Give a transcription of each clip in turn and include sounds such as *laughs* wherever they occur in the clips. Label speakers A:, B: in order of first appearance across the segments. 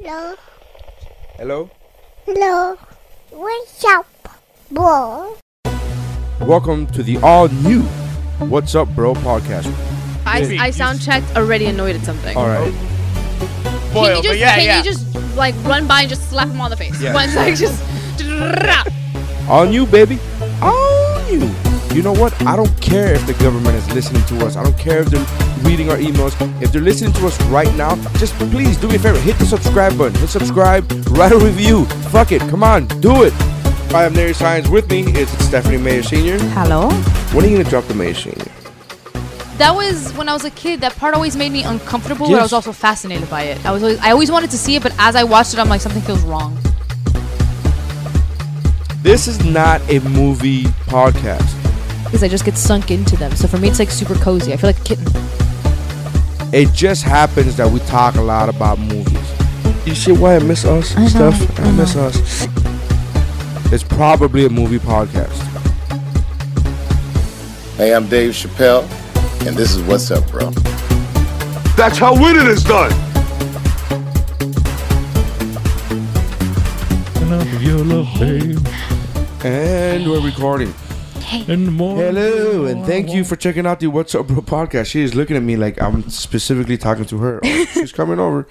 A: hello,
B: Hello.
A: hello. What's up, bro?
B: Welcome to the all new What's Up Bro podcast.
C: I, I sound checked already annoyed at something.
B: All right.
C: Can you
D: Spoiled,
C: just
D: but yeah,
C: can
D: yeah.
C: you just like run by and just slap him on the face?
B: Yeah.
C: One sec, just
B: All new, baby. All new. You know what? I don't care if the government is listening to us. I don't care if they're reading our emails. If they're listening to us right now, just please do me a favor. Hit the subscribe button. Hit subscribe. Write a review. Fuck it. Come on. Do it. I am Nary Science. With me is Stephanie Mayer Sr.
C: Hello.
B: When are you going to drop the Mayer Sr.?
C: That was when I was a kid. That part always made me uncomfortable, but I
B: Yes.
C: was also fascinated by it. I was always, I always wanted to see it, but as I watched it, I'm like something feels wrong.
B: This is not a movie podcast.
C: Because I just get sunk into them. So for me, it's like super cozy. I feel like a kitten.
B: It just happens that we talk a lot about movies. You see why I miss us and stuff? I miss us. It's probably a movie podcast.
E: Hey, I'm Dave Chappelle, and this is What's Up, Bro.
F: That's how winning is done.
B: And we're recording.
G: in the morning.
B: Hello, and thank you for checking out the What's Up Bro podcast. She is looking at me like I'm specifically talking to her. *laughs* Oh, she's coming over.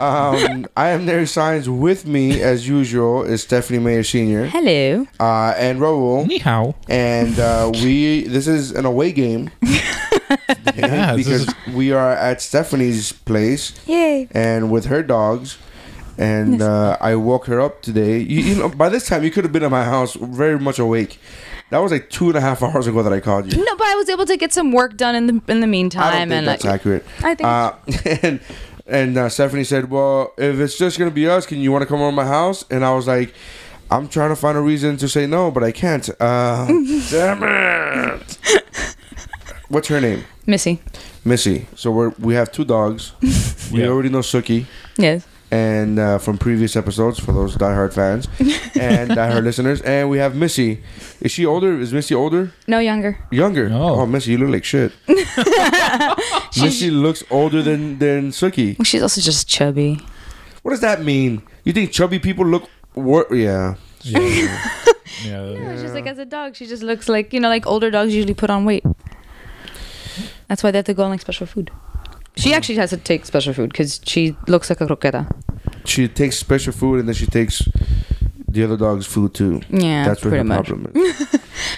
B: Um, I am Nary Signs. With me, as usual, is Stephanie Mayer Sr.
H: Hello.
B: Uh, and Raul.
G: Ni hao.
B: and uh, we this is an away
H: *laughs*
B: game
G: Yes, this
B: because we are at Stephanie's place
H: Yay.
B: and with her dogs. And uh, I woke her up today. You, you know, by this time you could have been at my house, very much awake. That was like two and a half hours ago that I called you.
H: No, but I was able to get some work done in the in the meantime.
B: I don't think
H: and
B: that's
H: like,
B: accurate.
H: I think
B: Uh, *laughs* and and uh, Stephanie said, "Well, if it's just gonna be us, can you want to come over to my house?" And I was like, "I'm trying to find a reason to say no, but I can't."
H: *laughs*
B: Uh, damn it! What's her name?
H: Missy.
B: Missy. So we are we have two
H: *laughs*
B: dogs. we
G: Yeah.
B: already know Suki
H: Yes.
B: and uh, from previous episodes for those diehard
H: *laughs*
B: fans and diehard listeners. And we have Missy. Is she older? Is Missy older?
H: No younger.
B: Younger?
G: No.
B: Oh, Missy, you look like
H: *laughs*
B: shit. Missy looks older than than Suki.
H: Well, she's also just chubby.
B: What does that mean? You think chubby people look? Wor- yeah.
G: Yeah. yeah.
H: It's just like as a dog, she just looks like you know, like older dogs usually put on weight. That's why they have to go on like special food. She actually has to take special food because she looks like a croqueta.
B: She takes special food and then she takes the other dog's food too.
H: Yeah,
B: That's where
H: pretty
B: the
H: much.
B: problem is.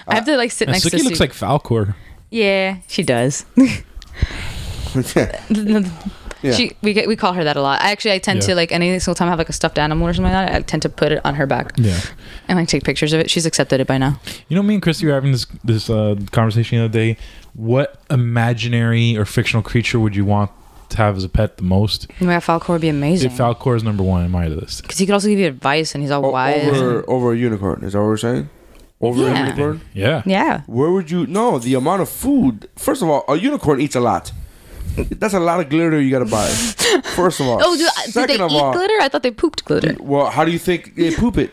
H: I have to like sit
G: And
H: next to.
G: Suki looks
H: Su-
G: like Falcor.
H: Yeah, she does. *laughs*
B: *laughs* Yeah.
H: She we get, we call her that a lot. I actually I tend
G: Yeah.
H: to like any single time I have like a stuffed animal or something like that. I tend to put it on her back
G: Yeah.
H: and like take pictures of it. She's accepted it by now.
G: You know, me and Christy were having this this uh, conversation the other day. What imaginary or fictional creature would you want to have as a pet the most?
H: Oh my God, Falcor would be amazing.
G: If Falcor is number one in my list,
H: Because he could also give you advice, and he's all
B: O-
H: wise.
B: over over a unicorn. Is that what we're saying? Over
H: Yeah.
B: a unicorn.
G: yeah.
H: yeah,
B: Where would you? No, the amount of food. First of all, a unicorn eats a lot. That's a lot of glitter you gotta
H: *laughs*
B: buy. First of all.
H: Oh, do, did
B: Second
H: they eat
B: of all,
H: glitter? I thought they pooped glitter.
B: Well, how do you think they poop it?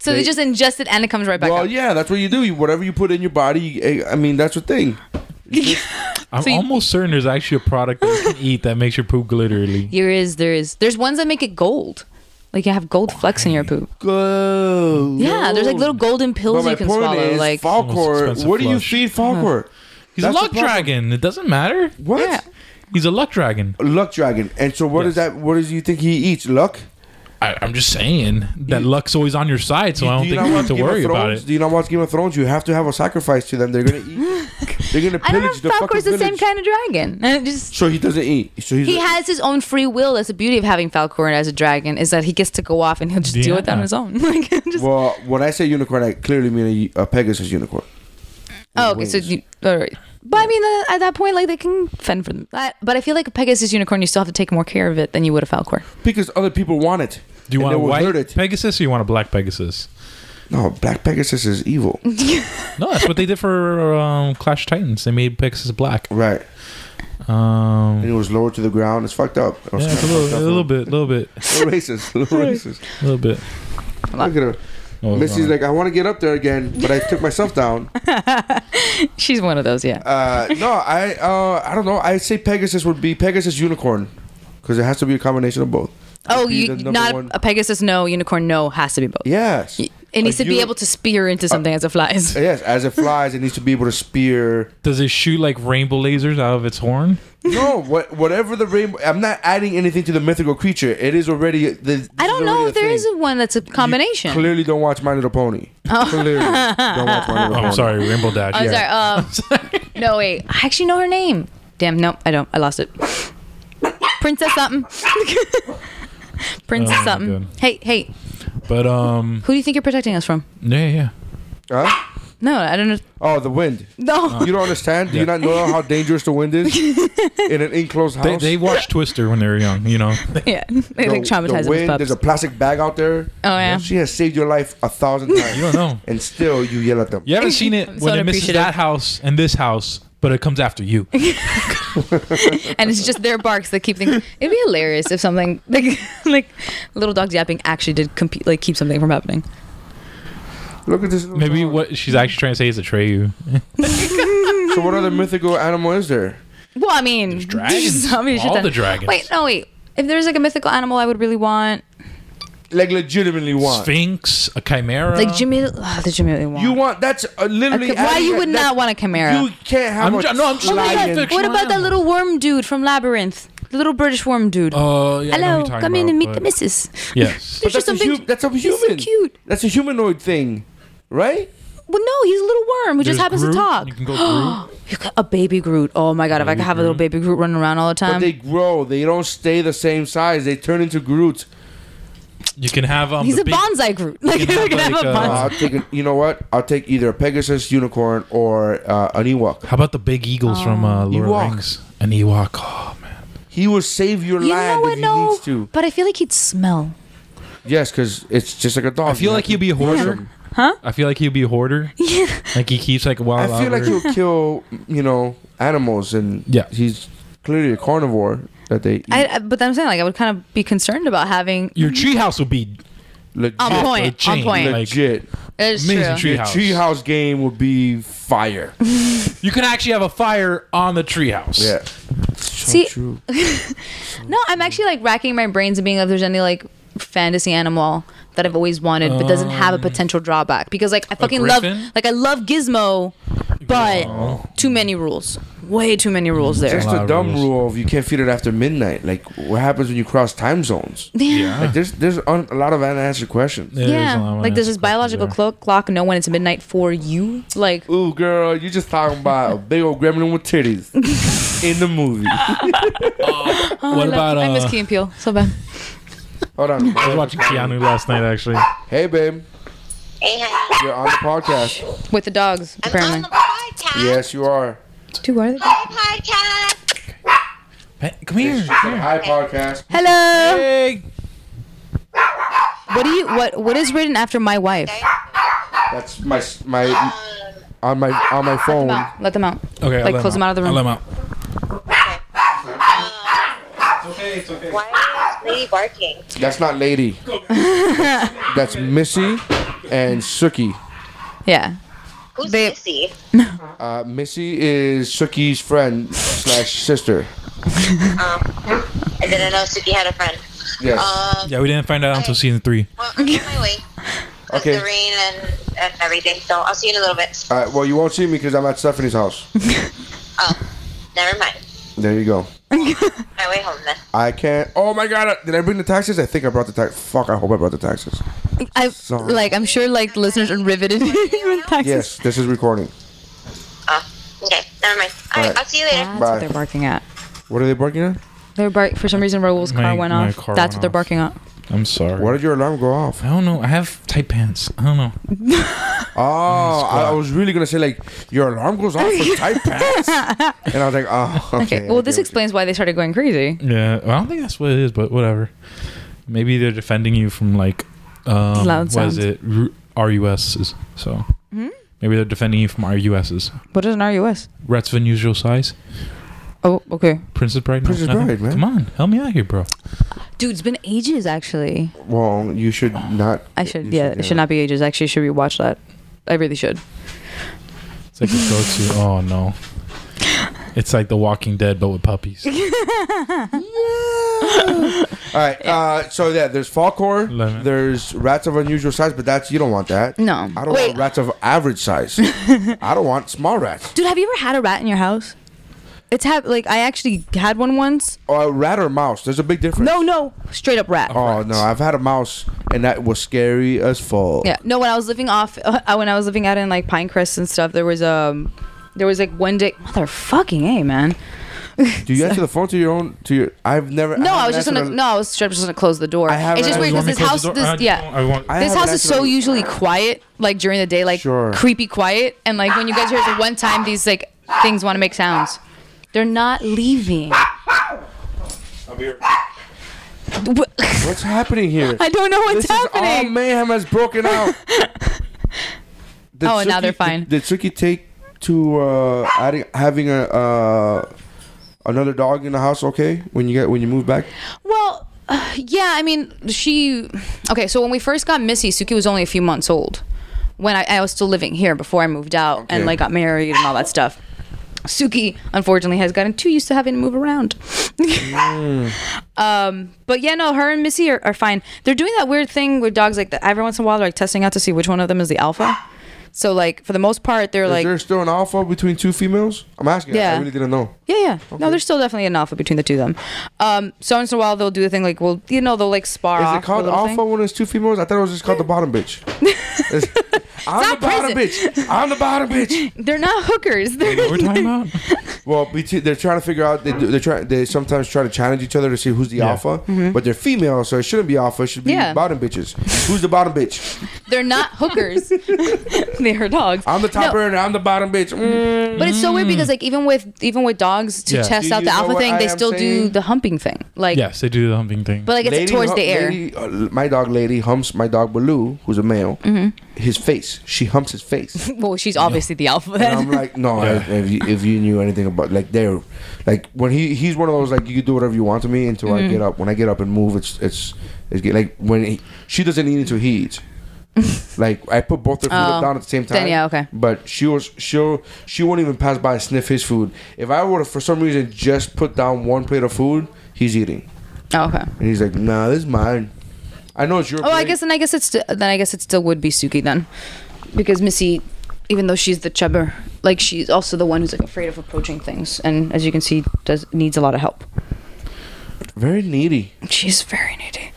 H: So they,
B: they-
H: just ingest it, and it comes right back
B: well,
H: up.
B: yeah, that's what you do. You, whatever you put in your body, you- eh, I mean, that's the thing.
G: I'm
H: So you-
G: almost certain there's actually a product that you can eat that makes your poop glittery.
H: There is, there is. There's ones that make it gold. Like you have gold flecks in your poop.
B: Go.
H: Yeah, there's like little golden
B: But
H: pills
B: my
H: you can
B: point
H: swallow.
B: is,
H: like
G: Most
B: Falcor.
G: expensive
B: What do you
G: flush.
B: feed Falcor?
G: He's
B: That's
G: a
B: the
G: luck
B: problem.
G: dragon. It doesn't matter.
B: What?
H: Yeah.
G: He's a luck dragon.
B: Luck dragon. And so, what is
G: Yes.
B: that? What does you think he eats? Luck.
G: I, I'm just saying that luck's always on your side, so I don't
B: you
G: think
B: not
G: you
B: watch
G: need to
B: Game of
G: worry about
B: Thrones?
G: it.
B: Do you not watch Game of Thrones? You have to have a sacrifice to them. They're gonna
H: *laughs*
B: eat. They're gonna pillage
H: I don't know if
B: the fucking
H: Falcor's the same
B: village.
H: kind of dragon. *laughs* And it just
B: So he doesn't eat. So he's
H: he has his own free will. That's the beauty of having Falcor as a dragon is that he gets to go off and he'll just deal with that on
G: Yeah.
H: his own. *laughs* Like just
B: well, when I say unicorn, I clearly mean a, a Pegasus unicorn.
H: Oh, okay. So,
B: wings.
H: you, all right. But I mean, uh, at that point, like they can fend for them. But, but I feel like a Pegasus unicorn, you still have to take more care of it than you would a Falcor. *laughs*
B: Because other people want it.
G: Do you
B: and
G: want
B: they
G: a
B: will hurt
G: white
B: it.
G: Pegasus or you want a black Pegasus?
B: No, Black Pegasus is
H: *laughs*
B: evil.
G: No, that's what they did for um, Clash of Titans. They made Pegasus black.
B: right.
G: Um,
B: And it was lowered to the ground. It's fucked up. It was
G: yeah, it's a
B: kinda
G: little,
B: fucked
G: a
B: up.
G: little bit, a little bit,
B: little racist. A
G: *laughs*
B: little
H: *laughs*
B: racist.
G: a little bit.
B: Look at her.
G: Oh,
B: Missy's
G: wrong.
B: like, I want to get up there again, but I took myself
H: *laughs*
B: down.
H: She's one of those, yeah.
B: Uh, no, I uh, I don't know. I say Pegasus would be Pegasus unicorn because it has to be a combination of both.
H: Oh,
B: be
H: you,
B: the number
H: not
B: one-
H: a Pegasus? No, unicorn? No, has to be both.
B: yes.
H: Y- It needs
B: A
H: to be
B: uni-
H: able to spear
B: Uh,
H: into something as it flies.
B: Yes, as it flies, it needs to be able to spear.
G: Does it shoot like rainbow lasers out of its horn?
B: No, what, whatever the rainbow. I'm not adding anything to the mythical creature. It is already. The,
H: I don't know if there is a one that's a combination. Oh.
B: Clearly, don't watch My Little Pony. Clearly, don't
H: *laughs*
B: watch My Little
G: Oh,
B: Pony.
G: I'm sorry, rainbow dash.
H: I'm
G: yeah.
H: sorry. Um, no, wait. I actually know her name. Damn, no, I don't. I lost it. Princess something. *laughs* Princess
G: Oh my
H: something.
G: God.
H: Hey, hey.
G: But um,
H: Who do you think you're protecting us from?
G: yeah, yeah.
B: Huh?
H: No, I don't know.
B: Oh, the wind.
H: No.
B: You don't understand? Do you not know how dangerous the wind
G: *laughs*
B: is in an enclosed
G: They,
B: house?
G: they watched Twister when they were young, you know.
H: *laughs* yeah. They like
B: The- the
H: traumatize them as
B: wind,
H: pups.
B: There's a plastic bag out there.
H: Oh, yeah.
B: She has saved your life a thousand times.
G: *laughs* You don't know.
B: And still, you yell at them.
G: You haven't seen it
H: *laughs* I'm
G: when
H: so
G: it misses
H: unappreciative.
G: that house and this house, but it comes after
H: *laughs*
G: you.
H: and it's just their barks that keep things. It'd be hilarious if something *laughs* like like little dog yapping actually did compete like keep something from happening.
B: Look at this. little
G: Maybe
B: dog.
G: what she's actually trying to say is betray you.
B: So, what other mythical animal is there?
H: Well, I mean, there's *laughs*
G: dragons.
H: so many shit
G: All
H: that-
G: the dragons.
H: Wait, no, wait. If there's like a mythical animal, I would really want
B: Like, legitimately want.
G: Sphinx, a chimera.
H: like Jimmy. Oh, the Jimmy want.
B: You want that's uh, literally
H: Okay, why
B: adding
H: you
B: that-
H: would
B: that-
H: not want a chimera?
B: You can't have
G: I'm
B: a
G: ju- no, I'm just-
H: Oh my God,
B: lion.
G: Fictional
H: What about that
G: animal.
H: little worm dude from Labyrinth? The little British worm dude.
G: Oh, yeah, I know who
H: Hello,
G: you're talking
H: come in
G: about,
H: and meet
G: but-
H: the missus. *laughs*
G: Yes.
B: That's
H: There's just
B: a,
H: something.
B: hu- that's a
H: he's so
B: human.
H: cute.
B: That's a humanoid thing, right?
H: Well, no, he's a little worm who just
G: There's
H: happens
G: Groot. *gasps*
H: to talk.
G: You can go
H: *gasps*
G: Groot.
H: You got a baby Groot. Oh my god, if I
G: Baby
H: could have a little
G: Groot.
H: baby Groot running around all the
B: But
H: time.
B: they grow. They don't stay the same size. They turn into Groot.
G: You can have um.
H: He's
G: the
H: a
G: big-
H: bonsai Groot. *laughs* Like, we
G: can have,
H: can have
G: like,
H: a
G: uh,
B: Uh,
H: bonsai.
B: I'll take. A, you know what? I'll take either a Pegasus, unicorn, or uh, an Ewok.
G: How about the big eagles from
H: Oh.
G: uh, Lord of
B: Ewok.
G: the Rings? An Ewok. Oh man.
B: He will save your
H: You
B: land
H: know
B: if
H: what?
B: he
H: No,
B: needs to.
H: but I feel like he'd smell.
B: Yes, because it's just like a dog.
G: I feel like he'd be a hoarder. Huh? I feel like he'd be a
H: *laughs*
G: hoarder. Yeah. Like he keeps like a
B: I
G: wild.
B: feel like
G: hoarder.
B: he'll kill. You know, animals, and
G: Yeah.
B: he's clearly a carnivore that they eat.
H: I, I- but I'm saying, like, I would kind of be concerned about having.
G: your treehouse would be
B: legit,
H: On point.
G: a chain,
H: on point.
G: like-
B: legit.
H: It's
G: amazing tree-
H: true.
B: The
G: Treehouse.
B: treehouse game would be
H: *laughs*
B: fire.
G: You can actually have a fire on the treehouse.
B: Yeah.
H: See, *laughs* no, I'm actually like racking my brains and being like, if there's any like fantasy animal that I've always wanted but doesn't have a potential drawback because like I fucking love
G: griffin?
H: like I love Gizmo, but too many rules, way too many rules *laughs* there.
B: Just
G: lot
B: a
G: of
B: dumb
G: rules.
B: rule of you can't feed it after midnight. Like, what happens when you cross time
G: *laughs*
B: zones?
G: Yeah.
B: Like, there's there's un- a lot of unanswered questions.
G: There is a lot
H: Yeah,
G: of
H: like there's this
G: unanswered
H: biological
G: questions
H: clock, clock know when it's midnight for you. Like,
B: Ooh, girl, you just talking about a big old gremlin with titties in the movie.
G: there. What about
H: I miss
G: uh?
H: Key and Peele so bad.
B: Hold on.
G: I was watching Keanu last night actually.
B: Hey, babe,
A: Hey, honey.
B: you're on the podcast.
H: With the dogs,
A: I'm on
H: apparently.
A: the podcast.
B: Yes, you are.
H: Two are they?
A: Hi, podcast.
G: Hey, come here. come here.
B: Hi, podcast.
H: Hello.
G: Hey.
H: What do you what what is written after my wife?
B: That's my s- my on my on my phone.
H: Out. Let them out.
G: Okay. I'll
H: Like,
G: let
H: close
G: him
H: him out of the
G: I'll let
H: room.
G: him out.
A: Why is Lady barking?
B: That's not lady. That's Missy and Sookie.
H: Yeah.
A: Who's
H: They-
A: Missy?
B: Uh, Missy is Sookie's friend slash sister.
A: Um, I didn't know Suki had a friend.
B: Yes.
A: Um,
G: Yeah, we didn't find out until season three.
A: well, I'm on
B: *laughs*
A: my way. With
B: Okay.
A: the rain and, and everything, so I'll see you in a little bit.
B: All right, well, you won't see me because I'm at Stephanie's house.
A: Oh, never mind.
B: There you go.
A: My way home then.
B: I can't. Oh my God! Did I bring the taxes? I think I brought the tax. Fuck! I hope I brought the taxes.
H: I
B: Sorry.
H: like I'm sure like listeners are riveted *laughs* with taxes.
B: Yes, this is recording.
A: Oh, okay, never mind. All
B: All
A: right,
B: right.
A: I'll see you later.
H: That's
B: Bye.
H: what they're barking at.
B: What are they barking at?
H: They're bark for some reason Raul's
G: My-
H: car went
G: my
H: off.
G: car
H: That's what
G: went
H: they're
G: off.
H: barking at.
G: I'm sorry.
B: Why did your alarm go off?
G: I don't know. I have tight pants. I don't know.
H: Mm,
B: Oh, I I was really gonna say like your alarm goes off for
H: *laughs*
B: tight pants, and I was like, oh, okay.
H: Okay. Well, this
B: I get what
H: explains why they started going crazy.
G: Yeah, well, I don't think that's what it is, but whatever. Maybe they're defending you from like um,
H: Loud
G: What is
H: sounds. Hmm?
G: it? R- RUSs. So maybe they're defending you from RUSs.
H: What is an RUS?
G: Rats of unusual size.
H: Oh, okay.
G: Princess Bride. no,
B: Princess
G: nothing?
B: Bride, man.
G: Come on, help me out here, bro.
H: Dude, it's been ages actually.
B: you- Well, you should not.
H: I should
B: you
H: yeah, it should not be ages. Actually, should we watch that? I really should.
G: It's like a go-to.
H: *laughs*
G: oh no. It's like The Walking Dead, but with puppies.
B: All right. Uh, so yeah, there's Falcor.
G: Lemon.
B: There's rats of unusual size, but that's you don't want that.
H: No.
B: I don't
H: Wait.
B: want rats of average
H: *laughs*
B: size. I don't want small rats.
H: Dude, have you ever had a rat in your house? It's have like I actually had one once.
B: Or a rat or mouse. There's a big difference.
H: No, no, straight up rat.
B: Oh no, I've had a mouse, and that was scary as fuck.
H: Yeah, no. When I was living off, uh, when I was living out in like Pinecrest and stuff, there was um, there was like one day, motherfucking a man.
B: Do you answer the phone to your own? To your? I've never.
H: No, I,
B: haven't
H: was just gonna
B: answered a-
H: no, I was straight up just gonna close the door.
B: I haven't
H: It's just
B: answered-
H: weird
B: You
H: because
B: want
H: this house, this yeah.
G: I want,
B: I
H: this
B: haven't
H: house is
B: answered
H: so
B: a-
H: usually quiet, like during the day, like
B: Sure.
H: creepy quiet, and like when you guys hear it the one time, these like things want to make sounds. They're not leaving. I *laughs*
B: What's happening here?
H: don't know what's
B: this is all
H: happening.
B: mayhem has
H: *laughs*
B: broken out. Did
H: Oh, and now they're fine.
B: Did, did Suki take to uh, adding, having a uh, another dog in the house? Okay, when you get when you move back.
H: Well, uh, yeah, I mean, she. Okay, so when we first got Missy, Suki was only a few months old. When I, I was still living here before I moved out
B: Okay.
H: and like got married and all that stuff. Suki, unfortunately, has gotten too used to having to move around.
B: Mm.
H: *laughs* um, but yeah, no, her and Missy are, are fine. They're doing that weird thing with dogs like that. Every once in a while, they're like testing out to see which one of them is the alpha. So like for the most part, they're
B: is
H: like,
B: there still an alpha between two females? I'm asking. Yeah. I
H: Yeah.
B: really didn't know.
H: yeah, yeah. No, there's still definitely an alpha between the two of them. Um, so once in a while, they'll do the thing like, well, you know, they'll like spar.
B: Is
H: off
B: it
H: the
B: called
H: little
B: alpha
H: thing.
B: when it's two females? I thought it was just called the bottom
H: *laughs*
B: bitch. It's- I'm the
H: not
B: bottom
H: prison.
B: bitch. I'm the bottom bitch.
H: They're not hookers. *laughs* They're
G: What we're talking about?
B: Well, between, they're trying to figure out. They do, they're trying. They sometimes try to challenge each other to see who's the
G: Yeah.
B: alpha, but they're female, so it shouldn't be alpha. It should be
H: Mm-hmm. Yeah.
B: bottom bitches. Who's the bottom bitch?
H: they're not *laughs* hookers. they are dogs.
B: I'm the top
H: No,
B: earner. I'm the bottom bitch. Mm.
H: but it's so weird because like even with even with dogs to
G: Yeah.
H: test
B: Do
H: out
B: you
H: the
B: know
H: alpha
B: what
H: thing,
B: I
H: they
B: am
H: still do
B: saying?
H: the humping thing. Like
G: Yes, they do the humping thing.
H: but like it's
B: Lady
H: towards
B: hu-
H: the air.
B: lady- uh, my dog lady humps my dog Baloo, who's a male.
H: Mm-hmm.
B: His face. She humps his face.
H: *laughs* Well, she's obviously the alpha
B: And
H: then.
B: I'm like, no.
G: Yeah.
B: If, if you, if you knew anything about like they're like when he he's one of those like you can do whatever you want to me until
H: Mm-hmm.
B: I get up. When I get up and move, it's it's it's get, like when he, she doesn't eat until he
H: *laughs*
B: eats. like I put both their food
H: Oh.
B: up down at the same time.
H: Then, yeah, okay.
B: But she was she'll she won't even pass by and sniff his food. If I would have for some reason just put down one plate of food, he's eating.
H: *laughs* Oh, okay.
B: And he's like, nah, this is mine. I know it's your
H: Oh, I
B: plate.
H: guess then I guess it's st- then I guess it still would be Suki then, because Missy, even though she's the chubber, like she's also the one who's like afraid of approaching things, and as you can see, does needs a lot of help.
B: Very needy.
H: She's very needy.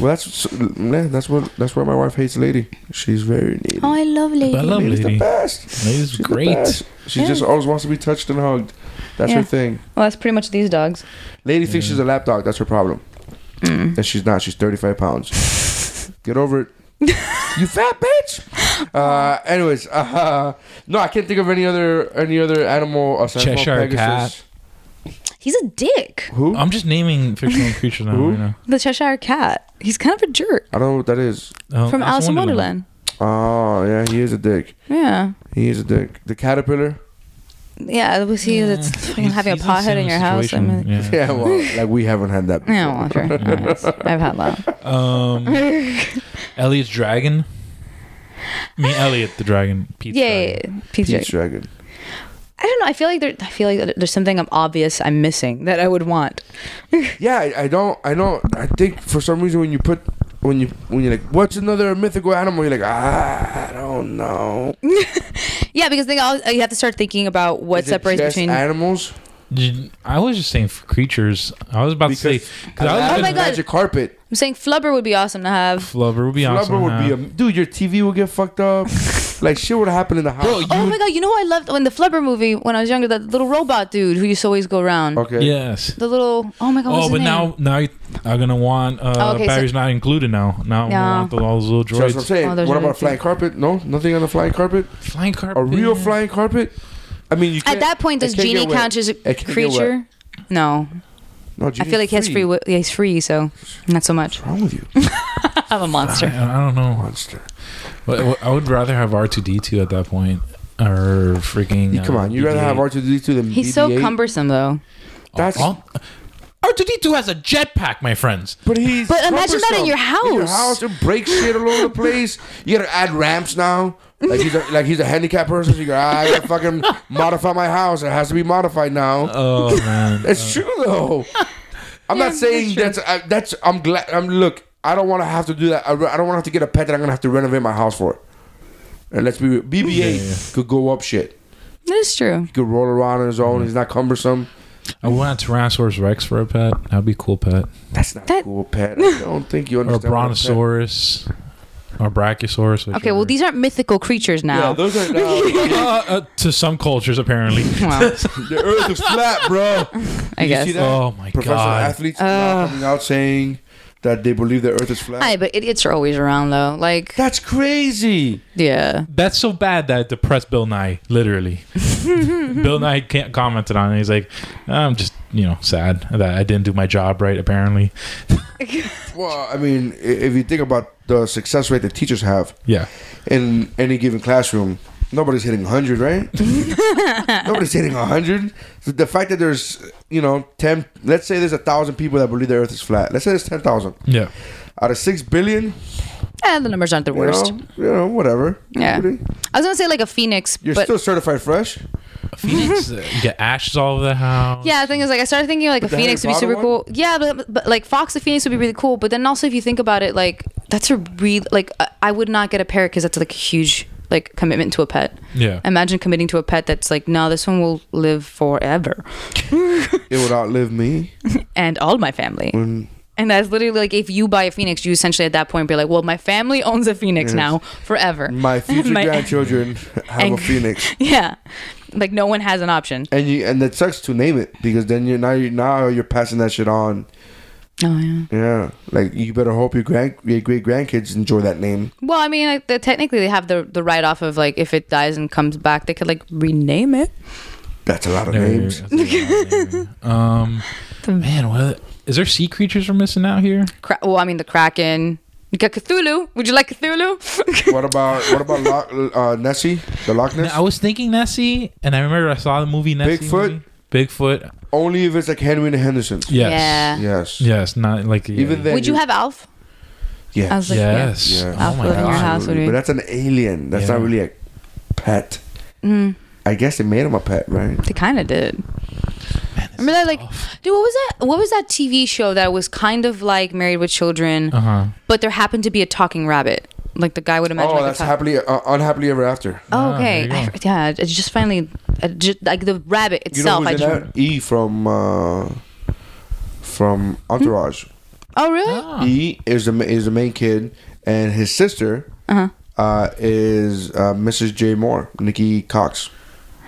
B: Well, that's yeah, that's what that's why my wife hates Lady. She's very needy.
H: Oh, I love lady.
G: But I love
B: Lady's the
G: lady.
B: best.
G: Lady's
B: She's the
G: great.
B: best. She just always wants to be touched and hugged. That's her
H: Yeah.
B: thing.
H: Well, that's pretty much these dogs.
B: Lady thinks she's a lap dog. That's her problem.
H: Mm.
B: And she's not. She's 35
G: *laughs*
B: pounds. Get
H: *laughs*
B: over it. you fat bitch. Uh, anyways, uh, no, I can't think of any other any other animal aside from
G: Cheshire Um,
B: Pegasus.
H: He's a dick.
B: Who?
G: I'm just naming fictional creatures now.
B: Who?
G: You know.
H: The Cheshire Cat. He's kind of a jerk
B: I don't know what that is.
G: Oh,
H: from Alice in Wonderland.
B: Oh yeah, he is a dick. He is a dick. The caterpillar.
H: Yeah. Yeah, it was he that's fucking
G: He's-
H: having a
G: he's in the
H: pothead in
G: same
H: your house. I
G: situation,
H: mean,
G: yeah.
B: *laughs* Yeah, well, like we haven't had that.
H: yeah, well, sure. *laughs* Alright. I've had that.
G: Um,
H: *laughs*
G: Elliot's dragon. I mean, Elliot the dragon. Pete's
H: Yeah,
G: dragon.
H: yeah, yeah. Pete's
B: Peach
H: jerk.
B: dragon.
H: I don't know. I feel like there. I feel like there- there's something I'm obvious I'm missing that I would want.
B: Yeah, I, I don't. I don't. I think for some reason when you put when you when you're like, what's another mythical animal? You're like, ah, I don't know.
H: Yeah, because then I'll, you have to start thinking about what
B: Is it
H: separates
B: just
H: between.
B: animals.
G: Did- I was just saying for creatures. I was about to say because I was
H: Oh
B: imagine
H: my
G: gonna-
H: God.
B: magic carpet.
H: I'm saying flubber would be awesome to *gasps* have.
G: Flubber would be awesome.
B: Flubber would be a
G: huh?
B: dude. Your TV would get fucked
H: *laughs*
B: up. like shit would happen in the house.
G: Bro, you
H: Oh
G: would-
H: my god! You know what I loved when the flubber movie when I was younger. That little robot dude who used to always go around.
B: okay.
G: yes.
H: The little. Oh my god! What's
G: Oh,
H: his
G: but now
H: name?
G: now you- I'm gonna want uh,
H: Oh, okay, so-
G: batteries not included now. Now I'm
H: No.
G: gonna want the, all those little
B: So that's what I'm
G: droids.
B: saying.
H: Oh, there's
B: what
H: another
B: about flying
H: thing.
B: carpet? No, nothing on the flying carpet.
G: Flying carpet.
B: A real flying carpet. I mean, you
H: At
B: can't,
H: that point,
B: it
H: does
B: can't get
H: genie
B: wet.
H: count as a
B: It can't get wet.
H: creature? No,
B: No,
H: I feel like he has free. will. Yeah, he's free, so not so much.
B: What's wrong with you,
H: I'm a monster.
G: I, I don't know. *laughs*
B: monster?
G: But- but I would rather have R2D2 at that point or freaking.
B: You- Come on, you
G: uh,
B: rather have
G: BB-8.
B: R2D2 than
H: He's so
B: BB-8?
H: cumbersome, though.
B: That's-
G: Oh, R2D2 has a jetpack, my friends.
B: But he's.
H: But imagine that
B: cumbersome.
H: in your
B: In your
H: house.
B: house, it breaks shit all over the place. You gotta add ramps now. Like he's a, like he's a handicapped person. So you go, "Ah, I gotta fucking
G: *laughs*
B: modify my house. It has to be modified now.
G: Oh man.
B: It's true though. I'm not saying that's I, that's. I'm glad. I'm look. I don't want to have to do that. I, re- I don't want to have to get a pet that I'm gonna have to renovate my house for. And let's be real. BB-8 could go up shit.
H: That's true.
B: He could roll around on his own. He's not cumbersome.
G: I want a Tyrannosaurus Rex for a pet. That'd be a cool pet.
B: That's not a
H: That-
B: cool pet. I don't think you
G: Or a
B: understand. what a pet-
G: Brontosaurus. Or a Brachiosaurus.
H: Okay, well, these aren't mythical creatures
B: Yeah,
H: now.
B: those
H: *laughs*
B: are. no,
G: Uh, uh, to some cultures, apparently. Uh,
H: well,
B: the Earth is flat, bro.
H: I
B: you see
H: guess.
B: that?
G: Oh my
B: Professional
G: god!
B: athletes now coming out saying that they believe the Earth is flat.
H: Aye, but idiots are always around though. Like,
B: that's crazy.
H: yeah.
G: That's so bad that it depressed Bill Nye.
H: *laughs*
G: Literally, Bill Nye can't commented on it. He's like, "I'm just, you know, sad that I didn't do my job right." Apparently,
B: Well, I mean, i- if you think about the success rate that teachers have,
G: yeah.
B: in any given classroom, nobody's hitting 100,
H: *laughs*
B: right? nobody's hitting 100. So the fact that there's, you know, 10, let's say there's a 1,000 people that believe the earth is flat. Let's say there's 10,000.
H: *laughs*
G: Yeah.
B: Out of 6 billion,
H: Eh, the numbers aren't the
B: you
H: worst.
B: know, you know, whatever.
H: Yeah. I was gonna say like a phoenix,
B: You're
H: but
B: still certified fresh.
G: Phoenix uh, get ashes all over the house.
H: yeah, the thing is like I started thinking like a
B: the
H: phoenix would
B: Harry
H: be super
B: Potter
H: cool. Yeah, but, but like Fox the Phoenix would be really cool. But then also if you think about it, like that's a real like I- I would not get a parrot because that's like a huge like commitment to a pet.
G: Yeah.
H: Imagine committing to a pet that's like no, this one will live forever
B: It would outlive me.
H: and all my family. And that's literally like if you buy a phoenix, you essentially at that point be like, well, my family *laughs* owns a phoenix now forever.
B: My future
H: My-
B: grandchildren have a
H: and-
B: phoenix.
H: *laughs* Yeah, like no one has an option.
B: And you and it sucks to name it because then you're now you now you're passing that shit on.
H: Oh yeah.
B: Yeah, like you better hope your grand your great grandkids enjoy that name.
H: Well, I mean, like, the, technically they have the the write off of like if it dies and comes back, they could like rename it.
B: That's a lot of
G: Yeah, yeah,
B: names.
G: yeah, that's a
B: *laughs*
G: lot of names. um, man, what is there? Sea creatures we're missing out here.
H: Cra- well, I mean the Kraken. You got Cthulhu. Would you like Cthulhu? *laughs*
B: What about what about Loch, uh, Nessie, the Loch Ness?
G: Now, I was thinking Nessie, and I remember I saw the movie Nessie.
B: Bigfoot?
G: movie. Bigfoot.
B: Only if it's like Henry and Henderson.
G: Yes.
H: Yeah.
B: Yes.
G: Yes. Not like the,
B: Even then,
H: Would you have Alf?
B: Yes.
H: I was like,
G: Yes.
B: yeah.
H: Alf
G: Oh my
H: living in your
G: god.
H: house would
B: Absolutely.
H: be.
B: But that's an alien. That's
G: Yeah.
B: not really a pet.
H: Mm.
B: I guess they made him a pet, right?
H: They kind of did. Remember that, like, dude, what was that? What was that TV show that was kind of like Married with Children,
B: Oh.
G: Uh huh.
H: but there happened to be a talking rabbit? Like the guy would imagine.
B: Oh,
H: like, a
B: that's
H: talk-
B: happily uh, unhappily ever after.
H: Oh,
G: Ah,
H: okay.
G: there you
H: I- yeah, I just finally, I just, like the rabbit
B: You know
H: itself.
B: who's
H: I
B: in
H: just.
B: that? E from uh, from Entourage.
H: Oh, really? *laughs*
B: E is the ma- is the main kid, and his sister
H: Uh-huh.
B: uh is uh, Mrs. J Moore, Nikki Cox.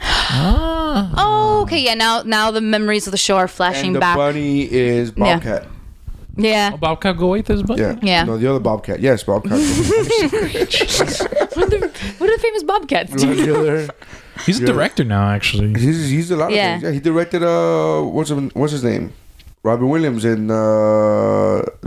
G: Ah.
H: Oh, okay. Yeah. Now, now the memories of the show are flashing
B: and the
H: back.
B: bunny is
H: Yeah.
B: Bobcat.
H: Yeah.
G: Oh, Bobcat go with this, but
B: Yeah.
H: Yeah.
B: No, the other Bobcat. Yes,
H: *laughs*
B: Bobcat. *laughs*
H: what, are the, what are the famous bobcats? Do you
B: the
H: know?
B: other,
G: he's a
B: Yeah.
G: director now, actually.
B: he's, he's a lot of
H: Yeah.
B: things. Yeah, he directed uh, what's his, what's his name? Robin Williams in uh,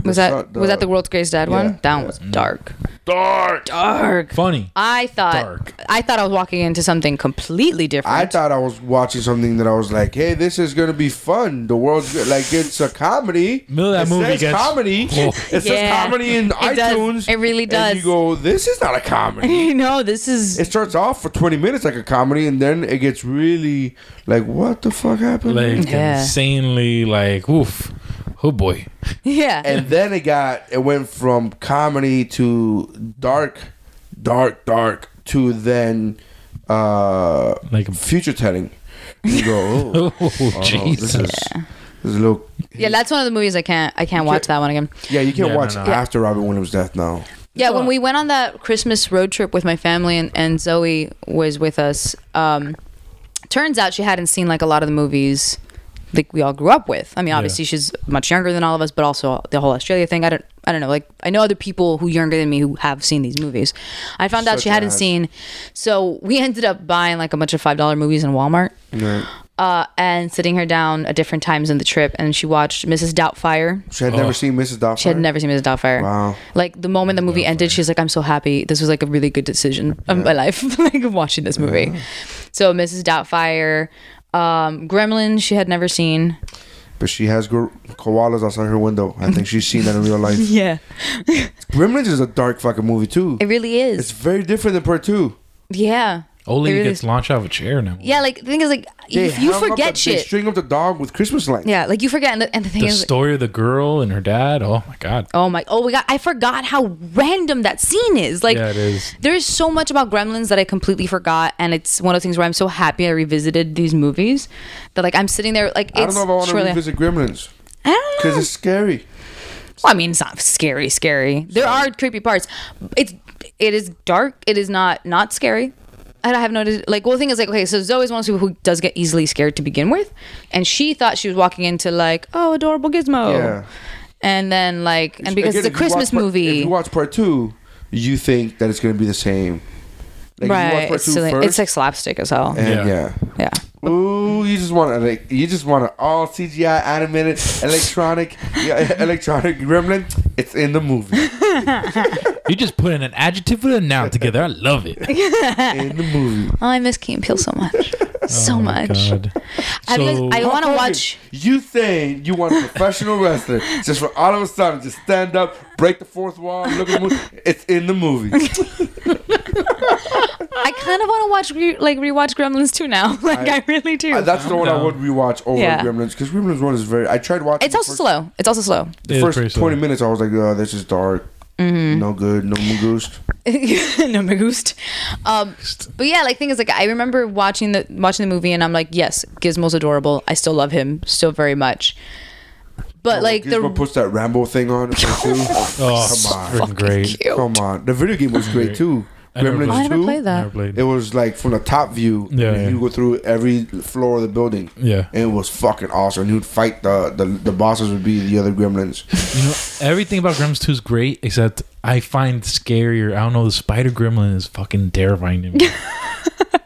H: Was that was that the world's greatest dad
B: Yeah,
H: one? That one
B: yeah.
H: was
G: Mm.
H: dark. Dark. Dark.
G: Funny.
H: I thought
G: Dark.
H: I thought I was walking into something completely different.
B: I thought I was watching something that I was like, "Hey, this is gonna be fun." The world's good. like it's a comedy.
G: Middle of that
B: it
G: movie
B: says
G: gets-
B: comedy.
G: *laughs* Oh.
B: It says
H: Yeah.
B: comedy in
H: It does.
B: iTunes.
H: It really does.
B: And you go, "This is not a comedy."
H: *laughs* you know, this is
B: It starts off for twenty minutes like a comedy, and then it gets really like, "What the fuck happened?"
G: Like
H: Yeah.
G: insanely like oof. Oh boy. *laughs*
H: yeah.
B: and then it got it went from comedy to dark, dark, dark to then uh
G: Like-
B: future telling. You
G: *laughs*
B: go, oh,
G: Oh,
B: Jesus.
G: Jesus.
B: There's a little
H: yeah, that's one of the movies I can't I can't watch that one again.
B: Yeah, you can't
G: Yeah, no,
B: watch
G: no.
B: after Robin Williams' death now.
H: Yeah, when we went on that Christmas road trip with my family and, and Zoe was with us, um, turns out she hadn't seen like a lot of the movies like we all grew up with. I mean, obviously she's much younger than all of us, but also the whole Australia thing. I don't, I don't know. Like I know other people who are younger than me who have seen these movies. I found out
B: Such
H: she hadn't
B: as.
H: seen, so we *laughs* ended up buying like a bunch of five dollar movies in Walmart uh, and sitting her down at different times in the trip, and she watched Mrs. Doubtfire.
B: She had
G: Oh.
B: never seen Mrs. Doubtfire.
H: She had never seen Mrs. Doubtfire.
B: Wow.
H: Like the moment the movie ended, she's like, "I'm so happy. This was like a really good decision of my life, *laughs* like of watching this movie." So Mrs. Doubtfire, um, Gremlin, she had never seen.
B: but she has gor- koalas outside her window. I think she's seen that in real life.
H: *laughs* Yeah,
B: Gremlins is a dark fucking movie too.
H: it really
B: It's
H: is.
B: very different than part two.
H: yeah,
G: Ole
H: They really-
G: gets launched out of a chair now.
H: Yeah, like the thing is, like
B: They
H: if you
B: hung up
H: forget
B: the,
H: shit.
B: They string up the dog with Christmas lights.
H: yeah, like you forget, and the, and the thing
G: The
H: is, like,
G: story of the girl and her dad. Oh my god.
H: Oh my! Oh my God! I forgot how random that scene is. Like,
G: Yeah, it is.
H: there is so much about Gremlins that I completely forgot, and it's one of the things where I'm so happy I revisited these movies. That like I'm sitting there like it's
B: I don't know if I want to
H: surely-
B: revisit Gremlins
H: I don't know.
B: because it's scary.
H: Well, I mean, it's not scary, scary. There are creepy parts. It's it is dark. It is not not scary. And I have noticed, like, well, the thing is, like, okay, so Zoe's one of those people who does get easily scared to begin with, and she thought she was walking into like, oh, adorable Gizmo,
B: Yeah.
H: and then like, and because
B: Again,
H: it's a
B: if you watch
H: Christmas
B: part- If
H: movie,
B: you watch part two, you think that it's going to be the same. Like, if You watch
H: right?
B: part
H: It's,
B: two
H: silly.
B: first,
H: it's like slapstick as hell.
B: and
G: Yeah.
B: yeah.
H: yeah,
B: Ooh, you just want to like, you just want to all CGI animated electronic yeah, *laughs* electronic gremlin. It's in the movie.
G: You just put in an adjective with a noun together. I love
H: *laughs*
G: it.
B: In the movie.
H: oh, I miss Key and Peele so much, so much.
G: God.
H: I,
G: So-
H: *laughs* I want to
B: Hulk Hogan,
H: watch.
B: You saying you want a professional wrestler just for all of a sudden just stand up, break the fourth wall, look at the movie. It's in the movie.
H: *laughs* I kind of want to watch re- like rewatch Gremlins 2 now. *laughs* Like I, really do.
B: Uh, That's the one I
G: down.
B: would rewatch over
H: Yeah.
B: Gremlins because Gremlins one is very. I tried watching.
H: it's
B: the
H: also
B: first-
H: slow. It's also slow. *laughs*
G: It is
B: The first
G: pretty
B: twenty
G: slow.
B: minutes, I was like, oh, "This is dark,
H: Mm-hmm.
B: no good, no moogoost."
H: no me gust. Um,
G: oh,
H: but yeah, like thing is like I remember watching the watching the movie and I'm like, yes, Gizmo's adorable. I still love him so very much. But like
B: Gizmo
H: the
B: puts that Rambo thing
H: *laughs*
B: on. it's like, dude,
G: Oh,
B: come on,
G: freaking great.
H: cute.
B: come on. The video game was great too.
G: I never
B: Gremlins
G: played it.
H: I never
B: two.
H: played
G: Never
H: that.
G: played.
B: It was like from the top view.
G: Yeah,
B: and
G: yeah.
B: You go through every floor of the building.
G: Yeah.
B: And it was fucking awesome. And you'd fight the, the the bosses would be the other gremlins.
G: You know, everything about Gremlins 2 is great, except I find scarier. I don't know. The spider gremlin is fucking terrifying to
H: *laughs*
G: me.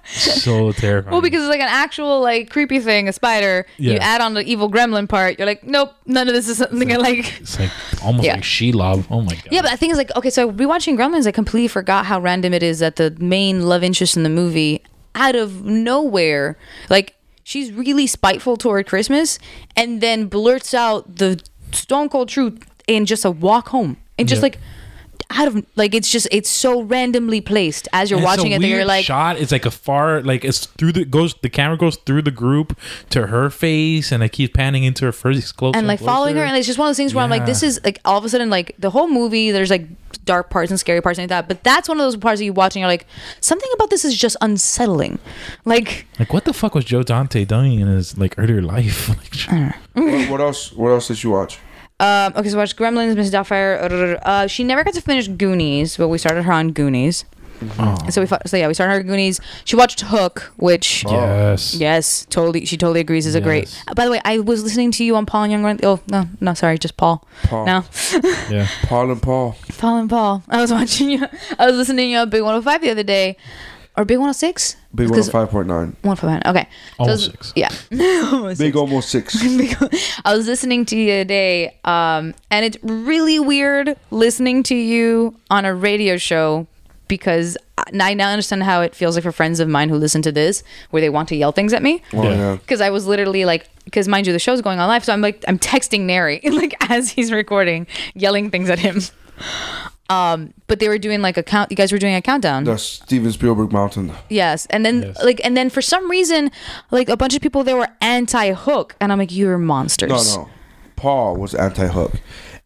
G: so terrifying.
H: Well, because it's like an actual like creepy thing, a spider. You
G: Yeah.
H: add on the evil gremlin part, you're like, nope, none of this is something I like.
G: it's like almost
H: Yeah.
G: like Shelob. Oh my god.
H: Yeah, but the thing is like, okay, so rewatching Gremlins, I completely forgot how random it is that the main love interest in the movie, out of nowhere, like she's really spiteful toward Christmas, and then blurts out the stone cold truth in just a walk home, and just
G: Yeah.
H: like out of like it's just it's so randomly placed as you're
G: And
H: watching
G: it's a
H: it. that You're
G: weird
H: like,
G: shot. It's like a far, like it's through the goes. The camera goes through the group to her face, and I keep panning into her face closer
H: and like
G: closer.
H: following her and it's just one of those things where i'm like
G: Yeah.
H: this is like all of a sudden like the whole movie there's like dark parts and scary parts and like that but that's one of those parts that you watch and you're like something about this is just unsettling like
G: Like, what the fuck was Joe Dante doing in his like earlier life? *laughs* Like,
B: what, what else? What else did you watch?
H: um okay so watch gremlins mrs doubtfire uh she never got to finish goonies but we started her on goonies
G: oh,
H: so we fo- so yeah we started her on goonies she watched hook which
G: yes.
H: Yes, totally. She totally agrees. Is a great.
G: Yes.
H: Uh, By the way, I was listening to you on Paul and Young. Run- Oh no, no, sorry, just Paul.
B: Paul,
H: No,
G: Yeah.
B: Paul and Paul.
H: Paul and Paul. *laughs* I was watching you. I was listening to you on Big 105 the other day, or Big 106.
B: Big one
H: Because-
B: five point nine.
H: 105. Okay. So I
G: Almost
H: was-
G: six.
H: Yeah. Almost
B: Big
H: six.
B: almost six.
H: *laughs* Big ol- I was listening to you the other day, um, and it's really weird listening to you on a radio show because I, I now understand how it feels like for friends of mine who listen to this, where they want to yell things at me
B: Oh,
G: Yeah.
B: yeah.
H: because I was literally like, because mind you, the show's going on live, so I'm like, I'm texting Nary *laughs* like as he's recording, yelling things at him. Um, but they were doing like a count. You guys were doing a countdown.
B: The Steven Spielberg mountain.
H: Yes, and then
G: Yes.
H: like, and then for some reason, like a bunch of people there were anti-hook, and I'm like, you're monsters.
B: No, no. Paul was anti hook.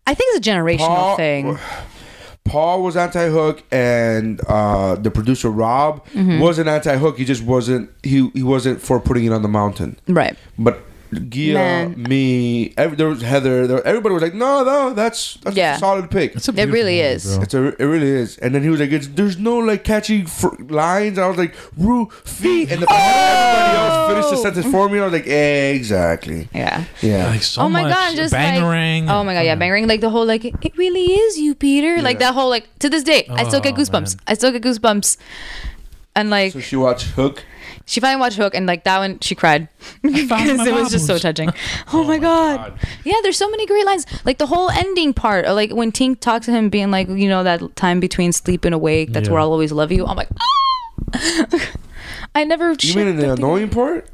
H: I think it's a generational
B: Paul- *sighs*
H: thing.
B: Paul was anti hook, and uh, the producer Rob
H: Mm-hmm.
B: wasn't anti hook. He just wasn't. He he wasn't for putting it on the mountain.
H: Right.
B: But Gia,
H: Man.
B: me, every, there was Heather. There, everybody was like, "No, no, that's that's
H: Yeah.
B: a solid pick."
G: It's a
H: It
G: beautiful
H: really
G: movie,
H: is.
G: bro.
B: It's a, it really is. And then he was like, it's, "There's no like catchy fr- lines." I was like, "Roo feet," and the everybody else finished the sentence for me. I was like, "Exactly."
H: Oh! Yeah.
B: Yeah.
G: Like, so
H: oh my
G: much.
H: god, just
G: Bangarang.
H: like oh my god, yeah, bangarang. Like the whole like it really is you, Peter. Like
B: Yeah.
H: that whole like to this day, I still get
G: Oh,
H: goosebumps.
G: man.
H: I still get goosebumps. And like
B: So she watched Hook.
H: she finally watched Hook, and like that one,
G: *laughs*
H: she cried *laughs*
G: found
H: because
G: my
H: it was just so
B: *laughs*
G: marbles.
H: touching. Oh, my god. Yeah, there's so many great lines. Like the whole ending part, or like when Tink talks to him, being like, you know, that time between sleep and awake. That's
G: Yeah.
H: where I'll always love you. I'm like, ah! I never.
B: You mean in the annoying part?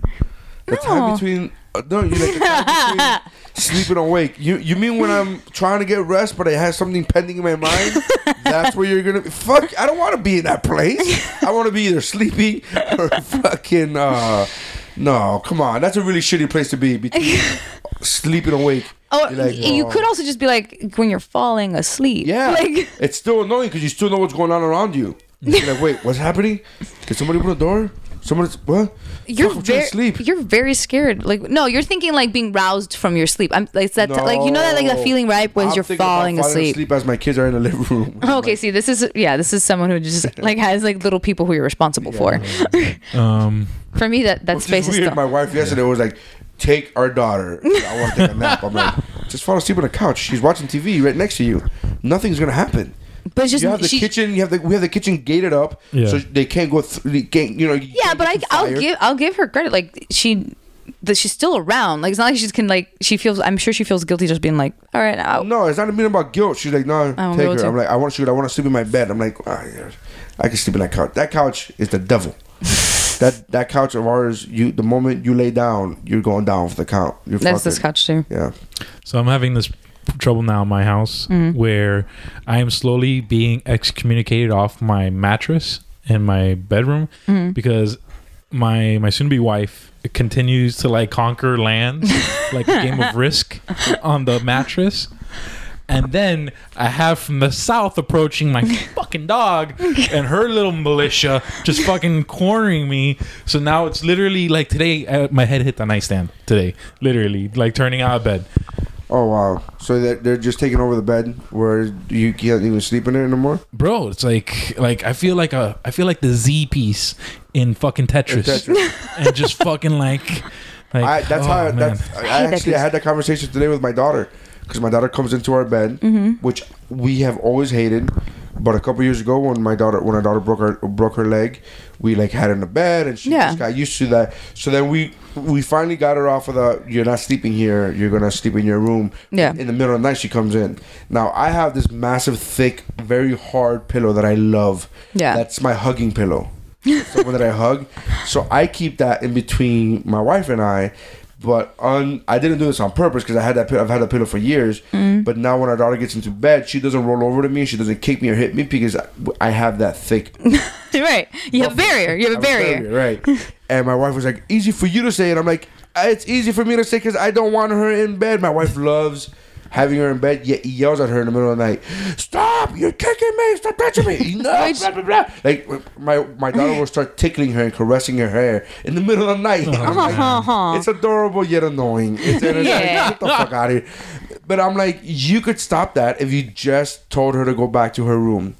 B: The
H: No.
B: time between Uh, No, you like the guy between
H: *laughs*
B: sleeping awake. You you mean when I'm trying to get rest, but I have something pending in my mind? That's where you're gonna be. Fuck! I don't want to be in that place. I want to be either sleepy or fucking. Uh, no, come on. That's a really shitty place to be. Between
H: *laughs*
B: sleeping awake.
H: Oh,
B: You're like,
H: you
B: "Oh."
H: could also just be like when you're falling asleep.
B: Yeah,
H: Like, *laughs*
B: it's still annoying because you still know what's going on around you. You're like, wait, what's happening? Did somebody open the door? Somebody's what?
H: you're
B: Fuck, I'm trying
H: very
B: to sleep.
H: you're very scared. Like no, you're thinking like being roused from your sleep. I'm like that like you know that like that
B: No.
H: feeling right when
B: I'm
H: you're
B: thinking about
H: falling, asleep. Oh,
B: asleep as my kids are in the living
H: *laughs*
B: room.
H: Okay, see this is yeah, this is someone who just like has like little people who
B: *laughs*
H: you're responsible for.
G: Um,
H: *laughs* for me that that
B: Which
H: space
B: is
H: is
B: weird.
H: still
B: My wife yesterday was like, "Take our
H: *laughs*
B: daughter. I want to take a nap." I'm like, "Just fall asleep on the couch. She's watching TV right next to you. Nothing's gonna happen."
H: But it's just
B: you have the
H: she,
B: kitchen. You have the we have the kitchen gated up,
G: Yeah.
B: so they can't go. Th- they can't, you know. you
H: Yeah,
B: can't
H: but I,
B: get
H: I'll
B: fired.
H: give I'll give her credit. Like she, that she's still around. Like it's not like she's can like she feels. I'm sure she feels guilty just being like, all right, I'll,
B: No, it's not even about guilt. She's like, "No,
H: won't
B: take
H: go
B: her."
H: to.
B: I'm like, "I want to shoot. I want to sleep in my bed." I'm like, "Ah, yeah, "I can sleep in that couch. That couch is the
H: *laughs*
B: devil." that that couch of ours. You the moment you lay down, you're going down for the count. You're
H: that's this
B: fucking-
H: couch too.
B: Yeah.
G: so I'm having this trouble now in my house where I am slowly being excommunicated off my mattress in my bedroom because my my soon to be wife continues to like conquer land like a game of risk on the mattress. And then I have from the south approaching my fucking dog and her little militia just fucking cornering me. So now it's literally like today, uh, my head hit the nightstand today, literally, like turning out of bed.
B: Oh wow! So that they're just taking over the bed where you can't even sleep in it anymore.
G: bro it's like like i feel like a i feel like the z piece in fucking tetris,
B: Tetris.
G: *laughs* and just fucking like like
B: I, that's
G: oh,
B: how.
G: man.
B: That's I,
H: hate that
B: actually I
H: piece.
B: had that conversation today with my daughter because my daughter comes into our bed,
H: Mm-hmm.
B: which we have always hated. But a couple years ago, when my daughter when our daughter broke her broke her leg, we like had her in the bed, and she
H: Yeah.
B: just got used to that. So then we we finally got her off of the you're not sleeping here, you're gonna sleep in your room.
H: Yeah.
B: In the middle of the night, she comes in. Now I have this massive, thick, very hard pillow that I love.
H: Yeah.
B: That's my hugging pillow. *laughs* someone that I hug. So I keep that in between my wife and I. But on, I didn't do this on purpose because I had that. pill- I've had that pillow for years. But now when our daughter gets into bed, she doesn't roll over to me. She doesn't kick me or hit me because I, I have that thick
H: *laughs* right, you have a barrier. You have a
B: I have
H: barrier.
B: right? and my wife was like, "Easy for you to say," and I'm like, "Uh, "It's easy for me to say because I don't want her in bed. My wife loves." Having her in bed, yet he yells at her in the middle of the night. Stop! You're kicking me! Stop touching me! No! blah, blah, blah." Like my my daughter will start tickling her and caressing her hair in the middle of the night. *laughs* I'm like,
H: Aw.
B: it's adorable yet annoying.
H: *laughs*
B: It's, and it's
H: Yeah.
B: like, get the fuck out of here. But I'm like, you could stop that if you just told her to go back to her room.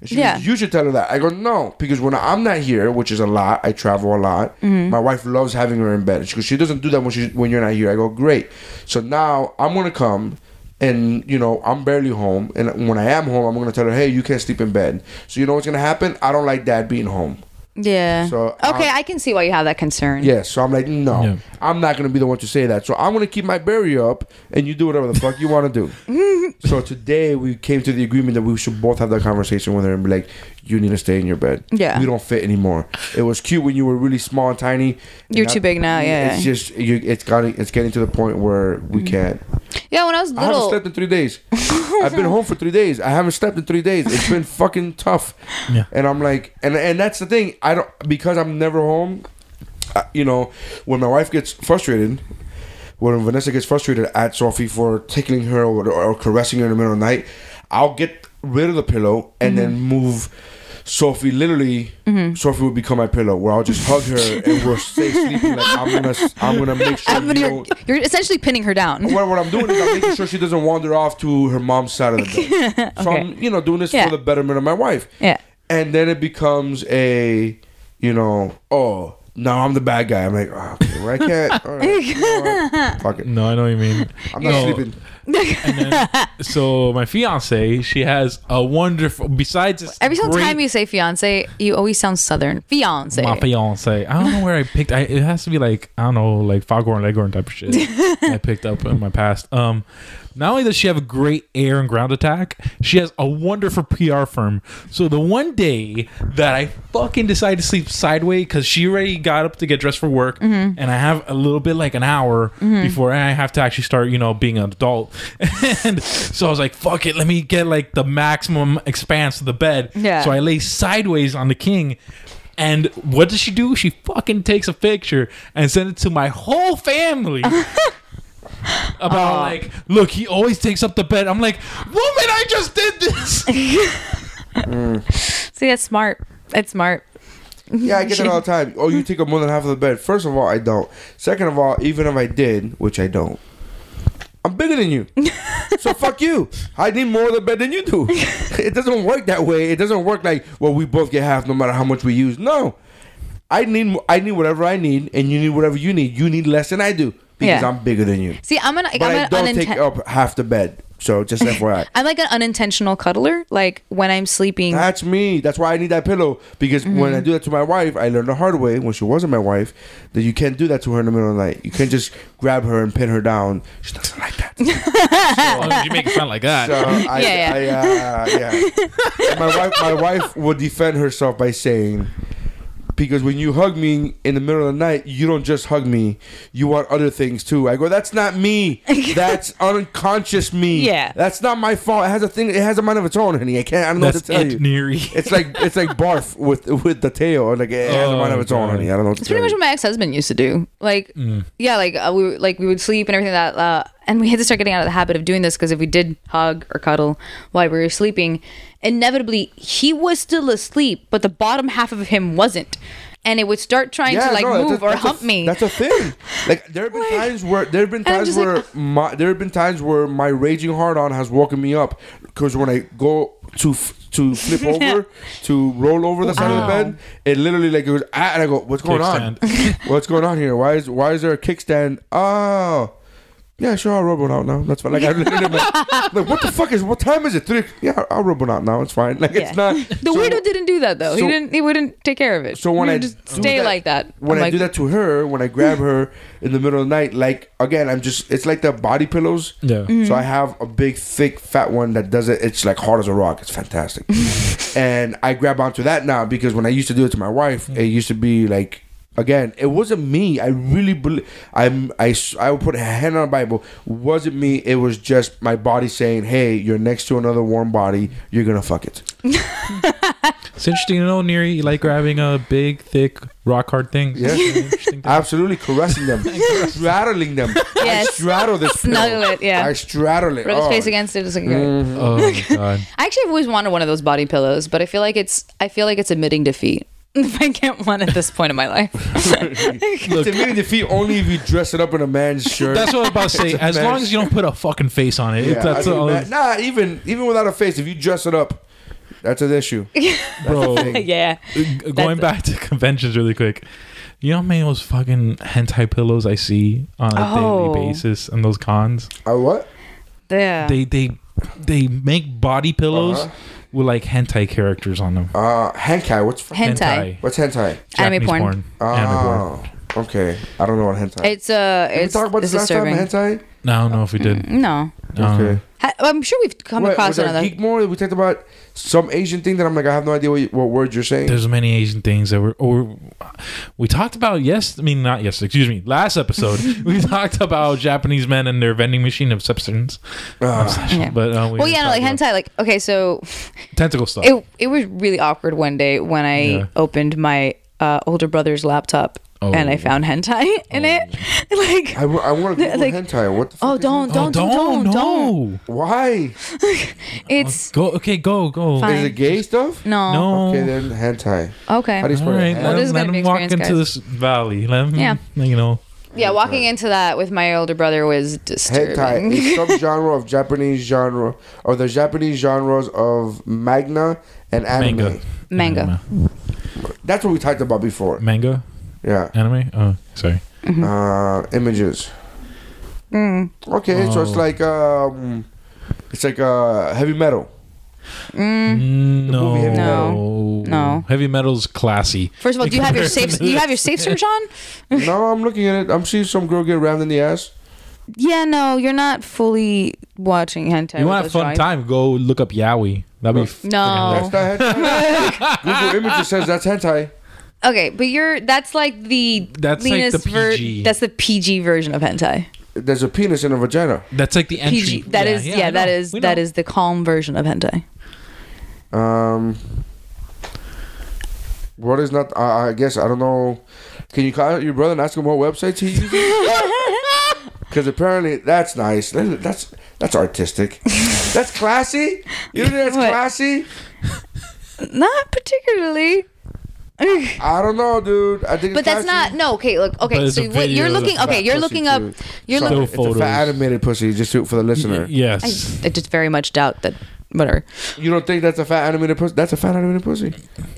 B: And she goes,
H: Yeah.
B: you should tell her that. I go, no, because when I'm not here, which is a lot, I travel a lot.
H: Mm-hmm.
B: My wife loves having her in bed. She goes, she doesn't do that when she when you're not here. I go, great. So now I'm gonna come. And you know I'm barely home, and when I am home, I'm gonna tell her, "Hey, you can't sleep in bed." So you know what's gonna happen? I don't like Dad being home.
H: Yeah.
B: So,
H: okay,
B: um,
H: I can see why you have that concern.
B: Yeah, so I'm like, no,
G: Yeah.
B: I'm not gonna be the one to say that. So I'm gonna keep my barrier up, and you do whatever the fuck you want
H: *laughs*
B: to do. so today we came to the agreement that we should both have that conversation with her and be like, you need to stay in your bed.
H: Yeah.
B: we don't fit anymore. It was cute when you were really small and tiny. and
H: You're too big now, yeah, Mm-hmm.
B: it's
H: yeah.
B: just you. It's got. It's getting to the point where we can't.
H: Yeah. When I was
B: I haven't
H: little,
B: slept in three days. I've been home for three days. I haven't slept in three days. It's
H: *laughs*
B: been fucking tough.
G: Yeah.
B: And I'm like, and and that's the thing. I don't because I'm never home. I, you know, when my wife gets frustrated, when Vanessa gets frustrated at Sophie for tickling her or, or caressing her in the middle of the night, I'll get rid of the pillow and then
H: Mm-hmm.
B: move. Sophie literally, Sophie would become my pillow, where I'll just hug her and we'll stay sleeping. Like I'm gonna, I'm gonna make sure.
H: *laughs* I'm gonna-
B: you
H: you're,
B: don't-
H: you're essentially pinning her down.
B: what, what I'm doing is I'm making sure she doesn't wander off to her mom's side of the
H: *laughs*
B: bed. So I'm, you know, doing this
H: Yeah.
B: for the betterment of my wife.
H: Yeah.
B: And then it becomes a, you know, oh, now I'm the bad guy. I'm like, oh, okay, well, I
H: *laughs*
B: can't. All right, you know what? Fuck it.
G: no i know what you mean
B: I'm not
G: No.
B: sleeping.
G: And then- so my fiance she has a wonderful besides this
H: Every single
G: great-
H: time you say fiance, you always sound southern. Fiance.
G: my fiance i don't know where i picked I, it has to be like i don't know like foghorn leghorn type of shit i picked up in my past um Not only does she have a great air and ground attack, she has a wonderful PR firm. So the one day that I fucking decide to sleep sideways because she already got up to get dressed for work, and I have a little bit like an hour before I have to actually start, you know, being an adult. *laughs* and so I was like, fuck it, let me get like the maximum expanse of the bed.
H: Yeah.
G: So I lay sideways on the king. And what does she do? She fucking takes a picture and sends it to my whole family. about like, look, he always takes up the bed. I'm like, woman, I just did this.
H: See, that's smart. That's smart.
B: Yeah, I get that all the time.
H: Hmm.
B: Oh, you take up more than half of the bed. First of all, I don't. Second of all, even if I did, which I don't, I'm bigger than
H: *laughs*
B: you. so fuck you. I need more of the bed than you do. It doesn't work that way. It doesn't work like well, we both get half no matter how much we use. No, I need I need whatever I need, and you need whatever you need. You need less than I do because
H: Yeah.
B: I'm bigger than you.
H: See, I'm an
B: But I
H: I'm
B: don't
H: an
B: take
H: uninten-
B: up half the bed. So
H: *laughs*
B: just FYI.
H: I'm like an unintentional cuddler. Like when I'm sleeping,
B: That's me. That's why I need that pillow because when
H: Mm-hmm.
B: I do that to my wife, I learned the hard way when she wasn't my wife that you can't do that to her in the middle of the night. You can't just grab her and pin her down. She doesn't like
H: *laughs*
B: that. So
G: you make it sound like that. *laughs*
B: I,
H: Yeah,
B: I, uh, yeah. my wife, my wife will defend herself by saying. Because when you hug me in the middle of the night, you don't just hug me. You want other things too. I go, that's not
H: *laughs*
B: me. That's unconscious me.
H: Yeah.
B: That's not my fault. It has a thing. It has a mind of its own, honey. I can't. I don't know
G: That's
B: what to tell you.
G: it, Neri.
B: It's like it's like barf with with the tail, or like it has a
G: Oh,
B: mind of its own,
G: God.
B: honey. I don't know. What to
H: It's pretty
B: tell
H: much
B: you.
H: what my ex-husband used to do. Like,
B: Mm.
H: yeah, like uh, we were- like we would sleep and everything that, uh, and we had to start getting out of the habit of doing this because if we did hug or cuddle while we were sleeping, inevitably he was still asleep, but the bottom half of him wasn't, and it would start trying to like
B: no, that's a-
H: move or
B: that's a
H: hump
B: th- *laughs*
H: me.
B: That's a thing. Like there have been times where there have been
H: And I'm
B: times
H: just like, uh.
B: where my there have been times where my raging hard on has woken me up because when I go to f- to flip
H: *laughs*
B: over to roll over the side of the bed, it literally like it goes ah, and I go, what's going on? what's going on here? Why is why is there a kickstand? Oh. Yeah, sure, I'll rub one out now. That's fine. Like,
H: *laughs*
B: I literally, like, like, what the fuck is, what time is it? Three? Yeah, I'll rub one out now. It's fine. Like,
H: Yeah.
B: it's not.
H: the
B: so-
H: weirdo didn't do that though. he
B: so-
H: didn't. He wouldn't take care of it.
B: so when
H: He
B: I
H: would just
B: do
H: stay like that,
B: when
H: I'm
B: I
H: like,
B: do that to her, when I grab her in the middle of the night, like again, I'm just it's like the body pillows.
G: Yeah.
H: Mm.
B: So I have a big, thick, fat one that does it. It's like hard as a rock. It's
H: *laughs*
B: fantastic. and I grab onto that now because when I used to do it to my wife, it used to be like. Again, it wasn't me. I really believe. I'm. I. s- I would put a hand on the Bible. Wasn't me. It was just my body saying, "Hey, you're next to another warm body. You're gonna fuck it."
G: It's interesting to know, Neri, you like grabbing a big, thick, rock hard thing.
B: Yeah.
G: It's an interesting thing.
B: Absolutely caressing
G: *laughs*
B: them, straddling them. I
H: Yes.
B: straddle this
H: Snuggle
B: pillow.
H: it, yeah.
B: I straddle it.
H: rub his
B: Oh,
H: face against it. It's like,
G: Oh my
B: *laughs*
G: god.
H: I actually have always wanted one of those body pillows, but I feel like it's I feel like it's admitting defeat. *laughs* If I get one at this point in my life,
B: It's admitting defeat only if you dress it up in a man's shirt.
G: That's what I was about to say. As long as you don't put a fucking face on it,
B: Yeah,
G: that's
B: I mean,
G: all.
B: man, nah, even even without a face, if you dress it up, that's an
H: *laughs*
B: issue.
G: bro.
H: yeah.
G: going back to *laughs* conventions really quick. You know how many of those fucking hentai pillows I see on a
H: Oh.
G: daily basis and those cons?
B: Uh, what?
H: Yeah.
G: They they they make body pillows
B: Uh-huh.
G: with like hentai characters on them.
B: Uh, hentai. What's
H: hentai.
B: what's hentai?
H: Anime
G: Japanese
H: porn.
G: Anime porn.
B: Oh, okay. I don't know what hentai.
H: It's uh
B: Did we
H: it's
B: talk about
H: it's
B: this last
H: disturbing.
B: time? Hentai.
G: No, I don't know if we did.
H: No.
G: Um,
B: Okay.
H: Ha- I'm sure we've come
B: What, was
H: across
B: that
H: another
B: geek more? We talked about some Asian thing that I'm like, I have no idea what, what word you're saying.
G: There's many Asian things that were, or we talked about yes, I mean not yes, excuse me. Last
H: *laughs*
G: episode we talked about Japanese men and their vending machine obsessions,
B: Ah.
H: Yeah.
G: but uh, we
H: Well,
G: didn't talk
H: yeah, no, like
G: about
H: hentai, like okay, so
G: tentacle stuff.
H: it it was really awkward one day when I
G: Yeah.
H: opened my uh, older brother's laptop
G: Oh.
H: and I found hentai *laughs* in it. like,
B: I, want to Google
H: Like-
B: hentai. What the fuck
H: oh,
B: is it?
H: don't,
G: Oh,
H: don't, don't, don't, don't.
G: no.
B: Why?
H: It's
G: Go okay, go go.
H: Fine.
B: Is it gay stuff?
H: no.
G: No.
B: Okay, then hentai.
H: Okay.
B: How do you
G: All
B: spell
G: right,
B: it?
G: let,
H: Well, this is
G: him- let
H: gonna be
G: him walk
H: experience,
G: into this valley. Let him,
H: Yeah.
G: you know.
H: Yeah, walking into that with my older brother was
B: Hentai,
H: disturbing.
B: a subgenre of Japanese genre, or the Japanese genres of magna and anime.
G: Manga.
H: Manga.
B: That's what we talked about before.
G: Manga?
B: Yeah.
G: Anime? Oh, sorry.
H: Mm-hmm.
B: Uh, images.
H: Mm.
B: Okay, so it's
G: Oh.
B: like um, it's like uh, heavy
H: *laughs*
B: metal.
G: No.
B: movie Heavy
H: Mm. No. No.
G: Mm, Heavy metal's classy.
H: First of all, do
G: *laughs*
H: you have your safe? Do you have your safe search on?
B: no, I'm looking at it. I'm seeing some girl get rammed in the ass.
I: yeah, no, you're not fully watching hentai.
G: you
I: with
G: want a
I: those
G: fun
I: drawings.
G: time? Go look up Yaoi. That'd be f-
I: No.
H: Oh.
B: That's not hentai.
H: *laughs*
B: Google Images says that's hentai.
I: Okay, but you're that's like the
G: That's like the
I: leanest ver-
G: PG.
I: that's the PG version of hentai.
B: There's a penis and a vagina.
G: That's like the entry.
I: PG that is yeah,
G: I
I: that
G: know.
I: is
G: We
I: that
G: know.
I: is the calm version of hentai.
B: Um, what is not? I I guess I don't know. Can you call your brother and ask him what websites he
I: *laughs*
B: uses? Because apparently that's nice. That- That's that's artistic. That's classy. You think that's
I: What?
B: classy?
I: Not particularly.
B: I don't know, dude. I think. it's
I: But that's not
B: classy.
I: no. Okay, look. Okay,
G: it's
I: so
G: a
I: what
G: video
I: you're
G: of
I: looking.
G: the
I: Okay,
B: fat
I: you're
B: pussy,
I: looking up.
B: dude.
I: You're
G: Sorry.
I: looking.
B: It's a fat animated pussy. Just do it for the listener.
G: Y- yes.
I: I just very much doubt that. Whatever.
B: You don't think that's a fat animated pussy? That's a fat animated pussy.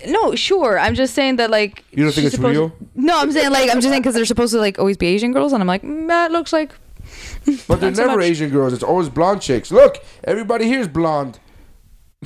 I: No, sure. I'm just saying that like.
B: You don't think
I: she's
B: it's
I: supposed-
B: real?
I: No, I'm saying like I'm just saying because they're supposed to like always be Asian girls, and I'm like mm, that looks like.
B: But they're
I: Not so
B: never
I: much.
B: Asian girls. It's always blonde chicks. Look, everybody here is blonde.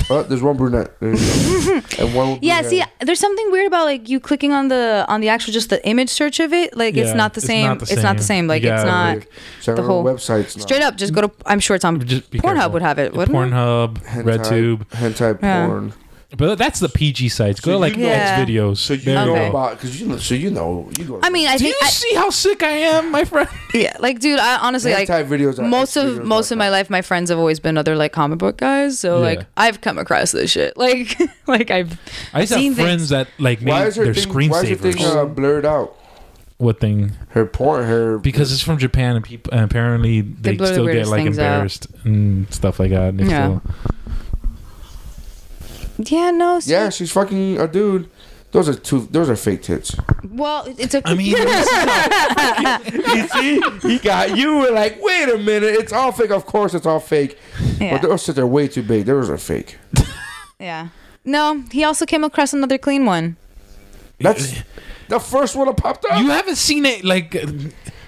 B: Oh, there's one brunette. There
I: *laughs*
B: you go. and one. with
I: Yeah,
B: blue
I: see,
B: hair.
I: there's something weird about like you clicking on the on the actual just the image search of it. Like it's
G: Yeah,
I: not the
G: it's
I: same.
G: not the
I: It's not the
G: same.
I: same. Like
G: You
I: it's
G: gotta
I: not
G: really
B: Check
I: the
B: out
I: whole-
B: websites. Now.
I: straight up. Just go to. I'm sure it's on.
G: *laughs* Just be
I: Pornhub
G: careful.
I: would have it, wouldn't it?
G: Pornhub, RedTube.
B: hentai
I: Yeah.
B: porn.
G: But that's the PG sites.
B: So
G: Go to
B: you
G: like
B: know-
G: X videos.
B: So you
G: There
B: know
G: go.
B: about because you know. So you know you go.
I: I mean, I
G: Do you
I: think. I,
G: see how sick I am, my
I: *laughs*
G: friend?
I: yeah, like dude, I honestly like.
B: hentai videos. are
I: most of
B: xvideos.com.
I: most of my life my friends have always been other like comic book guys so
G: Yeah.
I: like i've come across this shit *laughs* like like i've
G: I used to
I: Seen
G: have friends
I: things.
G: that like
B: Why
G: made
B: is her
G: their
B: thing? Why is her
G: screensavers.
B: thing uh, blurred out?
G: what thing?
B: Her porn. Her.
G: Because it's from Japan, and, peop and apparently they,
I: blur the
G: still get
I: weirdest
G: like
I: things out.
G: embarrassed and stuff like that. and they
I: Yeah.
G: still-
I: yeah no so,
B: yeah, she's fucking a dude. Those are two. Those are fake tits.
I: well it's a
G: I mean,
B: you
H: *laughs*
B: see, he got you. Were like, wait a minute, it's all fake. Of course, it's all fake.
I: Yeah.
B: But those shits are way too big. Those are fake.
I: yeah no he also came across another clean one
B: That's the first one that popped up.
G: you haven't seen it like uh,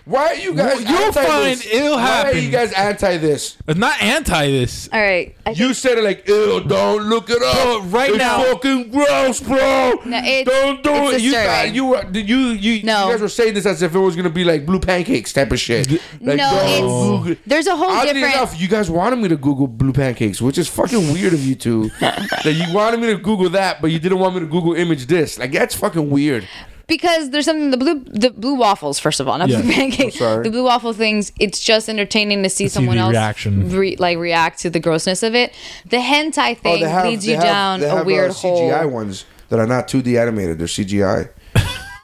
B: Why are you guys?
G: You'll
B: anti
G: find
B: this?
G: it'll
B: Why are you
G: happen.
B: guys anti this?
G: it's not anti
I: *laughs*
G: this.
I: all right I
B: You said it like, ew, don't look it up.
G: Bro, right
B: it's
G: now-
B: fucking gross, bro.
I: No, it's-
B: don't do it.
I: it's
B: You thought
I: disturbing.
B: you were, you, you,
I: No.
B: you guys were saying this as if it was gonna be like blue pancakes type of shit. Like,
I: No,
B: don't
I: it's-
B: Google-
I: there's a whole
B: Oddly
I: different
B: enough, you guys wanted me to Google blue pancakes, which is fucking weird of you
G: *laughs*
B: two. that you wanted me to Google that, but you didn't want me to Google image this. Like that's fucking weird.
I: because there's something the blue the blue waffles first of all not the
G: Yeah.
I: pancakes
B: *laughs* I'm sorry.
I: the blue waffle things it's just entertaining to see someone
G: the
I: else
G: reaction.
I: re- like react to the grossness of it the hentai thing leads you down
B: Oh, they have,
I: a weird
B: uh,
I: hole
B: CGI ones that are not 2D animated. They're CGI.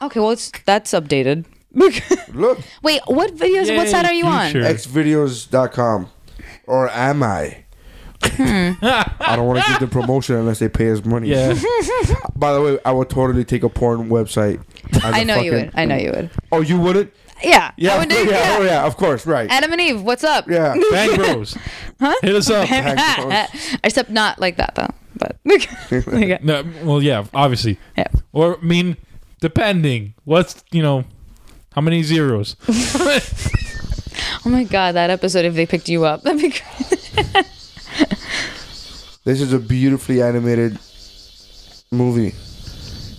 I: okay well it's that's
B: *laughs*
I: updated
B: Look,
I: wait what videos what
G: Yay,
I: side are you on
G: future.
B: xvideos.com. Or am I? I don't want to give them promotion unless they pay us money.
G: Yeah,
B: *laughs* By the way, I would totally take a porn website. as
I: i
B: a
I: know you
B: fucking-
I: would i know you would
B: Oh, you wouldn't?
I: yeah
B: Yeah,
I: I would do-
B: yeah,
I: *laughs* yeah.
B: Oh, yeah, of course, right.
I: adam and eve what's up *laughs*
B: yeah.
G: Bang Bros. Hit us up.
I: except not like that though
B: *laughs*
I: but *laughs* okay.
G: No, well, yeah, obviously.
I: Yeah.
G: Or I mean, depending. What's you know, how many zeros?
I: oh my god that episode if they picked you up *laughs* that'd be great
B: This is a beautifully animated movie.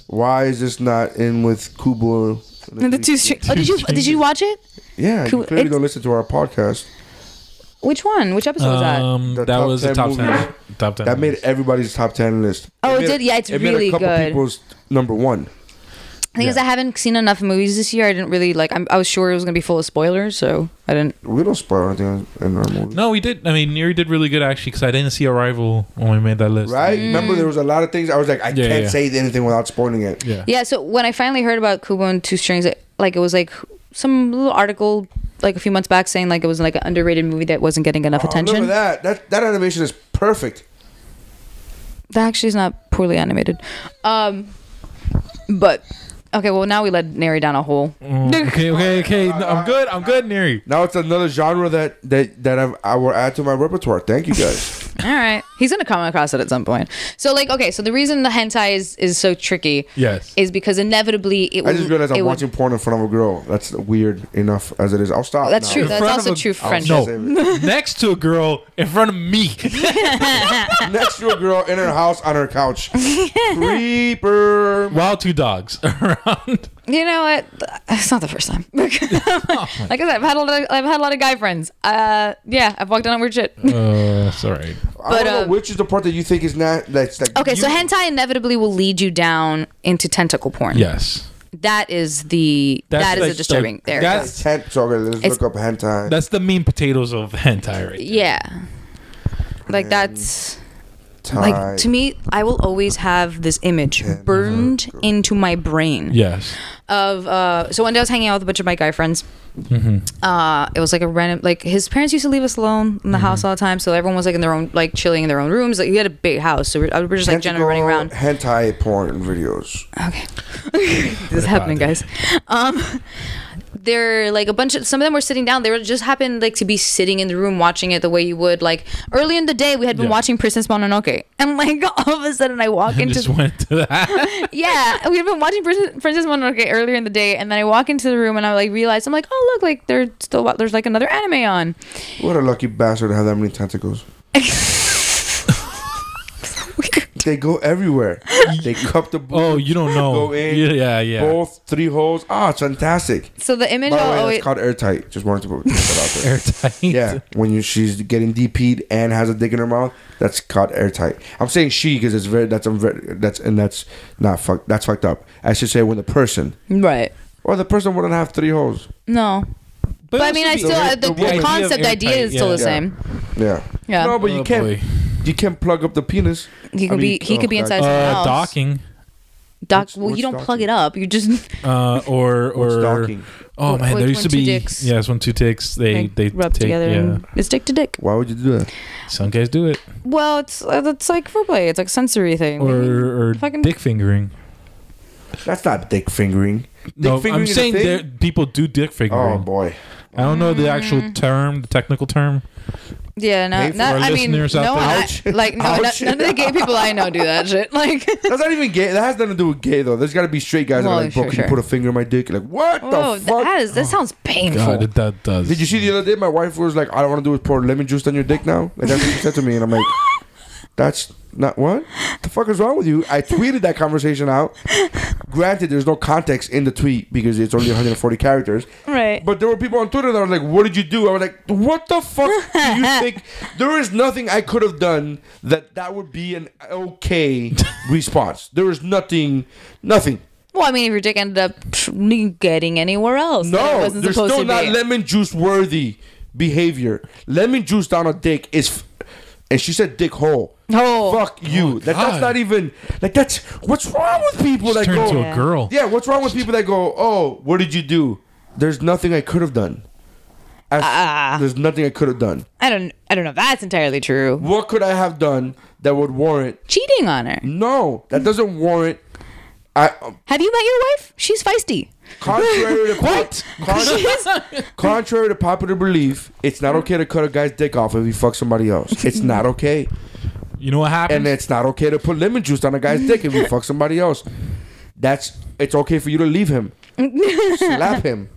B: Why is this not in with Kubo?
I: the two str-
B: *laughs*
I: oh did you did you watch it
B: Yeah,
I: Kubo-
B: you clearly
I: it's-
B: don't listen to our podcast.
I: Which one? Which episode was that?
G: um,
B: The
G: that
B: top
G: was
B: 10
G: the top ten.
B: movies.
G: Top ten.
B: That made everybody's top ten list.
I: Oh, it
B: made-
I: did? Yeah, it's
B: it made
I: really
B: a couple
I: good.
B: people's number one.
I: I think is I haven't seen enough movies this year. I didn't really like. I'm, I was sure it was gonna be full of spoilers, so I didn't.
B: We don't spoil anything in our movie,
G: No, we did. I mean, Neri did really good actually because I didn't see Arrival when we made that list.
B: right? Remember, there was a lot of things I was like, I
G: Yeah,
B: can't
G: yeah.
B: say anything without spoiling it.
G: Yeah.
I: Yeah. So when I finally heard about Kubo and Two Strings, it, like it was like some little article like a few months back saying like it was like an underrated movie that wasn't getting enough
B: Oh, look at
I: attention.
B: that.
I: That.
B: That that animation is perfect.
I: actually is not poorly animated. Um, but okay. Well, now we led Neri down a hole.
G: Mm, okay. Okay. Okay. No, I'm good. I'm good, Neri.
B: Now it's another genre that that that I've, I will add to my repertoire. Thank you
I: *laughs*
B: guys.
I: All right. He's gonna come across it at some point. So like, okay. So the reason the hentai is is so tricky.
G: Yes.
I: Is because inevitably it.
B: I just
I: will-
B: realized
I: it
B: I'm
I: will-
B: watching porn in front of a girl. That's weird enough as it is. I'll stop.
I: That's
B: now.
I: true.
G: In
I: That's
G: front
I: also
G: of a-
I: true
G: I'll
I: friendship.
G: No,
B: Save *laughs*
G: next to a girl in front of
I: *laughs*
G: me.
I: *laughs*
B: Next to a girl in her house on her couch. Creeper.
G: Wow, two dogs. *laughs* All right. around.
I: You know what? It's not the first time. *laughs* like I said, I've had a lot. Of, I've had a lot of guy friends. Uh, yeah, I've walked down on weird shit.
G: Uh, it's all right.
B: I
I: But,
B: don't know
I: um,
B: which is the part that you think is not that's like
I: Okay, so
B: you-
I: hentai inevitably will lead you down into tentacle porn.
G: Yes.
I: that is the
G: That's
I: that is
G: like
I: a
G: the-
I: disturbing. there. it
G: that's-
I: goes.
B: Hen- so, okay, let's
I: It's-
B: look up hentai.
G: That's the mean potatoes of hentai right there.
I: yeah, like that's.
B: Thai.
I: Like to me, I will always have this image
B: Tentacle.
I: burned into my brain
G: Yes.
I: of uh so one day I was hanging out with a bunch of my guy friends.
G: hmm
I: Uh it was like a random like his parents used to leave us alone in the house all the time, so everyone was like in their own like chilling in their own rooms. Like we had a big house, so we're, uh, we're just like generally running around.
B: hentai porn videos.
I: Okay. this is happening, guys. Um they're like a bunch of some of them were sitting down. They were just happened like to be sitting in the room watching it the way you would like early in the day we had been
G: Yeah. *laughs*
I: watching Princess Mononoke. And like *laughs* all of a sudden I walk
G: I
I: into
G: just went to
B: *laughs*
G: that.
I: yeah, we had been watching Prince- Princess Mononoke earlier in the day, and then I walk into the room and I like realized I'm like, oh look, like there's still there's like another anime on.
B: What a lucky bastard to have that many
I: *laughs*
B: tentacles. *laughs* They go everywhere. They cup the
G: oh, you don't know.
B: Go in.
G: Yeah, yeah, yeah.
B: both three holes. Ah, it's fantastic.
I: so the image
B: By the
I: I'll
B: way,
I: always
B: it's called airtight. Just wanted to put put that
G: *laughs*
B: out there. *laughs*
G: Airtight.
B: Yeah, when you, she's getting DP'd and has a dick in her mouth, that's called airtight. I'm saying she because it's very that's a very, that's and that's not fucked. That's fucked up. I should say when the person
I: right.
B: or the person wouldn't have three holes.
I: No, but I mean, I
G: also
I: still uh,
B: the- the
I: the,
B: idea
I: the
B: of
I: concept idea
G: airtight,
I: is still
G: yeah.
I: the same.
B: Yeah.
I: Yeah,
B: No, but
G: Oh,
B: you can't.
G: boy.
B: You can't plug up the penis.
I: he
B: I
I: could
B: mean,
I: be he
B: oh,
I: could be
B: God.
I: inside someone
G: Uh,
I: else.
G: docking.
I: Doc,
B: What's-
I: well,
B: what's
I: you don't plug
B: docking?
I: it up. You just
G: Uh, or
B: *laughs* What's
G: or
B: docking?
G: oh
I: With-
G: man,
I: with
G: there used
I: one,
G: to
I: two
G: be
I: dicks.
G: yes, one two ticks. They
I: like,
G: they
I: rub
G: take
I: together.
G: yeah.
I: And it's dick to dick.
B: Why would you do that?
G: Some guys do it
I: Well, it's uh, it's like foreplay. It's like sensory thing.
G: or or
I: Fucking-
G: dick fingering.
B: That's not dick fingering. Dick
G: no,
B: fingering
G: I'm
B: is a
G: saying
B: thing?
G: there people do dick
B: Oh
G: fingering.
B: boy.
G: I don't know the
I: Mm.
G: actual term, the technical term.
I: yeah, no,
B: Hey, for
I: no
G: our
I: I mean, no,
G: listeners out
I: one
G: there.
I: I,
B: Ouch.
I: like no,
B: Ouch.
I: none of the gay people I know do that shit. *laughs* Like.
B: That's not even gay. That has nothing to do with gay though. There's got to be straight guys that
I: Well,
B: are like, bro,
I: sure,
B: can you
I: sure.
B: put a finger in my dick? Like, what
I: Whoa,
B: the fuck?
I: that is that sounds painful.
G: Oh, God, it, that does.
B: Did you see the other day? My wife was like, "I don't want to do is pour lemon juice on your dick now." Like that's what she said to me, and I'm like, "That's not what the fuck is wrong with you?" I tweeted that conversation out. Granted, there's no context in the tweet because it's only 140 characters.
I: Right.
B: But there were people on Twitter that were like, "What did you do?" I was like, "What the fuck do you think?" There is nothing I could have done that that would be an okay response. There is nothing, nothing.
I: Well, I mean, if your dick ended up getting anywhere else, that it
B: No,
I: wasn't
B: there's
I: supposed
B: still
I: to
B: not
I: be.
B: lemon juice worthy behavior. Lemon juice down a dick is, f- and she said dick hole.
I: Oh.
B: fuck you. Like, that's
G: God.
B: not even like that's what's wrong with people that
G: Turn
B: go.
G: into a girl.
B: Yeah, what's wrong with people that go? Oh, what did you do? There's nothing I could have done. As-
I: Ah.
B: there's nothing I could have done.
I: I don't. I don't know. if That's entirely true.
B: What could I have done that would warrant?
I: Cheating on her.
B: No, that doesn't warrant. I um,
I: Have you met your wife? She's feisty.
B: contrary to
I: *laughs*
B: what? Contrary to popular belief, it's not okay to cut a guy's dick off if he fucks somebody else. It's not okay.
G: You know what
B: And
G: happened?
B: it's not okay to put lemon juice on a guy's dick if he fucks somebody else. That's it's okay for you to leave him. Slap him.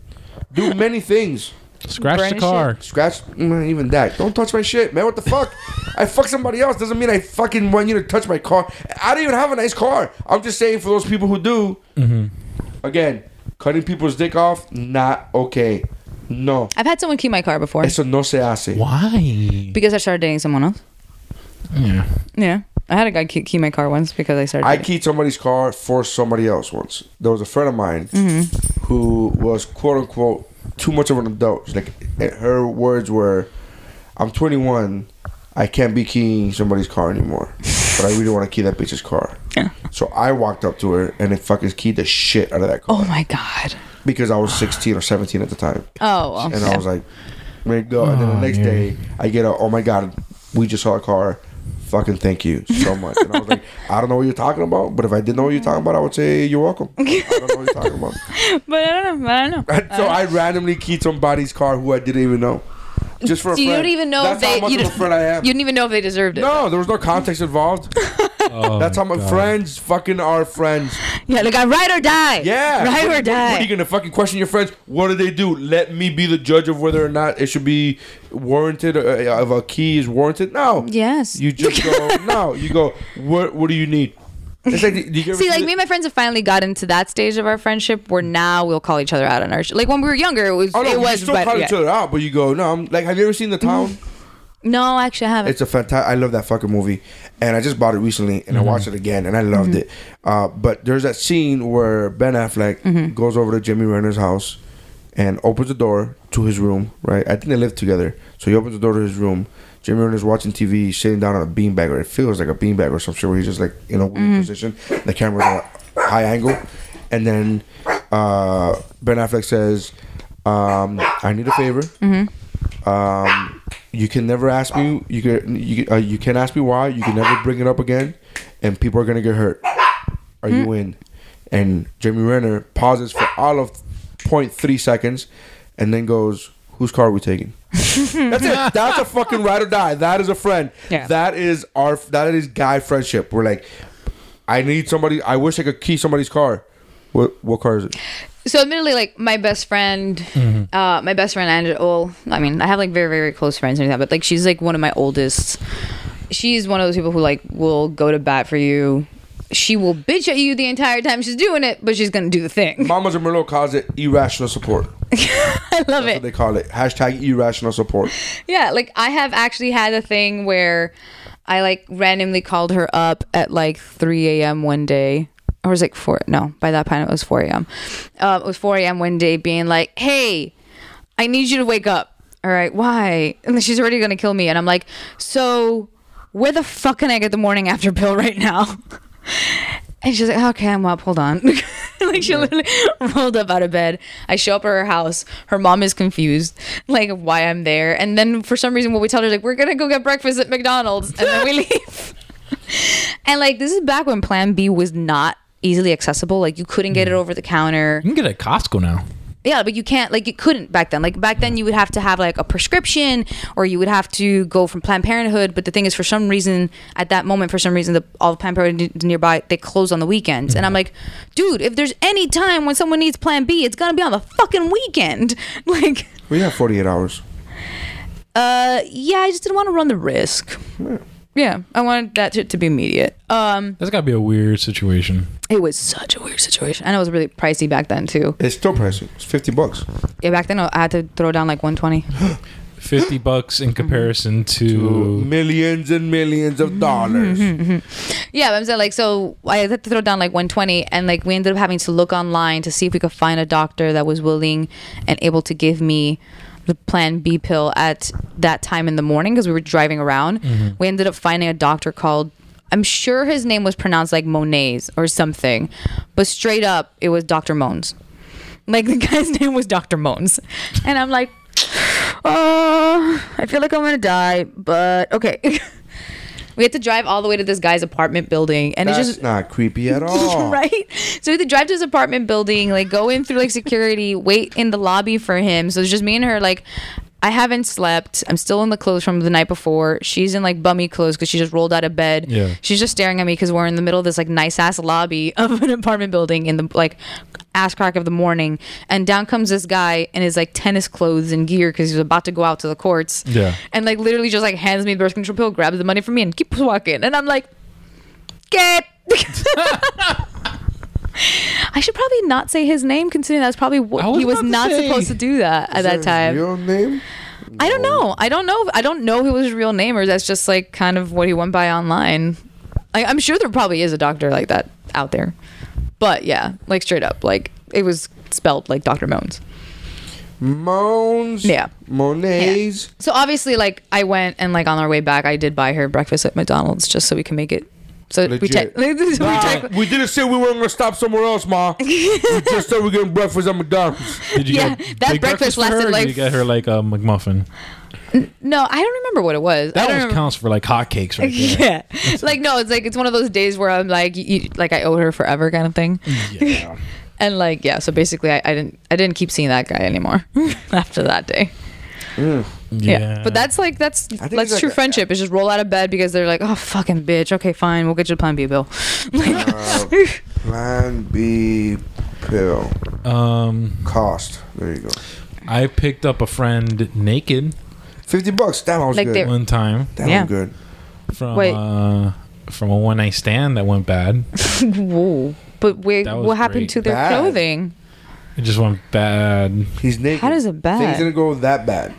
B: Do many things.
G: Scratch the
I: burnish
G: car.
B: Scratch mm, even that. Don't touch my shit, man. What the fuck? I fuck somebody else doesn't mean I fucking want you to touch my car. I don't even have a nice car. I'm just saying for those people who do. Again, cutting people's dick off not okay. No.
I: I've had someone key my car before
B: Eso no se hace.
G: Why?
I: because I started dating someone else.
G: Yeah.
I: Yeah, I had a guy key, key my car once because I started.
B: I
I: dating-
B: keyed somebody's car for somebody else once. There was a friend of mine who was quote unquote too much of an adult. She's Like eh, her words were, "I'm 21, I can't be keying somebody's car anymore, but I really want to key that bitch's car."
I: Yeah.
B: So I walked up to her and it fucking keyed the shit out of that car
I: Oh my god.
B: because I was 16 or 17 at the time,
I: Oh. Well,
B: and I was like, "There you go." And then the
G: Oh,
B: next
G: yeah.
B: day, I get a, "Oh my god, we just saw a car." Fucking thank you so much. And I was like,
I: *laughs*
B: I don't know what you're talking about, but if I did know what you're talking about, I would say you're welcome. I don't know what you're talking about.
I: *laughs* but I don't know. I don't know. Uh,
B: so I randomly keyed somebody's car who I didn't even know. Just for a
I: So you
B: friend.
I: don't even know
B: That's
I: if
B: how
I: they.
B: much
I: you
B: of a
I: don't-
B: friend I am.
I: You didn't even know if they deserved it.
B: no, there was no context involved.
G: Oh,
B: That's how my
G: God.
B: friends fucking are friends.
I: Yeah, like I ride or die.
B: Yeah.
I: Ride
B: What-
I: or
B: what-
I: die.
B: What are you gonna fucking question your friends? What do they do? Let me be the judge of whether or not it should be warranted, uh, if a key is warranted. No.
I: Yes.
B: You just go. no. You go. What What do you need? It's like, did
I: *laughs*
B: you ever
I: See, like me and my friends have finally got into that stage of our friendship where now we'll call each other out on our sh- like when we were younger. It was,
B: Oh, no,
I: it
B: you
I: was,
B: still
I: but
B: call
I: yeah. Mm.
B: each other out, but you go, no, I'm like, have you ever seen The Town?
I: no, actually, I haven't.
B: It's a fantastic. I love that fucking movie, and I just bought it recently, and I watched it again, and I loved it. Uh, but there's that scene where Ben Affleck goes over to Jimmy Renner's house and opens the door to his room. Right, I think they live together, so he opens the door to his room. Jimmy Renner's watching TV, he's sitting down on a beanbag, or it feels like a beanbag or some shit, where he's just like in a weird position. The camera's on a high angle, and then uh, Ben Affleck says, um, "I need a favor." Um, you can never ask me. You can you can- uh, you can ask me why. You can never bring it up again, and people are gonna get hurt. Are
I: Hmm?
B: you in? And Jamie Renner pauses for all of 0.3 seconds, and then goes, "Whose car are we
I: *laughs*
B: taking?" That's it. That's a fucking ride or die. That is a friend.
I: Yeah.
B: That is our. That is guy friendship. We're like, I need somebody. I wish I could key somebody's car. What what car is it?
I: so admittedly like my best friend uh my best friend angela well i mean i have like very very close friends and that but like she's like one of my oldest she's one of those people who like will go to bat for you she will bitch at you the entire time she's doing it but she's gonna do the thing
B: Mamas and Merlot calls it irrational support.
I: *laughs* i love
B: That's
I: it
B: what they call it. Hashtag irrational support.
I: *laughs* Yeah, like I have actually had a thing where I like randomly called her up at like 3 a.m. one day. Or was it like 4? No, by that time it was 4 a.m. Uh, it was 4 a.m. one day being like, hey, I need you to wake up. All right, why? And then she's already going to kill me. And I'm like, so where the fuck can I get the morning after pill right now? *laughs* And she's like, okay, I'm up. Hold on. *laughs* like, she literally *laughs* rolled up out of bed. I show up at her house. Her mom is confused, *laughs* like, why I'm there. And then for some reason, what we tell her, is, like, we're going to go get breakfast at McDonald's. And then we leave. and, like, this is back when Plan B was not easily accessible. Like, you couldn't get it over the counter.
G: You can get it at Costco now.
I: Yeah, but you can't like you couldn't back then. Like back then you would have to have like a prescription or you would have to go from Planned Parenthood, but the thing is for some reason at that moment for some reason the all of Planned Parenthood nearby they close on the weekends. And I'm like, dude, if there's any time when someone needs Plan B, it's going to be on the fucking weekend. *laughs* Like
B: We have 48 hours.
I: uh yeah, I just didn't want to run the risk. Yeah, I wanted that to, to be immediate. Um
G: That's got to be a weird situation.
I: it was such a weird situation. And it was really pricey back then too.
B: It's still pricey. It's 50 bucks.
I: Yeah, back then uh, I had to throw down like 120.
G: 50
B: *laughs*
G: bucks in comparison
I: Mm-hmm.
G: to.
B: Millions and millions of dollars.
I: Yeah, but I'm saying like so I had to throw down like 120 and like we ended up having to look online to see if we could find a doctor that was willing and able to give me the plan B pill at that time in the morning because we were driving around. We ended up finding a doctor called I'm sure his name was pronounced like Monet's or something, but straight up it was Dr. Moans. Like *laughs* the guy's name was Dr. Moans. And I'm like, oh, I feel like I'm gonna die, but okay. *laughs* We had to drive all the way to this guy's apartment building, and
B: That's
I: it's just
B: not creepy
I: *laughs*
B: at
G: Oh.
B: all.
I: right. So we had to drive to his apartment building, like go in through like security, wait in the lobby for him. So it's just me and her. Like, I haven't slept. I'm still in the clothes from the night before. She's in like bummy clothes because she just rolled out of bed.
G: Yeah.
I: She's just staring at me because we're in the middle of this like nice ass lobby of an apartment building in the like ass crack of the morning, and down comes this guy in his like tennis clothes and gear because he was about to go out to the courts.
G: Yeah.
I: And like literally just like hands me the birth control pill, grabs the money from me, and keeps walking. And I'm like,
G: *laughs*
I: get. I should probably not say his name, considering that's probably
G: I
I: what
G: was
I: he was
G: about to
I: not
G: say.
I: supposed to do that at that
B: Is that
I: time.
B: his real name?
I: I don't know. I don't know. I don't know if it was his real name or that's just like kind of what he went by online. I, I'm sure there probably is a doctor like that out there, but yeah, like straight up, like it was spelled like Doctor Moans.
B: Moans.
I: Yeah.
B: Monet's.
I: So obviously, like I went and like on our way back, I did buy her breakfast at McDonald's just so we can make it. So we
B: Legit.
I: take. we
B: Nah,
I: tech- *laughs*
B: we didn't say we weren't gonna stop somewhere else, Ma. we just said we're getting breakfast at McDonald's.
G: Did you
I: Yeah,
G: get
I: that
G: big
I: breakfast
G: for her,
I: lasted
G: or
I: like-
G: Did you get her like a McMuffin?
I: no, I don't remember what it was. I
G: That
I: don't
G: almost
I: remember.
G: counts for like hotcakes right
I: *laughs*
G: there.
I: yeah like no it's like it's one of those days where i'm like you, you- like i owe her forever kind of thing
G: Yeah.
I: and like yeah so basically I, I didn't i didn't keep seeing that guy anymore *laughs* after that day yeah. but that's like that's that's
B: it's
I: true
B: like a-
I: friendship is just roll out of bed because they're like oh fucking bitch okay fine we'll get you a plan b bill like,
B: Plan B pill
G: um,
B: cost. There you go.
G: I picked up a friend naked
B: 50 bucks. That one was
I: Like
B: good.
I: they-
G: one time
B: That
I: Yeah.
B: one good.
G: from
I: Wait.
G: uh, from a one night stand that went bad.
I: Whoa. But where,
G: That was
I: what happened
G: great.
I: to their
B: Bad.
I: clothing?
G: It just went bad.
B: He's naked.
I: How does it bad?
B: Things didn't go that bad.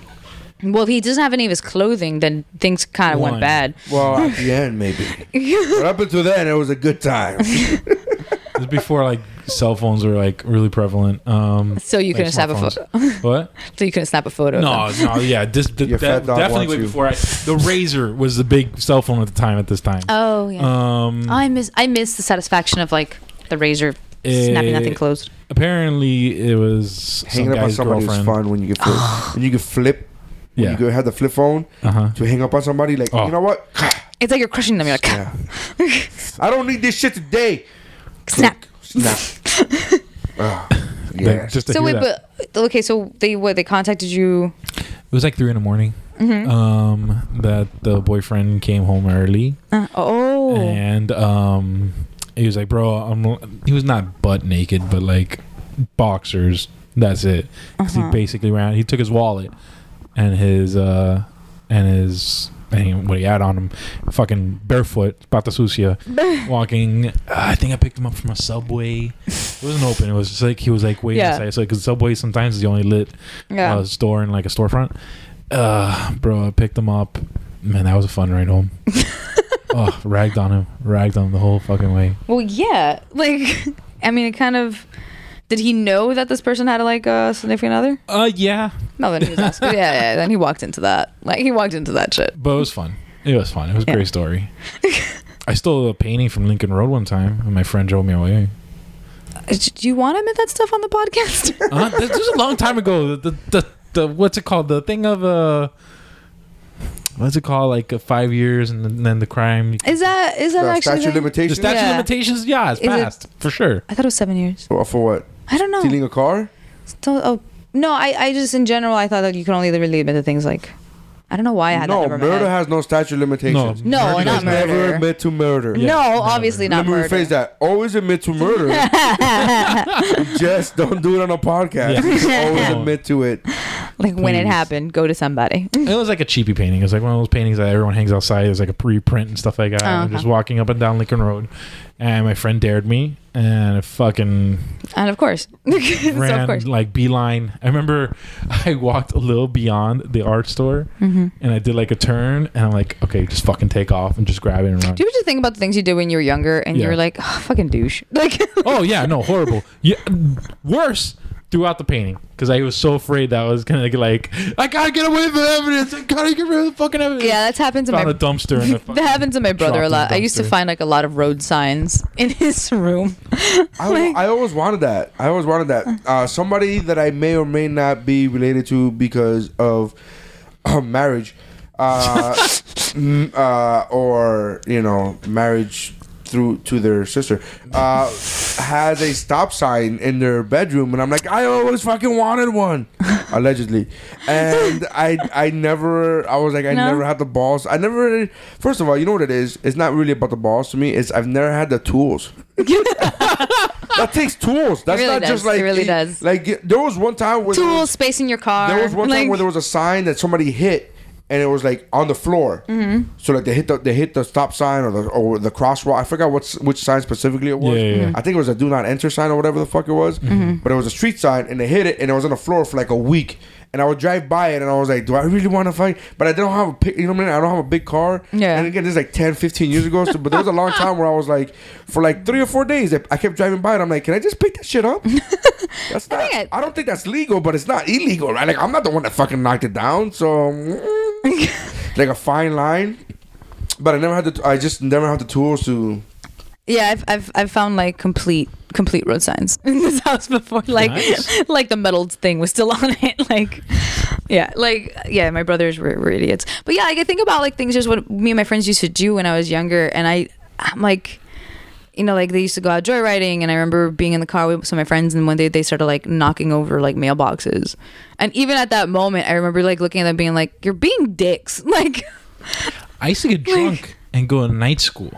I: Well, if he doesn't have any of his clothing, then things kind of went
G: One.
I: bad.
B: Well, at the end,
I: *laughs*
B: maybe. but up until then, it was a good time.
G: It was before like cell phones were like really prevalent. Um,
I: So you
G: like
I: couldn't just have a
G: smartphones.
I: photo.
G: What?
I: *laughs* So you couldn't snap a photo. of
G: No,
I: them.
G: no,
B: *laughs*
G: yeah, this, the,
B: Your
G: that,
B: fat dog
G: definitely
B: wants
G: way
B: you.
G: before. I,
B: *laughs*
G: the razor was the big cell phone at the time. At this time,
I: Oh yeah.
G: um,
I: I miss I miss the satisfaction of like the razor
G: Eh,
I: snapping that thing
H: *laughs*
I: closed.
G: apparently it was
B: Hanging
G: some
B: up on
G: guy's
B: somebody was
G: girlfriend.
B: fun when you could
G: *gasps*
B: flip. when you could flip. When
G: Yeah.
B: You could have the flip phone
G: Uh huh.
B: to hang up on somebody. Like,
G: Oh.
B: you know
G: *laughs*
B: what?
I: It's like you're crushing them. You're like
B: Yeah. I don't need this shit today.
I: snap. *laughs*
B: Snap. Ah, yeah.
G: Just to
I: So
G: hear
I: wait,
G: that.
I: but okay, so they what they contacted you?
G: it was like three in the morning.
I: Mm-hmm.
G: Um, that the boyfriend came home early,
I: Uh, oh,
G: and um, he was like, "Bro, I'm." He was not butt naked, but like boxers. That's it. 'Cause
I: Uh-huh.
G: He basically ran. He took his wallet and his uh and his and what he had on him, fucking barefoot, pata sucia,
I: *laughs*
G: walking. Uh, I think I picked him up from a subway. It wasn't open. It was just like he was like waiting
I: Yeah.
G: outside. So because subway sometimes is the only lit
I: yeah.
G: uh, store in like a storefront. Uh, bro, I picked him up. Man, that was a fun ride
I: *laughs*
G: home. oh, ragged on him, ragged on him the whole fucking way.
I: well, yeah. *laughs* Like, I mean, it kind of. Did he know that this person had like a significant other?
G: Uh, yeah,
I: No, then he was
B: *laughs*
I: asking. yeah, yeah. Then he walked into that. Like, he walked into that shit.
G: but it was fun. It was fun. It was a
I: Yeah.
G: great *laughs* story. I stole a painting from Lincoln Road one time, and my friend drove me away.
I: Uh, Do you want to admit that stuff on the podcast? *laughs*
G: Uh, this was a long time ago. The, the the the what's it called? The thing of uh, what's it called? Like uh, five years, and then, then the crime.
I: is that is that
B: The statute
I: actually? a
B: of
I: thing?
G: The
B: limitations
G: statute
I: Yeah.
G: of limitations, yeah, it's
I: Is it-
G: passed for sure.
I: I thought it was seven years.
B: for, for what?
I: I don't know.
B: Stealing a car?
I: Don't- oh no, I, I just in general I thought that you can only really admit to things like I don't know why I had that
B: no,
I: number in my
B: murder
I: head.
B: has no statute of limitations.
I: No,
G: Murder
I: not
G: does
I: murder.
B: Never admit to murder.
G: Yeah,
I: no,
G: murder.
I: obviously not
B: Let me
I: murder.
B: rephrase that. Always admit
I: *laughs*
B: to murder. Just don't do it on a podcast. Always
G: No.
B: admit to it.
I: Like when it
G: Please.
I: happened, go to somebody.
G: It was like a cheapy painting. It was like one of those paintings that everyone hangs outside. It's like a preprint and stuff like that. I'm
I: Oh, okay.
G: just walking up and down Lincoln Road, and my friend dared me, and I fucking
I: And of course, *laughs* so
G: ran
I: of course,
G: like beeline. I remember *laughs* I walked a little beyond the art store,
I: Mm-hmm.
G: and I did like a turn, and I'm like, okay, just fucking take off and just grab it and run.
I: do you ever just think about the things you did when you were younger and you
G: Yeah.
I: were like, oh, fucking douche? *laughs* Like,
G: oh yeah, no,
I: *laughs*
G: horrible. Yeah, worse throughout the painting because I was so afraid that I was gonna get like, I gotta get away from the evidence. I gotta get rid of the fucking evidence.
I: yeah, that's happened to
G: Found
I: my.
G: a dumpster and a
I: *laughs* that
G: fucking-
I: happened to my brother a
G: dropped in
I: lot.
G: the
I: I used to
G: dumpster.
I: find like a lot of road signs in *laughs* his room.
B: I, I always wanted that. I always wanted that. Uh, somebody that I may or may not be related to because of uh, marriage, uh, m- uh, or you know, marriage through to their sister, uh, has a stop sign in their bedroom, and I'm like, I always fucking wanted
I: *laughs*
B: one, allegedly, and I I never I was like I
I: No?
B: never had the balls. I never. First of all, you know what it is? It's not really about the balls to me. It's I've never had the
I: *laughs*
B: tools. That takes tools. That's
I: really
B: not
I: does.
B: just like
I: It really does.
B: Like y- there was one time where there
I: Tool
B: was-
I: space in your car.
B: There was one
I: like,
B: time where there was a sign that somebody hit, and it was like on the floor. Mm-hmm. So like they hit the they hit the stop sign or the or the crosswalk. I forgot what which sign specifically it was.
G: Yeah, yeah, yeah.
B: I think it was a do not enter sign or whatever the fuck it was. But it was a street sign, and they hit it, and it was on the floor for like a week. And I would drive by it, and I was like, "Do I really want to fight?" But I don't have a, pi- you know what I mean. I don't have a big car.
I: Yeah.
B: And again, this is like 10, 15 years ago. So, but there was a long time where I was like, for like three or four days, I, I kept driving by it. I'm like, "Can I just pick that shit up?" That's not,
I: think it-
B: I don't think that's legal, but it's not illegal, right? Like I'm not the one that fucking knocked it down, so mm, like a fine line. But I never had the. t- I just never had the tools to.
I: Yeah, I've, I've I've found like complete complete road signs *laughs* in this house before. Like
G: Nice.
I: *laughs* like the metal thing was still *laughs* on it. Like yeah, like yeah, my brothers were, were idiots. But yeah, like, I think about like things just what me and my friends used to do when I was younger, and I I'm like. You know, like they used to go out joyriding, and I remember being in the car with some of my friends, and one day they started like knocking over like mailboxes, and even at that moment, I remember like looking at them, being like, "You're being dicks!" Like,
G: I used to get drunk and go to night school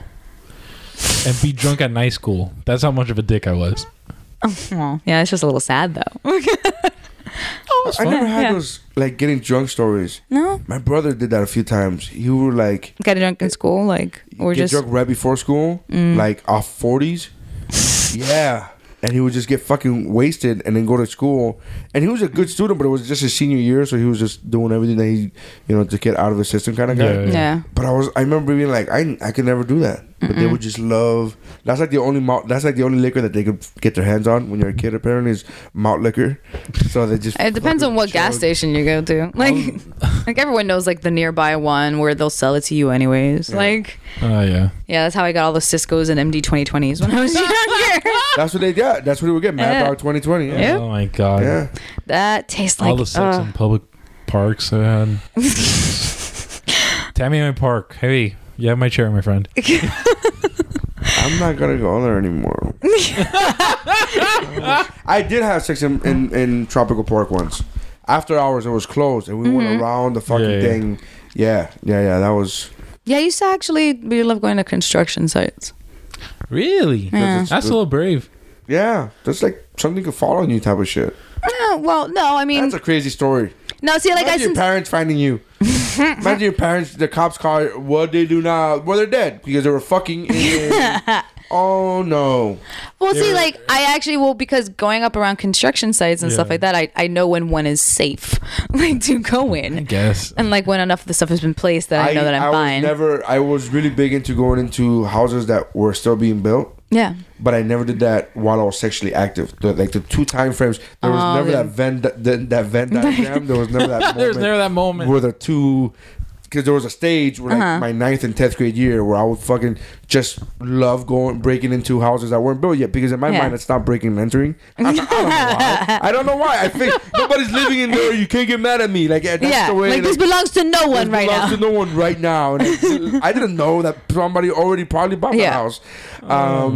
G: and be drunk at night school. That's how much of a dick I was.
I: Aw. yeah, it's just a little sad though.
B: I never had those like getting drunk stories.
H: No,
B: My brother did that a few times. He would like
H: got drunk in school, like or
B: get
H: just Mm.
B: drunk right before school, like off
H: *laughs*
B: forties. yeah, and he would just get fucking wasted and then go to school. And he was a good student, but it was just his senior year, so he was just doing everything that he, you know, to get out of his system kind of guy.
G: Yeah.
H: yeah.
B: But I was I remember being like I I could never do that. But they would just love. That's like the only malt. That's like the only liquor that they could get their hands on when you're a kid. Apparently, is malt liquor. So they just.
H: It depends on
B: fucking
H: what gas
B: chug.
H: station you go
G: um,
H: to. Like, *laughs* like everyone knows like the nearby one where they'll sell it to you anyways. Like,
G: Oh yeah.
H: yeah, that's how I got all the Cisco's and MD 2020s when I
G: *laughs*
H: was *laughs* younger.
B: That's what they got. That's what they would get. Mad
H: Yeah.
B: Dog 2020. Yeah.
H: Yep.
G: Oh my god.
B: Yeah.
H: that tastes
G: All
H: like
G: the sex
H: uh,
G: in public parks I
H: *laughs*
G: had. Tamiami Park. Hey, you have my chair, my friend.
B: I'm not gonna go there anymore. *laughs* I did have sex in, in, in Tropical Park once. After hours, it was closed, and we
H: Mm-hmm.
B: went around the fucking
G: Yeah, yeah.
B: thing. Yeah, yeah, yeah. That was
H: Yeah, I used to actually we love going to construction sites.
G: Really?
H: Yeah.
G: That's a little brave.
B: yeah. That's like something could fall on you type of shit.
H: No, Eh, well, no, I mean,
B: That's a crazy story.
H: no. See, like I
B: Imagine your
H: since
B: parents finding
H: *laughs*
B: you. Imagine your parents, the cops car. What they do now? Well, they're dead because they were fucking.
H: *laughs*
B: In. oh no!
H: well, see, like I actually well because going up around construction sites and stuff
G: Yeah.
H: like that, I I know when one is safe, *laughs* like to go in.
G: I guess.
H: and like when enough of the stuff has been placed that I, know that I'm fine.
B: Was never. I was really big into going into houses that were still being built.
H: yeah.
B: but I never did that while I was sexually active. The, like the two time frames, there was
H: Oh,
B: never
H: yeah.
B: that Venn di- the- that
H: *laughs*
B: Venn diagram. there was never that. Moment
G: There was never that moment.
B: where the two. Because there was a stage where, like,
H: Uh-huh.
B: my ninth and tenth grade year, where I would fucking just love going breaking into houses that weren't built yet. Because in my
H: Yeah.
B: mind, it's not breaking and
H: *laughs*
B: entering. I, I don't know why. I don't know why. I think nobody's living in there. You can't get mad at me. Like yeah, that's
H: yeah.
B: the way.
H: like this belongs to no one
B: This
H: right now.
B: belongs
H: *laughs*
B: to no one right now. And it- I didn't know that somebody already probably bought the
H: Yeah. Oh
B: house. Um,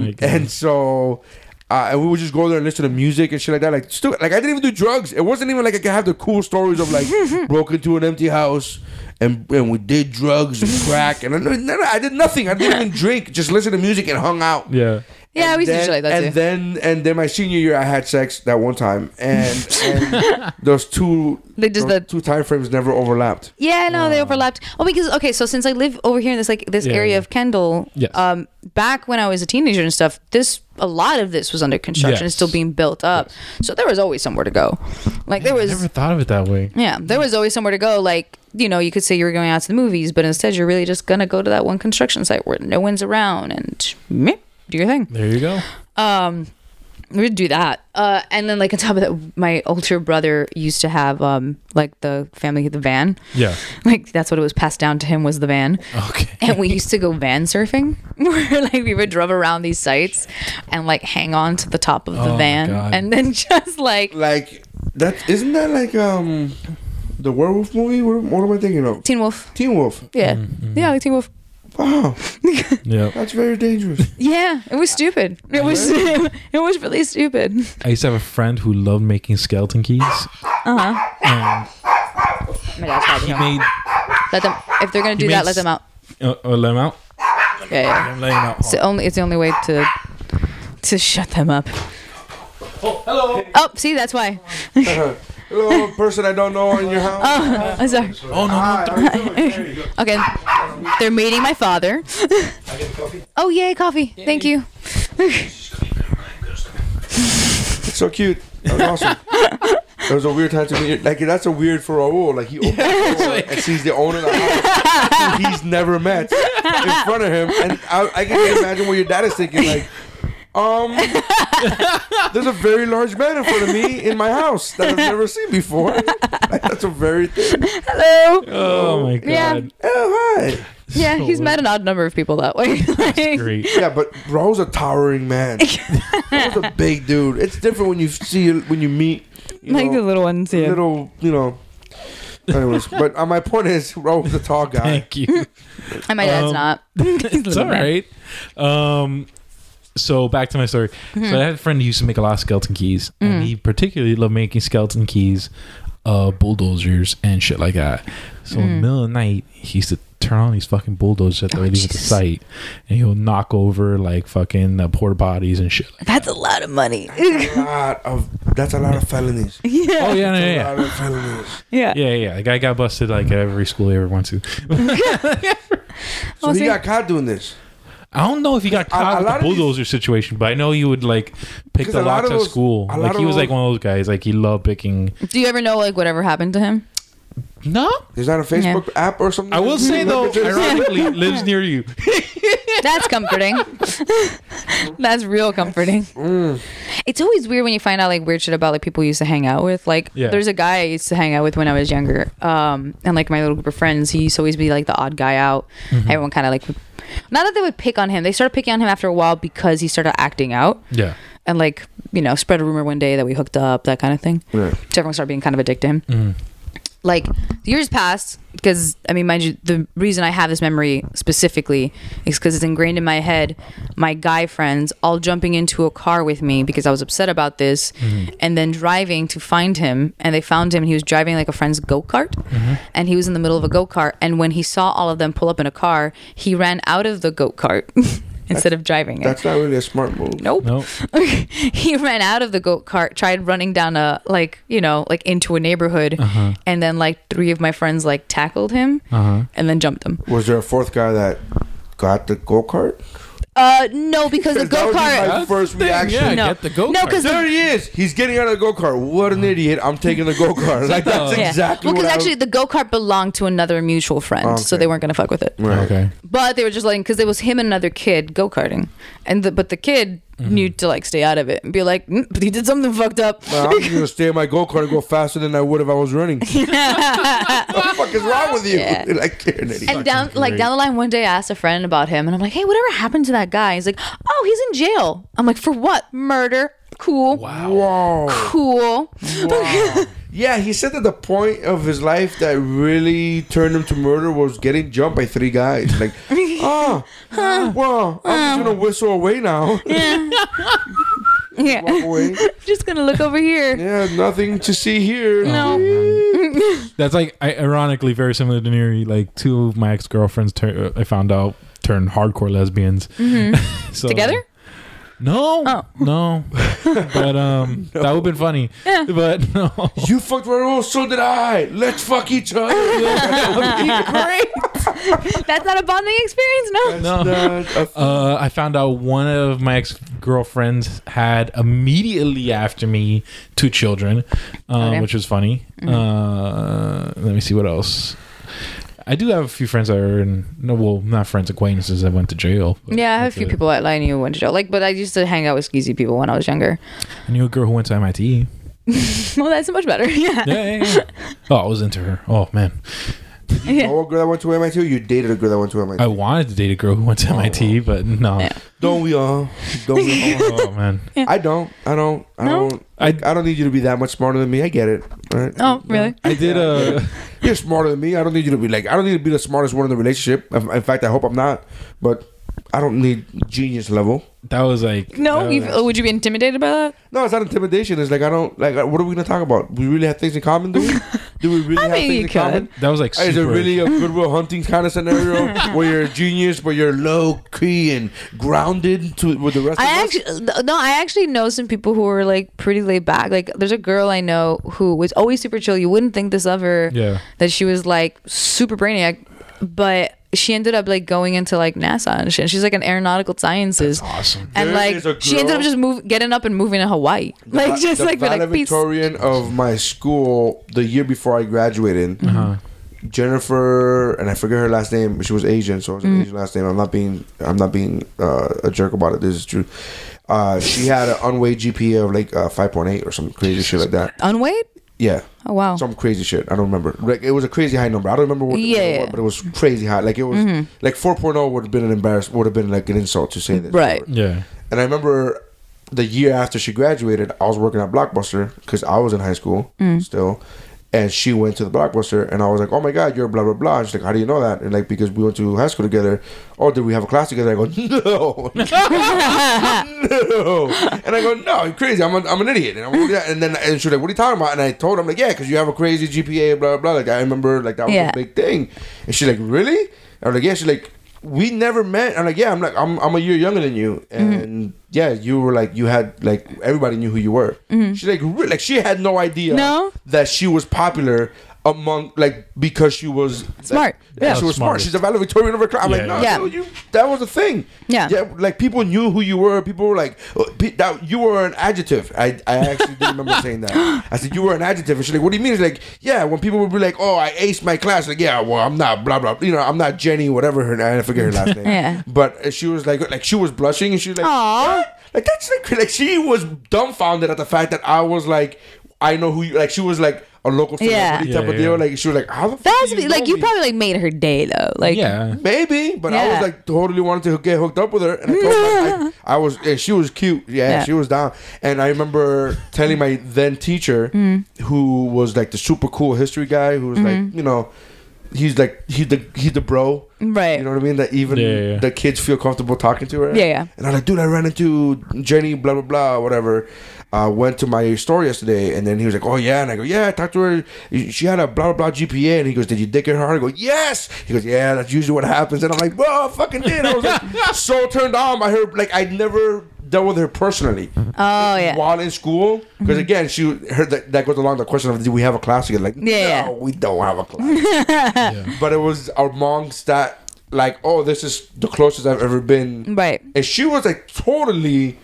G: my God.
B: and so. Uh, and we would just go there and listen to music and shit like that. Like, still, like I didn't even do drugs. It wasn't even like I could have the cool stories
H: *laughs*
B: of like broke into an empty house and and we did drugs
H: *laughs*
B: and crack and I, no, no, I did nothing. I didn't even drink. Just listen to music and hung out.
G: Yeah.
H: yeah, we used to do
B: Then-
H: shit like that
B: and
H: too.
B: then and then my senior year, I had sex that one time, and,
H: *laughs*
B: and those two
H: They just-
B: those
H: the-
B: two time frames never overlapped.
H: yeah, no, they overlapped. Oh, because okay, so since I live over here in this like this
G: Yeah,
H: area
G: yeah.
H: of Kendall,
G: Yes.
H: um, back when I was a teenager and stuff, this a lot of this was under construction and
G: Yes.
H: still being built up. So there was always somewhere to go. Like there
G: I
H: was
G: never thought of it that way.
H: Yeah, there was always somewhere to go. Like, you know, you could say you were going out to the movies, but instead you're really just going to go to that one construction site where no one's around and meh, do your thing.
G: There you go.
H: Um, we would do that. Uh, and then, like, on top of that, my older brother used to have, um, like, the family, the van.
G: Yeah.
H: Like, that's what it was passed down to him was the van.
G: Okay.
H: And we used to go van surfing *laughs* where, like, we would drive around these sites and, like, hang on to the top of the
G: Oh,
H: van
G: God.
H: and then *laughs* just, like,
B: like that isn't that like um the werewolf movie what, what am i thinking of
H: Teen Wolf.
B: teen wolf
H: Yeah.
G: Mm-hmm.
H: Yeah, like Teen Wolf.
B: wow
G: *laughs* Yeah.
B: that's very dangerous *laughs*
H: Yeah, it was stupid. It was *laughs* it was really stupid.
G: I used to have a friend who loved making skeleton keys. Uh-huh.
H: Oh My dad's probably
G: And he
H: home.
G: made
H: Let them if they're gonna do
G: He
H: that,
G: makes-
H: let them out.
G: uh, uh, let him out.
H: Yeah, yeah.
G: I'm letting him out.
H: It's the only it's the only way to to shut them up. Oh, hello. Oh, see, that's why.
B: hello person i don't know in your house
H: Oh, I'm sorry.
G: Oh
H: *laughs*
G: no. no.
H: Okay, they're meeting my father. Oh, yay, coffee. Thank you.
B: it's so cute that was awesome it was a weird time to meet your- like that's a weird for Raul like he opens the door and sees the owner of the house who he's never met in front of him and I, I can imagine what your dad is thinking like um there's a very large man in front of me in my house that I've never seen before like, that's a very thing
H: Hello.
G: Oh my
H: Yeah.
G: god.
B: Oh hi.
G: *laughs*
H: Yeah, he's met an odd number of people that way. *laughs* Like,
G: Great.
B: Yeah, but Raul's a towering
I: *laughs*
B: man. Raul's a big dude. It's different when you see when you meet you
H: like the
B: know,
H: little ones, yeah.
B: little, you know. Anyways, but uh, my point is, Raul's a tall guy.
G: Thank you.
H: *laughs* And my dad's
G: Um, *laughs*
H: not.
G: it's all right. Um, so back to my story.
H: Mm-hmm.
G: So I had a friend who used to make a lot of skeleton keys, and he particularly loved making skeleton
H: Mm-hmm.
G: keys, uh, bulldozers and shit like that. So in the middle of the night, he used to turn on these fucking bulldozers
H: Oh,
G: that they leave at the
I: Jesus.
G: site, and he'll knock over like fucking uh, porta potties
H: *laughs*
G: and shit. Like
I: That's a lot of money.
B: A lot of that's a lot of felonies. Yeah.
G: oh yeah, yeah, yeah.
B: A lot of felonies.
I: yeah.
G: Yeah, yeah. The guy got busted like at every school he ever went to.
B: So
I: Oh,
B: he
I: see-
B: got caught doing this.
G: I don't know if he got
B: A- a
G: caught with
B: lot
G: the
B: of these-
G: bulldozer situation, but I know he would like pick
B: 'Cause
G: the
B: a lot
G: locks
B: of
G: at
B: those-
G: school.
B: a lot
G: Like
B: of
G: he was
B: those-
G: like one of those guys. Like he loved picking.
I: Do you ever know like whatever happened to him?
G: No,
B: There's not a Facebook app or something.
G: I will say
B: *laughs*
G: though, ironically, lives near you.
I: That's comforting. That's real comforting. It's always weird when you find out like weird shit about like people you used to hang out with. Like
G: Yeah.
I: there's a guy I used to hang out with when I was younger. Um and like my little group of friends, he used to always be like the odd guy out. Everyone kinda like would- not that they would pick on him. They started picking on him after a while because he started acting out
G: Yeah.
I: and like, you know, spread a rumor one day that we hooked up, that kind of thing.
B: Right.
I: So everyone started being kind of addicted to him. Like years passed because I mean, mind you, the reason I have this memory specifically is because it's ingrained in my head. My guy friends all jumping into a car with me because I was upset about this, and then driving to find him. And they found him. And he was driving like a friend's go kart, and he was in the middle of a go kart. And when he saw all of them pull up in a car, he ran out of the go kart *laughs* instead of driving it.
B: That's not really a smart move.
I: Nope
G: No.
I: *laughs* he ran out of the go kart, tried running down a like you know like into a neighborhood,
B: Uh-huh.
I: and then like three of my friends like tackled him and then jumped him.
B: Was there a fourth guy that got the go kart?
I: Uh, no, because
B: *laughs*
I: the
B: that
I: go
B: would be
I: kart.
B: my first reaction.
G: Yeah,
I: No.
G: get the go.
I: No, 'cause-
B: There he is. He's getting out of the go kart. What
G: Uh-huh.
B: an idiot! I'm taking the go kart. *laughs* Like that's
I: Yeah.
B: exactly.
I: well,
B: what
I: because
B: I-
I: actually the go kart belonged to another mutual friend, so
B: Okay.
I: they weren't gonna fuck with it.
B: Right.
G: okay.
I: But they were just letting because it was him and another kid go karting, and the, but the kid
B: Mm-hmm.
I: knew to like stay out of it and be like, "Mm, but he did something fucked up.
B: Well, I'm just gonna stay in my go kart and go faster than I would if I was
I: *laughs*
B: running. what the fuck is wrong with you?
I: Yeah.
B: *laughs* like you're an idiot.
I: And down like down the line one day I asked a friend about him and I'm like, Hey, whatever happened to that guy? He's like, Oh, he's in jail. I'm like, For what? Murder. Cool.
B: Wow.
I: Cool.
B: Yeah, he said that the point of his life that really turned him to murder was getting jumped by three guys.
I: *laughs*
B: Like, oh, wow, I'm just gonna whistle away now.
I: *laughs*
B: *laughs*
I: yeah.
B: Walk away.
I: *laughs* Just gonna look over here.
B: Yeah, nothing to see here.
G: That's like I, ironically very similar to Neri. Like two of my ex girlfriends, tur- uh, I found out turned hardcore lesbians. *laughs* so,
I: Mm-hmm. Together?
G: No,
I: Oh. *laughs*
G: no. But
B: *laughs*
G: um, that would have been funny. But no.
B: You fucked Raul, so did I. Let's fuck each
I: *laughs*
B: other.
I: That's not a bonding experience, no.
G: No.
B: That's not a-
I: *laughs*
G: Uh, I found out one of my ex girlfriends had immediately after me two children, uh,
I: Okay. Mm-hmm.
G: which was funny. Uh, let me see what else. I do have a few friends that are in no, well, not friends, acquaintances that went to jail. uh, but
I: Yeah, I have a
G: that's
I: few
G: it.
I: people that I knew who went to jail. Like, but I used to hang out with skeezy people when I was younger. *laughs*
G: I knew a girl who went to MIT.
I: Well, that's much better. Yeah.
G: Yeah, yeah, yeah. oh, I was into her. Oh man,
B: Oh, a girl that went to MIT. You dated a girl that went to MIT.
G: I wanted to date a girl who went to MIT, but no.
I: Oh. Yeah.
B: don't we all? Don't we all?
G: Oh
I: *laughs*
G: man,
B: I don't. I don't. I
I: No?
B: don't. I,
G: I-
B: I don't need you to be that much smarter than me. I get it. all Right?
I: Oh, really?
G: I did uh, a.
B: You're smarter than me. I don't need you to be like. I don't need to be the smartest one in the relationship. In in fact, I hope I'm not. But I don't need genius level.
G: That was like
I: No,
G: that
I: you
G: was-
I: oh, would you be intimidated by that?
B: No, it's not intimidation. It's like I don't like. uh, What are we gonna talk about? We really have things in common,
I: *laughs*
B: do we? Do we really
I: I
B: have
I: mean, you
B: things in common?
G: that was like
B: Is it
G: super-
B: really a Goodwill Hunting kind of scenario
I: *laughs*
B: where you're a genius but you're low key and grounded to with the rest of
I: I
B: us?
I: actually no, I actually know some people who are like pretty laid back. Like there's a girl I know who was always super chill. You wouldn't think this of her.
G: Yeah.
I: That she was like super brainiac, but she ended up like going into like NASA and shit. She's like an aeronautical sciences.
G: awesome.
I: And
B: There
I: like
B: is a
I: she ended
B: girl-
I: up just move getting up and moving to
H: *laughs*
I: Hawaii. like
B: Va-
I: just
B: the
I: like be like peace.
B: valedictorian of my school the year before I graduated.
I: Uh,
G: Uh-huh.
B: Jennifer and I forget her last name. She was Asian, so it was
I: Mm.
B: an Asian last name. I'm not being I'm not being uh, a jerk about it. This is true. Uh, she had an unweight GPA of like uh, 5.8 or some crazy shit like that.
I: Unweighed?
B: Yeah.
I: Oh wow.
B: Some crazy shit. I don't remember. Like it was a crazy high number. I don't remember what the
I: Yeah,
B: number
I: yeah. Mm-hmm.
B: was, but it was crazy high. Like it was like 4.0 would have been an embarrassment. Would have been like an insult to say this.
I: Right.
G: Yeah.
B: And I remember the year after she graduated, I was working at Blockbuster because I was in high school still, And she went to the blockbuster, and I was like, "Oh my god, you're blah blah blah." And she's like, "How do you know that?" And like, because we went to high school together. Oh, did we have a class together? I go, *laughs* "No, no," *laughs* and I go, "No, you're crazy. I'm, a, I'm an idiot." And, I'm, and then and she's like, "What are you talking about?" And I told her, "I'm like, yeah, because you have a crazy GPA, blah blah." Like I remember, like that was
H: Yeah.
B: a big thing. And she's like, "Really?" I'm like, "Yeah." She's like, "We never met." I'm like, "Yeah." I'm like, "I'm, I'm a year younger than you,"
H: Mm-hmm.
B: and yeah, you were like, you had like everybody knew who you were. She's like, "Really?" Like she had no idea
H: Mm-hmm. No?
B: that she was popular among like because she was like,
H: Smart.
B: Yeah,
H: Yeah.
B: she was smart.
G: Smartest.
B: She's a valedictorian of her class. I'm like,
G: Yeah,
B: no,
H: yeah.
B: dude, you, that was a thing.
H: Yeah.
B: yeah, like people knew who you were. People were like, oh, pe- that you were an adjective. I, I actually do remember
H: *laughs*
B: saying that. I said you were an adjective, and she's like, what do you mean? It's like, yeah, when people would be like, oh, I aced my class. Like, yeah, well, I'm not blah blah. You know, I'm not Jenny, whatever her. I forget her
H: *laughs*
B: last name.
H: Yeah.
B: but uh, she was like, like she was blushing, and she was like,
H: Aw.
B: "What?" Like that's like, like she was dumbfounded at the fact that I was like, I know who you like. She was like a local
H: Yeah.
B: celebrity
G: Yeah,
B: type of
G: yeah.
B: deal. Like she was like, how the fuck
H: That's
B: do
H: be- like
B: know
H: you
B: me?
H: probably like made her day though. Like
B: *laughs*
G: Yeah.
B: maybe, but I was
H: Yeah.
B: like totally wanted to get hooked up with her, and I told her like, I, I was. And she was cute. Yeah,
H: Yeah.
B: she was down. And I remember telling my then teacher, who was like the super cool history guy, who was like, you know, he's like he's the he's the bro.
H: Right.
B: You know what I mean? That even
G: Yeah, yeah, yeah.
B: the kids feel comfortable talking to her.
H: Yeah, yeah.
B: And I'm like, dude, I ran into Jenny, blah blah blah, whatever. Uh, went to my store yesterday, and then he was like, "Oh yeah," and I go, "Yeah." I talked to her. She had a blah blah blah GPA, and he goes, "Did you dick her hard?" I go, "Yes." He goes, "Yeah, that's usually what happens." And I'm like, "Bro, I fucking did." I was
H: *laughs*
B: like, so turned on by her. Like I'd never dealt with her personally
H: Oh yeah. Mm-hmm.
B: while in school, because again, she her that, that goes along the question of, "Do we have a class together?" Like,
H: Yeah.
B: no, we don't have a class. But it was amongst that, like, oh, this is the closest I've ever been
H: Right.
B: and she was like totally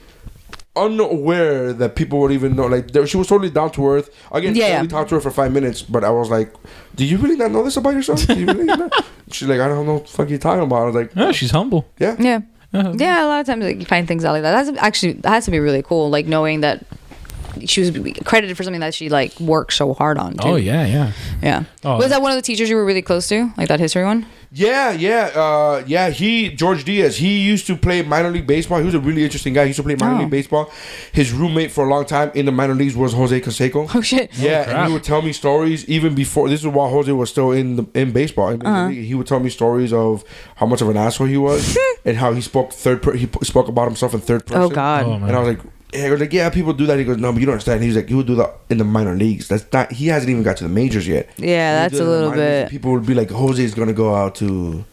B: unaware that people would even know. Like there- she was totally down to earth. Again,
H: Yeah, yeah.
B: we talked to her for five minutes, but I was like, "Do you really not know this about yourself? Do you really
H: *laughs*
B: not?" She's like, "I don't know what the fuck you're talking about." I was like,
G: No, she's humble.
B: "Yeah."
H: Yeah.
G: Uh-huh.
H: Yeah, a lot of times like, you find things out like that. That's actually that has to be really cool. Like knowing that she was credited for something that she like worked so hard on. Too.
G: Oh yeah, yeah.
H: yeah.
G: Oh,
H: was that one of the teachers you were really close to, like that history one? *laughs*
B: Yeah, yeah, uh, yeah. He George Diaz. He used to play minor league baseball. He was a really interesting guy. He used to play minor
H: Oh.
B: league baseball. His roommate for a long time in the minor leagues was Jose Canseco.
H: Oh shit.
B: Yeah, and
G: crap.
B: he would tell me stories even before. This is while Jose was still in the, in baseball. In
H: Uh-huh.
B: Major League. He would tell me stories of how much of an asshole he
H: *laughs*
B: was and how he spoke third. Per, he p- spoke about himself in third person.
H: Oh god.
G: Oh, man.
B: And I was like, yeah, he was like, yeah, people do that. He goes, no, but you don't understand. He's like, he would do that in the minor leagues. That's not. He hasn't even got to the majors yet. He
H: Yeah,
B: would
H: that's
B: do
H: a
B: that in the
H: little
B: minor leagues, and
H: bit.
B: People would be like, Jose's gonna go out to.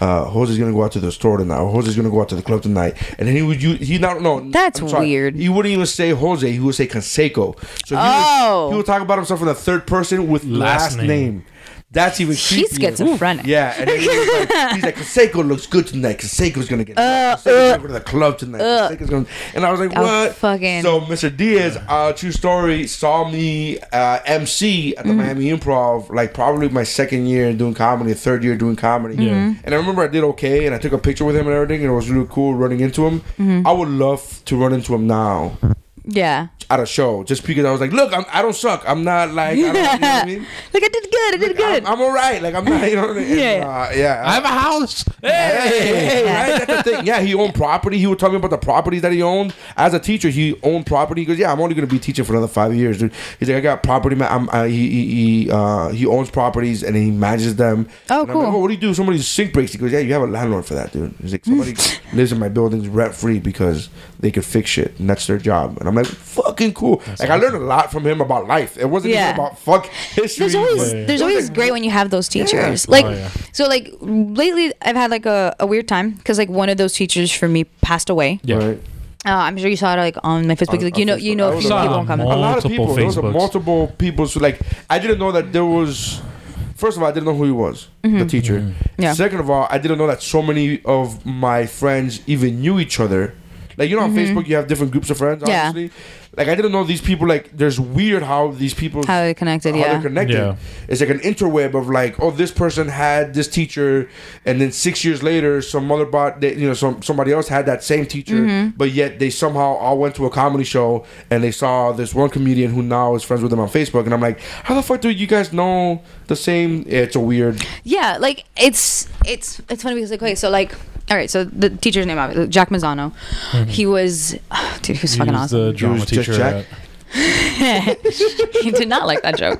B: Uh, Jose's gonna go out to the store tonight. Or Jose's gonna go out to the club tonight, and then he would. You, he not no.
H: That's
B: I'm sorry.
H: weird.
B: He wouldn't even say Jose. He would say Canseco. So he,
H: Oh.
B: would, he would talk about himself in the third person with last,
G: Last
B: name.
G: name.
B: That's even
H: He's
B: creepier.
H: schizophrenic.
B: Yeah, and then he was like, he's like, Conseco looks good tonight. Conseco's gonna get. Uh, Conseco's gonna go to the club tonight. Conseco's gonna. And I was like,
H: uh." Oh,
B: what?
H: fucking-
B: So Mr. Diaz, uh, true story, saw me uh, MC
H: Mm-hmm.
B: at the Miami Improv, like probably my second year doing comedy, third year doing comedy.
G: Mhm.
H: Mm-hmm.
B: And I remember I did okay, and I took a picture with him and everything, and it was really cool running into him.
H: Mm-hmm.
B: I would love to run into him now
H: Yeah.
B: at a show just because I was like, look, I'm, I don't suck. I'm not like, I don't, you know what I mean?
H: Like I did good. I did good.
B: I'm, I'm all right. Like I'm not, you know what I mean?
H: *laughs* Yeah.
B: And, uh, yeah.
G: I have
B: *laughs*
G: a house.
B: Hey,
G: Hey.
B: hey, right? That's the thing. Yeah, he owned property. He would tell me about the properties that he owned. As a teacher, he owned property. He goes, "Yeah, I'm only going to be teaching for another five years, dude." He's like, "I got property. Man, I'm, I, he he he, uh, he owns properties and he manages them."
H: Oh,
B: And I'm like,
H: cool.
B: oh, what do you do? if Somebody's sink breaks. He goes, "Yeah, you have a landlord for that, dude." He's like,
H: *laughs*
B: "Somebody lives in my buildings rent free because they could fix shit and that's their job." And I'm like, "Fucking cool." like I learned a lot from him about life. It wasn't
H: Yeah.
B: even about fuck history.
H: there's always
B: but-
H: there's always great when you have those teachers.
G: Yeah.
H: Like
G: Oh, yeah.
H: so like lately I've had like a, a weird time because like one of those teachers for me passed away.
G: Yeah.
B: Right.
H: Uh, I'm sure you saw it like on my Facebook.
B: On-
H: like
B: on
H: you know you
B: Facebook.
H: know
B: I
H: people
B: saw it
H: keep
G: on
H: on coming.
G: Mall.
B: a lot of
G: Multiple
B: people. Those are
G: Facebooks.
B: multiple people. So like, I didn't know that there was. First of all, I didn't know who he was, the teacher.
H: Mm-hmm. Yeah.
B: Second of all, I didn't know that so many of my friends even knew each other. Like you know, on Facebook, you have different groups of friends.
H: Mm-hmm. Yeah.
B: Obviously. Like I didn't know these people. Like there's weird how these people
H: How they connected,
B: how
H: yeah.
B: they're connected.
G: Yeah.
B: It's like an interweb of like, oh, this person had this teacher, and then six years later, some other bot, they, you know, some somebody else had that same teacher,
H: Mm-hmm.
B: but yet they somehow all went to a comedy show and they saw this one comedian who now is friends with them on Facebook, and I'm like, how the fuck do you guys know the same? Yeah, it's a
H: *laughs*
B: weird.
H: Yeah, like it's it's it's funny because like okay, so like all right, so the teacher's name obviously Jack Mazzano. He was *sighs* dude, he was
G: He
H: fucking
G: was
H: awesome.
G: the drama
B: Mm-hmm. was just
G: teacher.
B: Jack.
G: At,
H: *laughs* he did not like that
B: *laughs*
H: joke.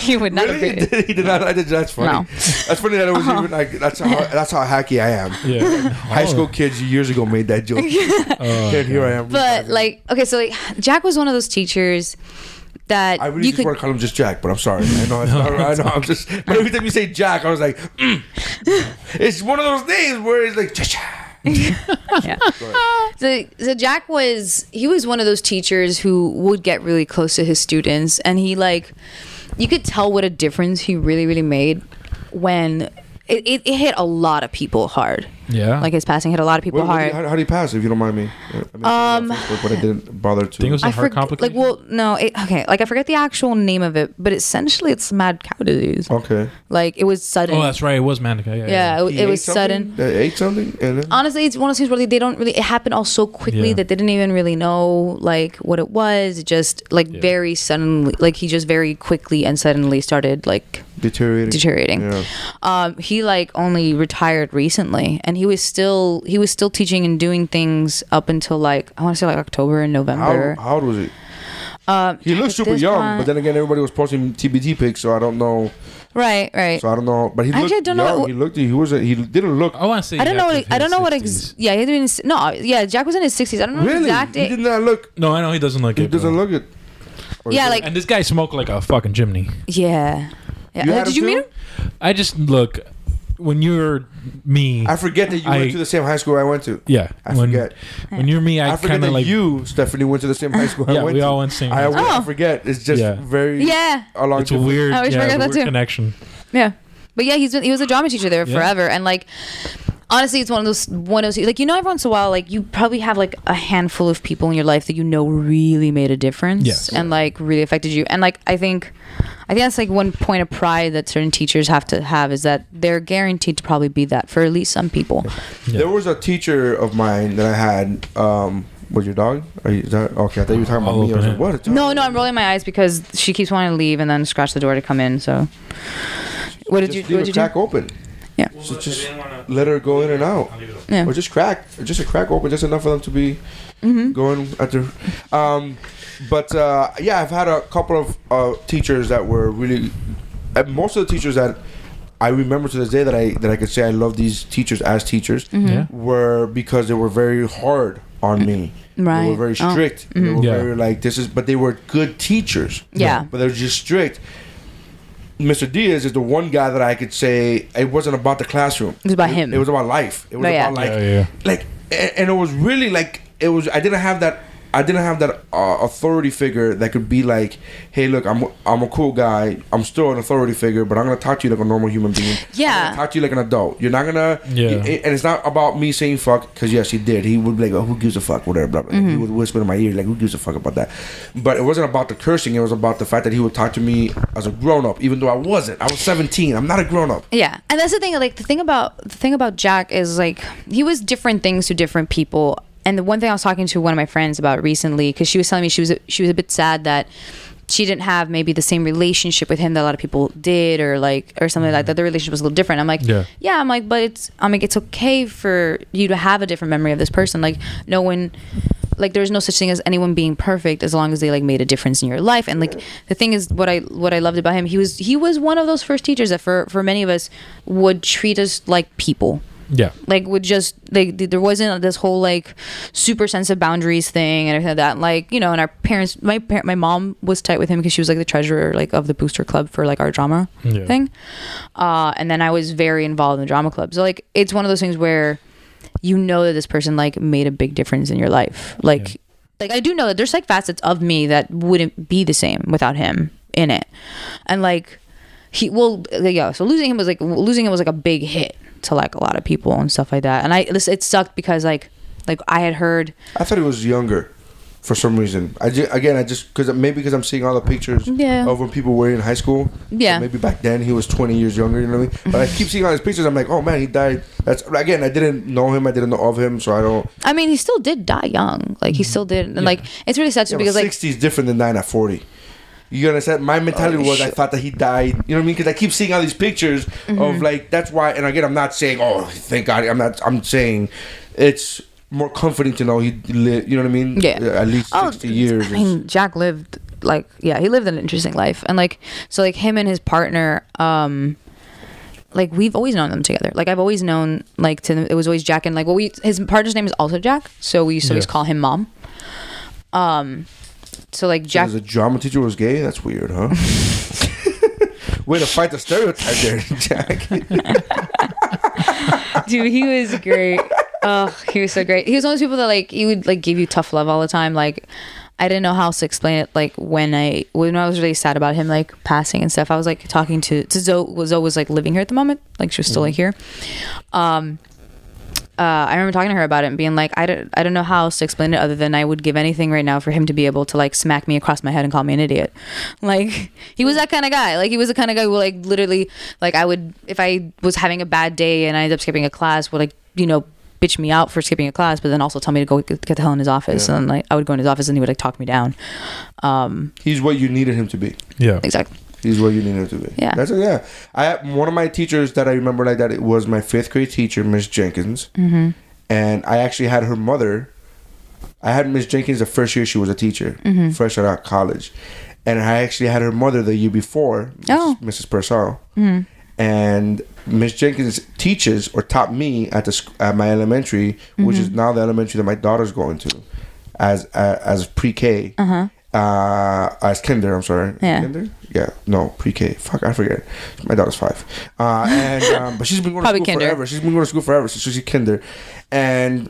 H: he would not
B: Really?
H: agree.
B: He did, he did not. I did- That's funny.
H: No.
B: That's funny that it was even like that's how that's how hacky I am. *laughs*
G: Yeah.
B: High school kids years ago made that
H: *laughs*
B: joke, and here I am.
H: But like, okay, so like, Jack was one of those teachers that
B: I really
H: you
B: just
H: could.
B: want to call him just Jack, but I'm sorry. I know. It's not, I know. I'm just. But every time you say Jack, I was like, mm. it's one of those names where it's like, cha-cha.
H: Yeah. so, so Jack was he was one of those teachers who would get really close to his students, and he like you could tell what a difference he really really made when it, it, it hit a lot of people hard.
G: Oh, Yeah.
H: Like his passing hit a lot of people
B: What- what do you-
H: hard.
B: how, how do you pass if you don't mind me? I mean, um, but I didn't bother to.
G: think it was a heart
H: forget, like
G: complication.
H: well no it, okay like I forget the actual name of it but essentially it's mad cow disease
B: okay.
H: like it was sudden
G: oh, that's right. It was Manica. Yeah.
H: yeah, it,
B: He
H: it
B: ate
H: was
B: something?
H: sudden Uh,
B: They ate something, and then
H: honestly, it's one of those things where they don't really. It happened all so quickly
G: Yeah.
H: that they didn't even really know like what it was. It just like very suddenly, like he just very quickly and suddenly started like
B: deteriorating.
H: deteriorating.
B: Yeah.
H: Um, he like only retired recently, and he was still he was still teaching and doing things up until like I want to say like October and
B: How,
H: November.
B: how old was he? he looked super
H: Um, this
B: young,
H: point-
B: but then again, everybody was posting TBT pics, so I don't know.
H: right, right.
B: So I don't know. But he
H: Actually,
B: looked
H: I don't know
B: young.
H: what-
B: he looked. He was. A, he didn't look.
G: Oh, I want to say.
H: I don't
G: he
H: know.
G: had
H: What,
G: to
H: I don't
G: hit
H: know what.
G: 60s.
H: Ex- yeah, he didn't. No, yeah, Jack was in his sixties. I don't know the
B: Really?
H: exact
B: He
H: date.
B: did not look.
G: No, I know he doesn't look it.
B: He doesn't
G: bro.
B: look it. Or he
H: Yeah,
B: does.
H: like
G: And this guy smoked like a fucking chimney.
H: yeah. yeah.
B: You
H: Uh,
B: had
H: did
B: him
H: you meet
B: too?
H: him?
G: I just look when you're me.
B: I forget that you went
G: I-
B: to the same high school I went to.
G: yeah,
B: I
G: when,
B: forget.
G: When you're me, I,
B: I, forget
G: kind
B: that
G: of like
B: you, Stephanie, went to the same high school I
G: Yeah,
B: went
G: we
B: to.
G: all went same
B: I,
G: high
B: always
H: school.
B: forget. It's just
G: Yeah.
B: very
H: Oh. Yeah.
B: along
G: It's a weird.
H: I always
G: yeah, it's
H: forget
G: a
H: that
G: weird
H: too.
G: Connection.
H: Yeah. But yeah, he's been he was a drama teacher there
G: Yeah.
H: forever, and like honestly, it's one of those one of those like you know every once in a while like you probably have like a handful of people in your life that you know really made a difference
G: Yes.
H: and like really affected you, and like I think. I think that's like one point of pride that certain teachers have to have is that they're guaranteed to probably be that for at least some people.
B: There was a teacher of mine that I had. Um, was your dog? Are you, is that, okay, I thought you were talking about
G: I'll
B: me. I was
G: open
B: like,
G: it.
B: what? A dog?
H: No, no, I'm rolling my eyes because she keeps wanting to leave and then scratch the door to come in. So, what did
B: Just
H: you?
B: leave
H: What
B: a
H: did you
B: crack
H: do?
B: open.
H: Yeah.
B: So just let her go in and out,
H: Yeah.
B: or just crack, or just a crack open, just enough for them to be
H: Mm-hmm.
B: going at their. Um, but uh, yeah, I've had a couple of uh, teachers that were really. Uh, most of the teachers that I remember to this day that I that I could say I love these teachers as teachers
H: Mm-hmm.
G: Yeah.
B: were because they were very hard on me. They
H: Right.
B: were very
H: Oh.
B: strict. They were
G: Yeah.
B: very like this is, but they were good teachers.
H: Yeah.
B: But they were just strict. Mr. Diaz is the one guy that I could say it wasn't about the classroom. It
H: was about him.
B: It was about life. It was
H: Right, yeah.
B: about like,
G: Yeah, yeah.
B: like, a- and it was really like it was. I didn't have that. I didn't have that uh, authority figure that could be like, "Hey, look, I'm I'm a cool guy. I'm still an authority figure, but I'm gonna talk to you like a normal human being. I'm
H: Yeah.
B: gonna talk to you like an adult. You're not gonna.
G: Yeah.
B: y- and it's not about me saying fuck, because yes, he did. He would be like, oh, who gives a fuck, whatever, blah, blah. He would whisper in my ear, like, who gives a fuck about that? But it wasn't about the cursing. It was about the fact that he would talk to me as a grown up, even though I wasn't. I was 17. I'm not a grown up.
H: Yeah, and that's the thing. Like the thing about the thing about Jack is like he was different things to different people. And the one thing I was talking to one of my friends about recently, because she was telling me she was she was a bit sad that she didn't have maybe the same relationship with him that a lot of people did, or like or something like that. Their relationship was a little different. I'm like,
G: Yeah.
H: yeah. I'm like, but it's I'm like it's okay for you to have a different memory of this person. Like no one. Like there's no such thing as anyone being perfect as long as they like made a difference in your life. And like the thing is what I what I loved about him, he was he was one of those first teachers that for for many of us would treat us like people
G: Yeah.
H: like would just like th- there wasn't this whole like super sense of boundaries thing and everything like that like you know and our parents my par- my mom was tight with him because she was like the treasurer like of the booster club for like our drama
G: Yeah.
H: thing uh and then i was very involved in the drama club so like it's one of those things where you know that this person like made a big difference in your life like like i do know that there's like facets of me that wouldn't be the same without him in it and like he well yeah so losing him was like losing him was like a big hit to like a lot of people and stuff like that and i this- it sucked because like like i had heard
B: I thought he was younger for some reason. I ju- again, I just because maybe because I'm seeing all the pictures
H: Yeah.
B: of when people were in high school.
H: Yeah.
B: So maybe back then he was 20 years younger. You know what I mean? But I keep seeing all his pictures. I'm like, oh man, he died. That's again, I didn't know him. I didn't know of him, so I don't.
H: i mean he still did die young like he still did and like it's really sad just
B: Yeah,
H: because
B: but
H: like
B: 60 is different than 9 at 40. You understand? My mentality
H: Oh,
B: was I thought that he died. You know what I mean? Because I keep seeing all these pictures
H: Mm-hmm.
B: of like that's why. And again, I'm not saying oh thank God. I'm not. I'm saying it's more comforting to know he lived. You know what I mean?
H: Yeah. Oh,
B: Uh, At least sixty years.
H: I mean, Jack lived like yeah, he lived an interesting life, and like so, like him and his partner, um, like we've always known them together. Like I've always known like to it was always Jack and like well, we his partner's name is also Jack, so we used to always
G: Yeah.
H: call him mom. Um, so like Jack,
B: As a drama teacher was gay. That's weird, huh? Way to fight the stereotype there, *laughs* Jack.
H: dude, he was great. oh, he was so great. He was one of those people that like he would like give you tough love all the time, like. I didn't know how else to explain it. Like when I when I was really sad about him like passing and stuff, I was like talking to to Zoe. Zoe was like living here at the moment, like she was still like here. Um, uh, I remember talking to her about it and being like, I don't I don't know how else to explain it other than I would give anything right now for him to be able to like smack me across my head and call me an idiot. *laughs* Like he was that kind of guy. Like he was the kind of guy who like literally like I would if I was having a bad day and I ended up skipping a class would like you know bitch me out for skipping a class, but then also tell me to go get, get the hell in his office. And like I would go in his office and he would like talk me down. Um,
B: He's what you needed him to be.
G: Yeah.
H: exactly.
B: He's what you need him to be.
H: Yeah.
B: That's yeah. I one of my teachers that I remember like that it was my fifth grade teacher, Miss Jenkins, mm-hmm. and I actually had her mother. I had Miss Jenkins the first year she was a teacher,
H: Mm-hmm.
B: fresh out of college, and I actually had her mother the year before,
H: Oh. Mm-hmm.
B: Mrs. Purcell, and Miss Jenkins teaches or taught me at the sc- at my elementary,
H: Mm-hmm.
B: which is now the elementary that my daughter's going to, as uh, as pre K. Uh-huh. Uh, as kinder, I'm sorry.
H: Yeah.
B: Kinder? Yeah. No, pre-K. Fuck, I forget. My daughter's five. Uh,
H: *laughs*
B: and um, but she's been going to
H: Probably
B: school
H: kinder.
B: forever. She's been going to school forever. So she's kinder, and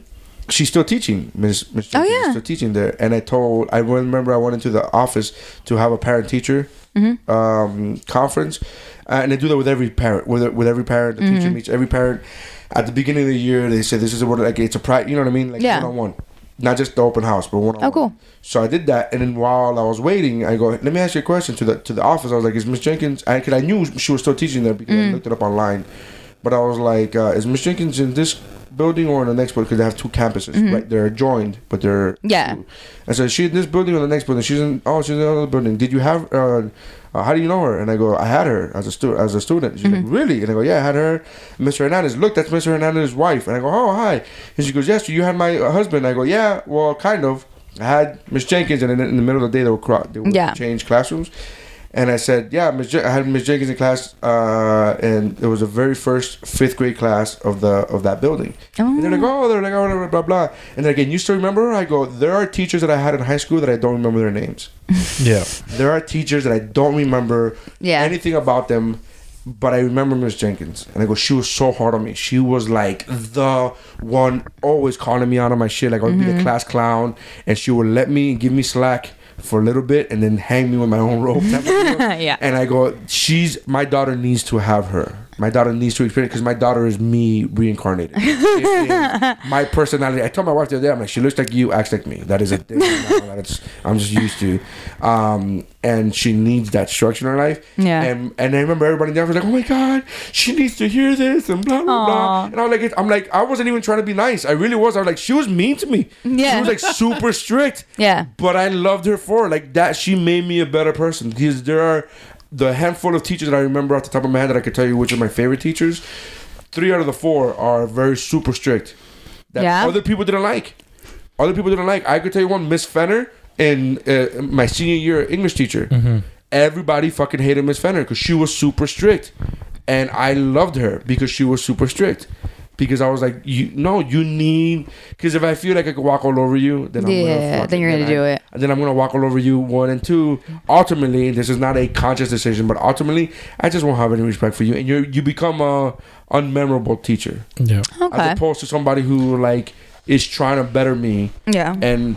B: she's still teaching. Miss Miss
H: Oh,
B: Jenkins is
H: yeah.
B: still teaching there. And I told I remember I went into the office to have a parent teacher
H: Mm-hmm.
B: um, conference, uh, and they do that with every parent. With with every parent, the
H: Mm-hmm.
B: teacher meets every parent at the beginning of the year. They say this is what like it's a pride. You know what I mean? Like
H: Yeah.
B: one on one. Not just the open house, but one on
H: Oh, cool.
B: so I did that, and then while I was waiting, I go, "Let me ask you a question." To the to the office, I was like, "Is Miss Jenkins?" I could I knew she was still teaching there because
H: Mm.
B: I looked it up online, but I was like, uh, "Is Miss Jenkins in this building or in the next building?" Because they have two campuses, right? They're joined, but they're
H: Mm-hmm. Yeah.
B: two. And so she in this building or the next building. She's in oh she's in another building. Did you have? Uh, uh, how do you know her? And I go, I had her as a student. As a student, she's like,
H: Mm-hmm.
B: really? And I go, yeah, I had her. Mr. Hernandez, look, that's Mr. Hernandez's wife. And I go, oh hi. And she goes, yes, you had my uh, husband. I go, yeah, well, kind of. I had Miss Jenkins, and in, in the middle of the day they were cro- they were
H: Yeah.
B: change classrooms. And I said, yeah, Ms. Jen- I had Miss Jenkins in class, uh, and it was the very first fifth grade class of the of that building. And they're like, oh, they're like, oh, blah, blah, blah. And they're like, "And you still remember her? I go, there are teachers that I had in high school that I don't remember their names.
G: Yeah.
B: There are teachers that I don't remember
H: Yeah.
B: anything about them, but I remember Miss Jenkins. And I go, she was so hard on me. She was like the one always calling me out on my shit. Like I would be the class clown, and she would let me give me slack for a little bit and then hang me with my own rope. yeah. And I go, she's my daughter needs to have her. My daughter needs to experience because my daughter is me reincarnated. It is my personality. I told my wife the other day, I'm like, she looks like you, acts like me. That is a thing now that it's, I'm just used to. Um, and she needs that structure in her life.
H: Yeah. *laughs*
B: And and I remember everybody there was like, oh my god, she needs to hear this and blah blah blah. And I was like, it- I'm like, I wasn't even trying to be nice. I really was. I was like, she was mean to me.
H: Yeah.
B: She was like
H: *laughs*
B: super strict.
H: Yeah.
B: But I loved her for it. like that. She made me a better person because there are the handful of teachers that I remember off the top of my head that I could tell you which are my favorite teachers. Three out of the four are very super strict. That
H: Yeah.
B: other people didn't like. Other people didn't like. I could tell you one, Miss Fenner, in uh, my senior year English teacher. Everybody fucking hated Miss Fenner because she was super strict, and I loved her because she was super strict. Because I was like, you no, you need. Because if I feel like I could walk all over you, then I'm
H: Yeah,
B: gonna fuck
H: then
B: it.
H: you're gonna
B: I-
H: do it.
B: and then I'm gonna walk all over you. One and two. Ultimately, this is not a conscious decision, but ultimately, I just won't have any respect for you, and you you become a unmemorable teacher
G: Yeah.
H: Okay.
B: as opposed to somebody who like is trying to better me
H: Yeah.
B: and
H: Mm.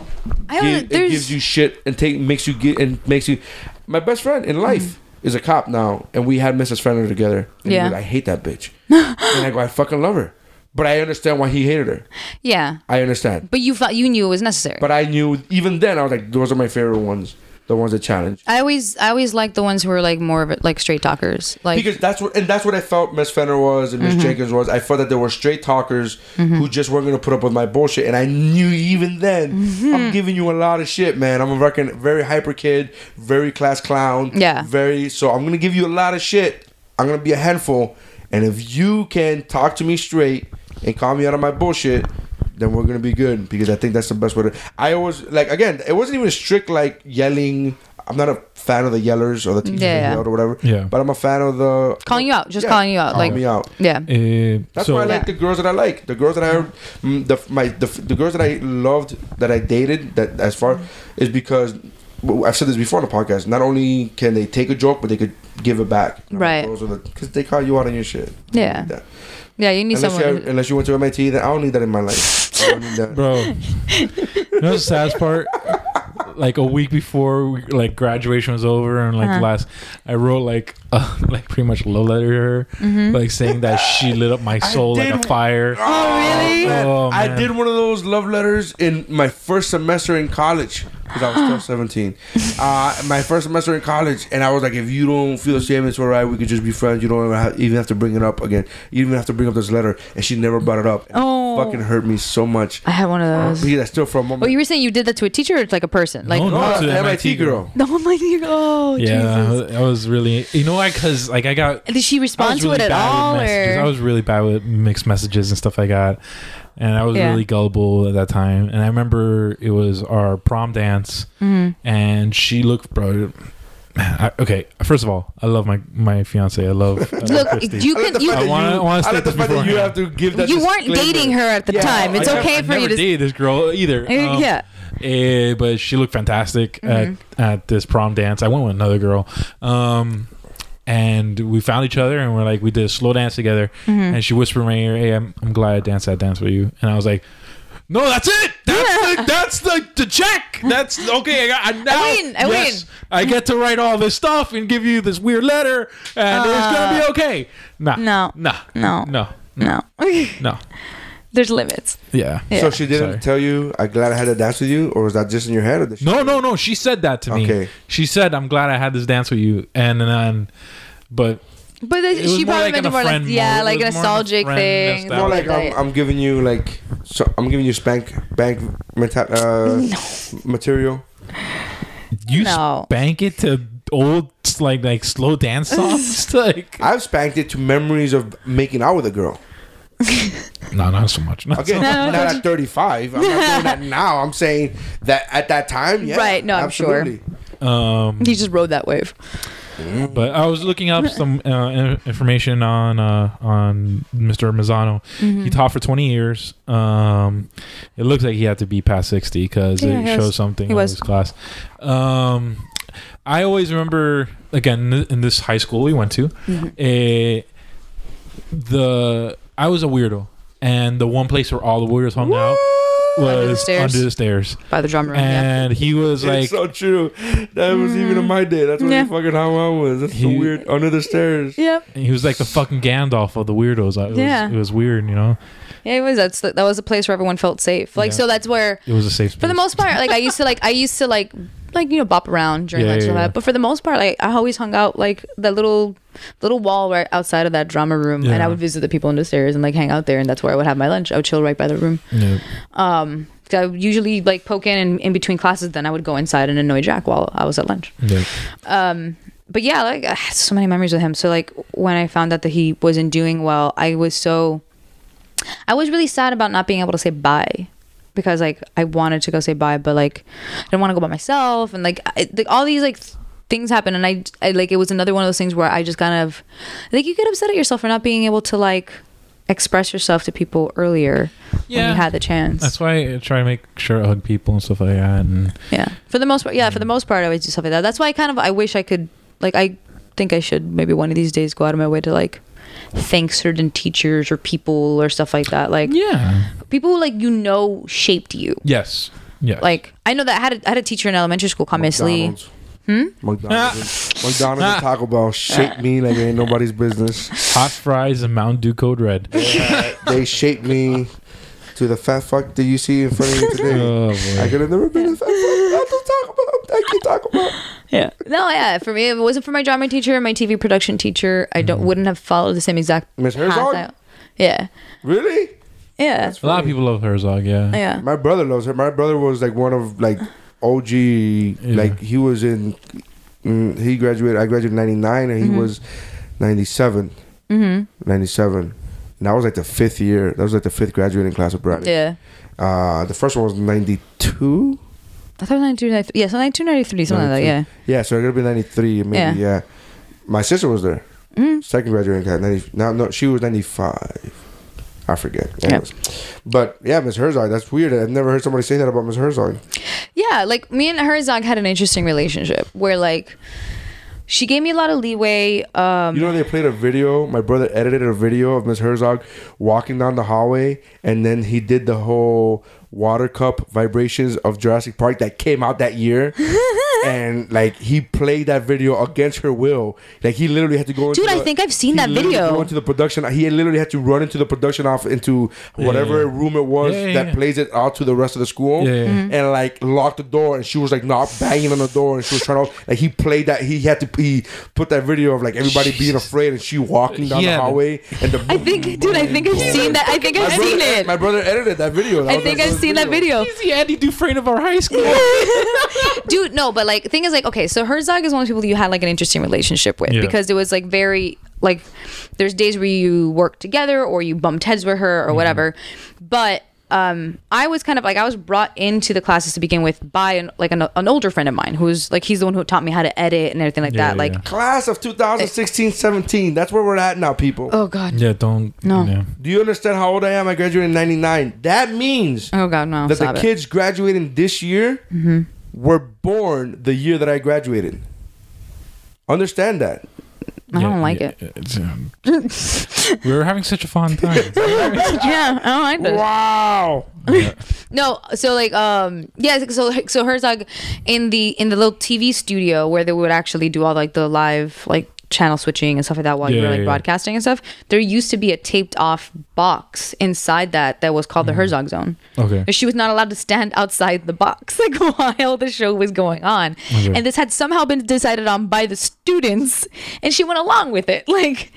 B: gi-
H: I don't-
B: it
H: there's-
B: gives you shit and take makes you get and makes you my best friend
H: Mm.
B: in life is a cop now and we had mrs fender together and he
H: Yeah.
B: was, i hate that
H: *laughs*
B: bitch and i go i fucking love her but i understand why he hated her
H: yeah.
B: i understand
H: But you felt you knew it was necessary.
B: but i knew even then i was like those are my favorite ones the ones that challenge
H: I always I always like the ones who are like more of it, like straight talkers. Like Mm-hmm.
B: because that's what and that's what I felt Miss Fenner was and Miss Jenkins was. I felt that they were straight talkers who just weren't gonna put up with my bullshit. And I knew even then,
H: Mm-hmm.
B: I'm giving you a lot of shit, man. I'm a fucking very hyper kid, very class clown.
H: Yeah.
B: Very so I'm gonna give you a lot of shit. I'm gonna be a handful. And if you can talk to me straight and call me out of my bullshit, then we're gonna be good because I think that's the best way to. I always like again, it wasn't even strict like yelling. I'm not a fan of the yellers or the teachers
H: Yeah, yeah.
B: yeah. yelled or whatever.
G: Yeah.
B: but I'm a fan of the
H: Calling you out, just
B: Yeah,
H: calling you out,
B: calling
H: like
B: me out.
H: yeah.
G: Uh,
B: That's
G: so,
B: why I like the girls that I like. The girls that I mm, the my the, the girls that I loved that I dated that as far is because well, I've said this before on the podcast. Not only can they take a joke, but they could give it back. You know,
H: Right.
B: Those are the because they call you out on your shit.
H: Yeah.
B: That.
H: Yeah, you need
B: Unless
H: someone.
B: you
H: who-
B: unless you went to MIT, then I don't need that in my life. I don't need that.
H: *laughs*
G: bro. you know the saddest part? Like a week before, we, like graduation was over, and like the
H: Uh-huh.
G: last, I wrote like, *laughs* uh, like pretty much love letter to her,
H: Mm-hmm.
G: like saying that she lit up my soul like a
B: did-
G: fire.
B: really?
G: Oh,
B: I
G: man.
B: did one of those love letters in my first semester in college because I was
H: *gasps*
B: still 17. Uh, my first semester in college, and I was like, if you don't feel the same, it's all right. We could just be friends. You don't even have, even have to bring it up again. You even have to bring up this letter. And she never brought it up. And it
H: Oh.
B: fucking hurt me so much.
H: I had one of those.
B: Because I still for a moment.
H: Oh, you were saying you did that to a teacher or to, like a person? Like,
G: No,
B: no,
G: no.
B: that's
G: to
B: the
G: MIT
B: MIT girl.
H: no, I'm like, oh,
G: Yeah,
H: Jesus.
G: I was really, you know, why? Because like I got
H: Did she
G: I
H: respond
G: was
H: to it
G: really
H: at
G: bad with
H: all?
G: messages.
H: Or?
G: I was really bad with mixed messages and stuff I got. And I was
H: Yeah.
G: really gullible at that time. And I remember it was our prom dance.
H: Mm-hmm.
G: And she looked, bro. Man, I, okay, first of all, I love my my fiance. I love. I love
H: Look,
G: Christy.
H: you
B: I like
H: can
B: the fact
G: I
B: that
H: you.
G: wanna-
B: you-
G: I wanna
B: I
G: state
B: like the
G: this
B: fact that you
G: beforehand.
B: have to give that.
H: You weren't
B: disclaimer.
H: dating her at the
B: Yeah,
H: time. It's
G: I
H: okay
G: never-
H: for
G: I
H: you
G: never
H: to.
G: dated this girl either. Um,
H: Eh, yeah. Mm-hmm.
G: eh, but she looked fantastic at, at this prom dance. I went with another girl. Um, and we found each other and we're like, we did a slow dance together.
H: Mm-hmm.
G: And she whispered in my ear, Hey, I'm, I'm glad I danced that dance with you. And I was like, No, that's it. That's,
H: *laughs*
G: the, that's the, the check. That's okay. I, got, I, now,
H: win. I
G: yes, I get to write all this stuff and give you this weird letter and it's going to be okay. Nah.
H: Uh, no.
G: Nah.
H: No.
G: No.
H: No, *laughs*
G: No.
H: there's limits.
G: Yeah.
H: Yeah.
B: So she didn't
G: Sorry.
B: tell you, I'm glad I had to dance with you? Or was that just in your head? Or did she-
G: No, no, no. She said that to me.
B: Okay.
G: She said, "I'm glad I had this dance with you," and then, but
H: But then
G: It was
H: she
G: more
H: probably
G: like an
H: meant it more like
G: friend
H: yeah,
G: mode. It
H: like a
G: was more of a
H: nostalgic
G: friend
H: thing.
G: nostalgia.
B: More like I'm,
H: that.
B: I'm giving you like so I'm giving you spank bank meta,
H: *laughs*
B: uh, material.
G: you
H: No.
G: spank it to old like like slow dance
H: *laughs*
G: songs. *laughs* like
B: I've spanked it to memories of making out with a girl.
G: no, not so much. Not
B: Again,
G: so-
H: No, no,
B: not at 35. I'm not doing
H: *laughs*
B: that now. I'm saying that at that time, yeah,
H: Right, no, I'm sure.
B: sure.
G: um,
H: He just rode that wave.
G: but I was looking up some uh, in- information on uh, on Mr. Mazzano.
H: Mm-hmm.
G: He taught for 20 years. Um, it looks like he had to be past 60 because
H: Yeah,
G: it
H: he was-
G: shows something
H: he
G: in
H: was.
G: his class. Um, I always remember again th- in this high school we went to.
H: Mm-hmm.
G: eh, the I was a weirdo, and the one place where all the weirdos hung out
H: Under the
G: was
H: stairs.
G: under the stairs.
H: By the drum room, yeah.
G: And he was like,
B: it's so true. That was even in my day. That's what
H: Yeah.
B: fucking how I was. That's
G: He-
B: so weird. Under the stairs.
H: Yep.
G: he was like the fucking Gandalf of the weirdos. I- It was,
H: Yeah.
G: it was weird, you know.
H: Yeah, it was. That's the, that was a place where everyone felt safe. Like
G: Yeah.
H: so, that's where
G: It was a safe space.
H: for the most part, like I used to like I used to like like you know bop around during
G: Yeah,
H: lunch and
G: yeah,
H: all
G: yeah.
H: that. But for the most part, like I always hung out like that little little wall right outside of that drama room, and
G: Yeah.
H: I would visit the people understairs and like hang out there, and that's where I would have my lunch. I would chill right by the room.
G: Yeah.
H: Um, so I would usually like poke in and in between classes. Then I would go inside and annoy Jack while I was at lunch.
G: Yeah.
H: Um, but yeah, like I had so many memories with him. So like when I found out that he wasn't doing well, I was so I was really sad about not being able to say bye because like I wanted to go say bye, but like I didn't want to go by myself, and like, I, like all these like th- things happened, and I, I like it was another one of those things where I just kind of like you get upset at yourself for not being able to like express yourself to people earlier when
G: Yeah.
H: you had the chance.
G: That's why I try to make sure I hug people and stuff like that. And
H: Yeah, for the most part. Yeah, for the most part, I always do stuff like that. That's why I kind of I wish I could like I think I should maybe one of these days go out of my way to like thank certain teachers or people or stuff like that. Like
G: yeah.
H: people who like you know shaped you.
G: Yes. Yeah.
H: Like I know that I had a, I had a teacher in elementary school called Miss Lee.
B: McDonald's.
H: Hmm?
B: McDonald's, and, McDonald's and Taco Bell
H: *laughs*
B: shaped me like ain't nobody's business.
G: hot fries and Mountain Dew Code Red.
H: *laughs*
B: They shaped me to the fat fuck that you see in front of you today.
G: *laughs* oh
B: I
G: boy.
B: could have never been a fat fuck. That's what I'm talking about. I keep talking about.
H: Yeah. No, yeah. For me, if it wasn't for my drama teacher, my TV production teacher, I don't wouldn't have followed the same exact
B: Mm-hmm. Miss Herzog?
H: I- yeah.
B: Really?
H: Yeah.
G: A lot of people love Herzog. Yeah.
H: Yeah.
B: My brother loves her. My brother was like one of like OG. Like he was in. mm, He graduated. I graduated in '99, and he was '97.
H: Mm-hmm.
B: '97. And that was like the fifth year. That was like the fifth graduating class of Bradley.
H: Yeah.
B: Uh, the first one was 92.
H: I thought 1993. Yeah, so 1993, something like that. Yeah.
B: 92. Yeah, so it could be 93, maybe. Yeah. Mm-hmm.
H: Yeah.
B: My sister was there. Second graduating class. 90, no, no, she was 95. I forget. Anyways. But yeah, Miss Herzog, that's weird. I've never heard somebody say that about Miss Herzog.
H: Yeah, like me and Herzog had an interesting relationship where like she gave me a lot of leeway. Um,
B: You know, they played a video. My brother edited a video of Miss Herzog walking down the hallway, and then he did the whole water cup vibrations of Jurassic Park that came out that
H: *laughs*
B: year. and like he played that video against her will. Like he literally had to go.
H: Dude,
B: into
H: I
B: the-
H: think I've seen
B: he
H: that
B: literally had to
H: video.
B: Go into the production. He literally had to run into the production off into whatever
G: yeah.
B: room it was
G: Yeah, yeah,
B: that
G: yeah.
B: plays it out to the rest of the school.
G: Yeah, yeah, yeah.
B: And like locked the door, and she was like not banging on the door, and she was trying to like he played that. He had to he put that video of like everybody being
G: Jesus.
B: afraid and she walking down
G: Yeah.
B: the hallway and the.
H: I think, dude, I think I've seen that. I think I've
B: my brother,
H: seen it.
B: My brother edited that video. That
H: I
B: was
H: think
B: my
H: I've
B: brother's
H: seen that video.
G: He's the Andy Dufresne of our high school.
H: Dude, no, but like, thing is, like, okay, so Herzog is one of the people you had like an interesting relationship with
G: Yeah.
H: because it was like very, like, there's days where you worked together or you bumped heads with her or
G: Mm-hmm.
H: whatever. But um, I was kind of like, I was brought into the classes to begin with by an, like an, an older friend of mine who's like, he's the one who taught me how to edit and everything like
G: Yeah,
H: that. Like,
G: yeah.
B: Class of 2016 17. That's where we're at now, people.
H: oh God.
G: yeah, don't.
H: No.
G: Yeah.
B: Do you understand how old I am? I graduated in 99. That means
H: Oh God, no.
B: that
H: Stop
B: the
H: it. Mm-hmm.
B: kids graduating this year were born the year that I graduated. Understand that.
H: I don't like it. *laughs*
G: it. um, we were having such a fun time.
H: Yeah, oh, I don't like this.
B: Wow.
H: No, so like um yeah, so so Herzog in the in the little TV studio where they would actually do all like the live like channel switching and stuff like that while you
G: Yeah,
H: were like
G: yeah, yeah.
H: broadcasting and stuff. There used to be a taped off box inside that that was called
G: Mm-hmm.
H: the Herzog Zone.
G: Okay.
H: And she was not allowed to stand outside the box *laughs* like while the show was going on.
G: Okay.
H: And this had somehow been decided on by the students and she went along with it. *laughs* Like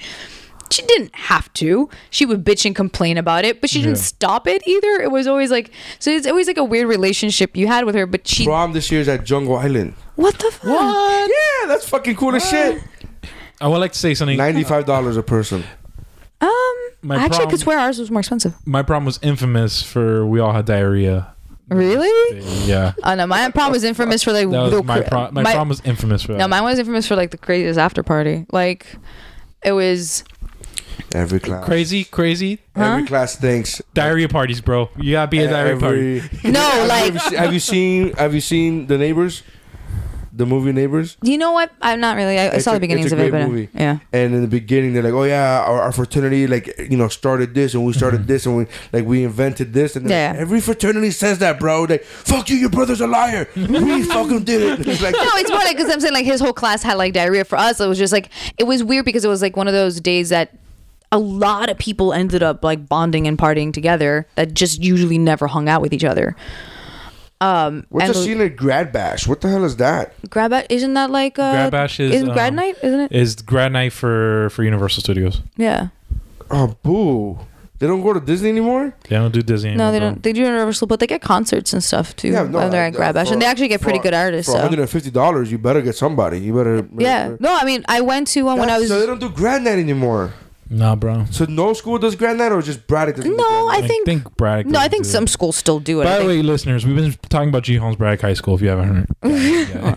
H: she didn't have to. She would bitch and complain about it, but she didn't
G: Yeah.
H: stop it either. It was always like so. It's always like a weird relationship you had with her, but she.
B: Prom this year is at Jungle Island.
H: What the fuck?
B: Yeah, that's fucking cool as shit.
G: I would like to say something.
B: Ninety-five dollars a person.
H: Um,
G: My
H: actually, I
G: prom-
H: could swear ours was more expensive.
G: My prom was infamous for we all had diarrhea.
H: Really? *laughs*
G: Yeah.
H: Oh no, my prom was infamous for like
G: That
H: the
G: was my
H: cra-
G: prom. My, prom was infamous for that.
H: No, mine was infamous for like the craziest after party. Like, it was.
B: Every class.
G: crazy, crazy
B: Every class thinks.
G: diarrhea parties, bro. You gotta be a diarrhea party.
H: *laughs*
B: Every.
H: No, like
B: Have you se- have you seen? Have you seen the neighbors? The movie Neighbors.
H: you know what? I'm not really. I, I
B: It's
H: saw
B: a-
H: the beginnings
B: it's a
H: of it,
B: great
H: but uh,
B: movie.
H: yeah.
B: And in the beginning, they're like, "Oh yeah, our, our fraternity, like you know, started this, and we started this, and we like we invented this." And they're like,
H: Mm-hmm. Yeah.
B: every fraternity says that, bro. Like, fuck you, your brother's a
H: *laughs*
B: liar. we fucking did it. It's like,
H: no, it's more like because I'm saying like his whole class had like diarrhea. For us, it was just like it was weird because it was like one of those days that a lot of people ended up like bonding and partying together that just usually never hung out with each other. Um,
B: what's
H: and
B: the scene at Grad Bash? What the hell is that?
H: grab at isn't that like uh,
G: Grad bash is
H: isn't grad
G: um,
H: night? Isn't it?
G: Is grad night for for Universal Studios?
H: yeah.
B: Oh, boo! They don't go to Disney anymore.
G: They don't do Disney.
H: No, they
G: anymore,
H: don't. They do Universal, but they get concerts and stuff too.
B: Yeah, no,
H: when they're
B: I-
H: at Grab
B: I-
H: Bash, and
B: for-
H: they actually get pretty
B: for-
H: good artists.
B: For
H: So.
B: hundred and fifty dollars, you better get somebody. You better.
H: Yeah. No, I mean, I went to one when I was.
B: so they don't do Grand Night anymore.
G: bro. Nah, bro.
B: So no school does Grand Night, or just Braddock does.
H: No, I
G: I
H: think.
G: think Braddock
H: no, I
G: does
H: think
G: too.
H: some schools still do it. I
G: By the
H: think.
G: way, listeners, we've been talking about G Holmes Braddock High School. If you
H: *laughs*
G: haven't heard, yeah.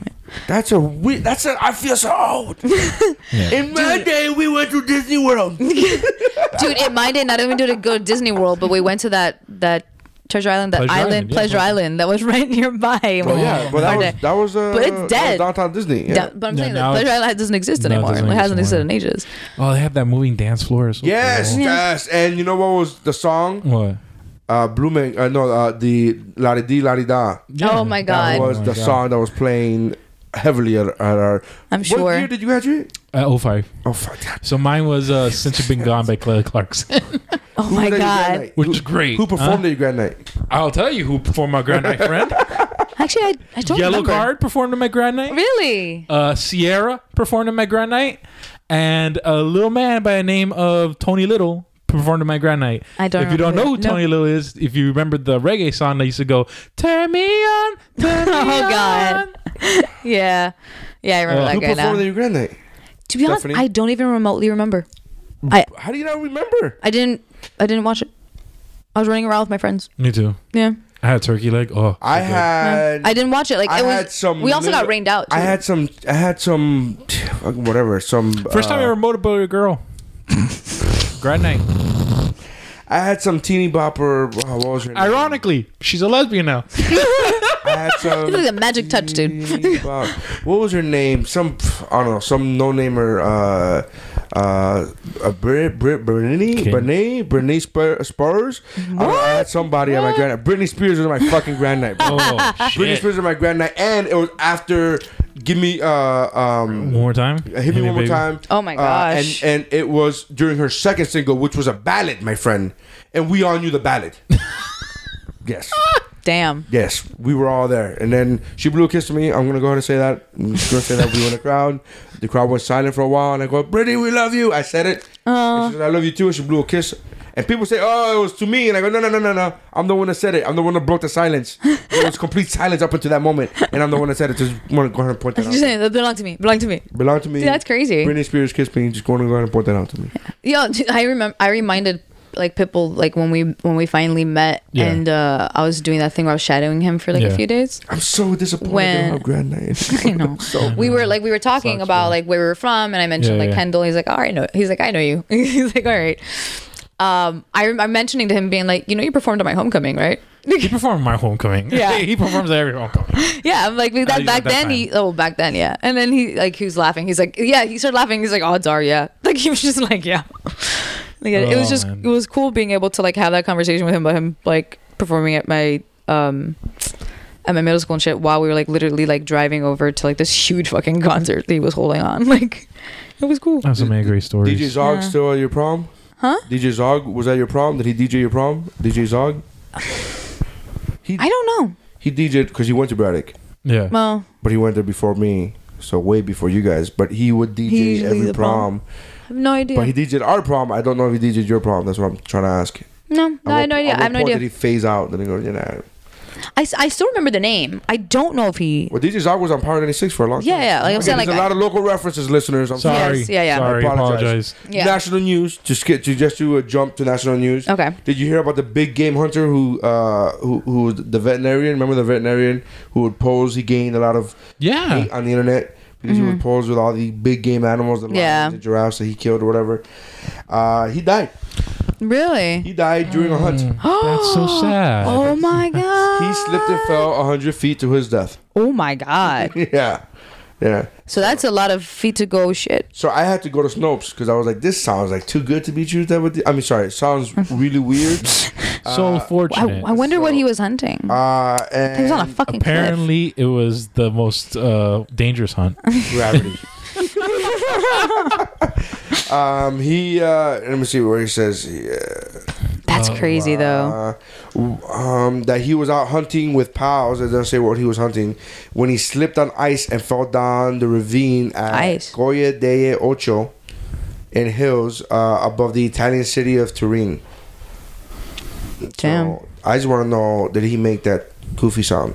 B: That's a weird. That's a. I feel so
H: *laughs*
B: old. In my day, we went to Disney World.
H: dude it my day not even do to go to disney world but we went to that that treasure island that
G: Pleasure
H: island,
G: Island, yeah,
H: pleasure
G: Pleasure-
H: island that was *laughs* right nearby
B: Well, Oh, yeah, but that
H: Our
B: was
H: day.
B: that was. Uh,
H: But it's
B: that was
H: dead.
B: downtown Disney. Yeah.
H: Da- but i'm
G: Yeah,
H: saying
G: now
H: that pleasure
G: it's-
H: island doesn't exist
G: No, it
H: anymore
G: doesn't
H: it hasn't
G: exist
H: existed in
G: anymore.
H: ages
G: oh, they have that moving dance floor. It's so
B: yes,
G: cool.
B: yes, and you know what was the song?
G: What?
B: Uh, Blooming. Uh, no, uh, the La Di Di La Di Da
G: Yeah,
H: Oh my
G: that
H: God.
B: was
G: Oh my
B: the
G: God.
B: song that was playing heavily at, at our.
H: I'm
B: What
H: sure.
B: year did you graduate?
G: Uh, 05.
B: Oh fuck! God.
G: So mine was uh, Since
H: *laughs*
G: You've Been Gone by Claire Clarkson,
H: oh
B: Who
H: my
B: did your Grand
H: god
B: Night?
G: which
B: Who-
G: is great.
B: Who performed
G: huh?
B: at your Grand Night?
G: I'll tell you who performed my Grand Night
H: *laughs*
G: friend.
H: actually i, I don't
G: Yellow
H: remember.
G: Card performed at my Grand Night.
H: really
G: Uh, Sierra performed at my Grand Night. And a little man by the name of Tony Little performed at my Grand Night.
H: I don't
G: If you don't know who
H: remember that. No.
G: Tony Little is, if you remember the reggae song that used to go, Turn me on,
H: *laughs*
G: turn me
H: Oh, God.
G: on."
H: yeah yeah i remember
G: Uh,
H: that
B: Who
H: guy
B: performed
H: now
B: at your Grand Night?
H: to be honest
B: Stephanie?
H: i don't even remotely remember I
B: How do you not remember?
H: I didn't I didn't watch it. I was running around with my friends.
G: Me too.
H: Yeah.
G: I had turkey leg. Oh,
B: I
G: so good.
B: had.
H: I didn't watch it. Like
B: I
H: it was.
B: had some.
H: we also got
B: little-
H: rained out. Too.
B: I had some. I had some. Whatever. Some.
G: First time I
B: uh,
G: ever motorboated a
B: *laughs*
G: girl. Grad night.
B: I had some teeny bopper. Oh, what was her name?
G: Ironically, she's a lesbian now.
B: I had some.
H: It's like a magic touch, dude.
B: teeny bop- what was her name? Some I don't know. Some no namer. Uh, uh, a Brit, Brit, Britney,
G: Okay.
B: Britney, Britney Spur- Spurs. I, don't know, I had somebody on my grand. Britney Spears was my fucking grand night. Bro.
G: *laughs* Oh,
B: Britney
G: shit.
B: Spears was my grand night, and it was after. Give me uh um.
G: One more time.
B: Hit me one more
G: baby.
B: time.
H: Oh my
B: Uh,
H: gosh.
B: and and it was during her second single, which was a ballad, my friend, and we all knew the
H: *laughs*
B: ballad. yes,
H: Damn.
B: yes, we were all there. And then she blew a kiss to me. I'm gonna go ahead and say that. I'm just gonna say that we were in the crowd. The crowd was silent for a while, and I go, "Brittany, we love you." I said it. And she said, "I love you too." And she blew a kiss. And people say, "Oh, it was to me," and I go, "No, no, no, no, no. I'm the one that said it. I'm the one that broke the silence. it
H: *laughs*
B: was complete silence up until that moment, and I'm the one that said it." Just want to go ahead and point that out.
H: Just saying, that belonged to me. Belonged to me.
B: Belong to me.
H: See, that's crazy.
B: Britney Spears kissed me. Just going to go ahead and point that out to me.
H: *laughs* Yo, dude, I remember. I reminded like Pitbull like when we when we finally met,
G: Yeah.
H: and uh, I was doing that thing where I was shadowing him for like
G: Yeah.
H: a few days.
B: I'm so disappointed
H: When-
B: in how grand I am.
H: *laughs* I know.
B: *laughs* so
H: We were like we were talking
G: Sucks,
H: about
G: bro.
H: like where we were from, and I mentioned
G: Yeah,
H: like
G: yeah.
H: Kendall. He's like, all right, no. He's like, I know you. *laughs* he's like, all right. Um, I rem- I'm mentioning to him being like, you know, you performed at my homecoming, right?
G: He performed my homecoming.
H: Yeah.
G: *laughs* he performs at every homecoming.
H: Yeah, I'm like
G: Oh,
H: that
G: you got that
H: back then. He, oh, back then, yeah. And then he like he was laughing. He's like, yeah. He started laughing. He's like, odds are, yeah. *laughs* Like he was just like, yeah. Like it, it was
G: Oh,
H: just
G: man.
H: it was cool being able to like have that conversation with him about him like performing at my um at my middle school and shit while we were like literally like driving over to like this huge fucking concert that he was holding on. *laughs* Like it was cool.
G: I have so many great stories.
B: DJ Zog still at your prom?
H: Huh?
B: DJ Zog was at your prom? Did he DJ your prom? DJ Zog?
H: I don't know.
B: He DJed because he went to Braddock,
G: Yeah.
H: Well,
B: but he went there before me, so way before you guys. But he would
H: He
B: DJ
H: usually
B: every
H: the prom.
B: prom.
H: I have no idea.
B: But he DJed our prom. I don't know if he DJed your prom. That's what I'm trying to ask.
H: no, no,
B: At
H: I
B: what-
H: have no idea.
B: at
H: I
B: what
H: have no
B: point Did he
H: idea.
B: phase out? Then he goes, you know.
H: I, s- I still remember the name. I don't know if he.
B: Well, DJ Zog was on Power 96 for a long
H: Yeah,
B: time.
H: yeah. Like I'm
B: Okay,
H: saying,
B: there's
H: like
B: a lot of local references, listeners. I'm sorry.
G: Sorry.
H: Yes, yeah, yeah.
G: Sorry.
B: I
G: apologize.
B: apologize.
H: Yeah.
B: National news. Just get to just to uh, jump to national news.
H: Okay.
B: Did you hear about the big game hunter who uh who who was the veterinarian? Remember the veterinarian who would pose? He gained a lot of
G: Yeah.
B: hate on the internet because he would pose with all the big game animals, the lions,
H: Mm. Yeah.
B: the giraffes that he killed or whatever. Uh, he died.
H: really.
B: He died during a hunt.
G: That's so sad.
H: *gasps* Oh my god.
B: He slipped and fell hundred feet to his death. *laughs*
H: Oh my god.
B: yeah. Yeah.
H: So that's a lot of feet to go shit.
B: So I had to go to Snopes because I was like, this sounds like too good to be true. That would I mean, sorry, it sounds
H: *laughs*
B: really weird.
G: so
H: I,
G: unfortunate.
H: I wonder what he was hunting.
B: Uh, and
H: he was on a fucking cliff.
G: Apparently, it was the most uh, dangerous
H: *laughs*
G: hunt.
B: gravity. *laughs*
H: *laughs*
B: um, he uh, let me see where he says
H: That's crazy though.
B: uh, um, that he was out hunting with pals. It doesn't say what he was hunting when he slipped on ice and fell down the ravine at
H: Ice.
B: Colle delle Ocho in hills uh, above the Italian city of Turin.
H: Damn.
B: So, I just want to know did he make that goofy sound?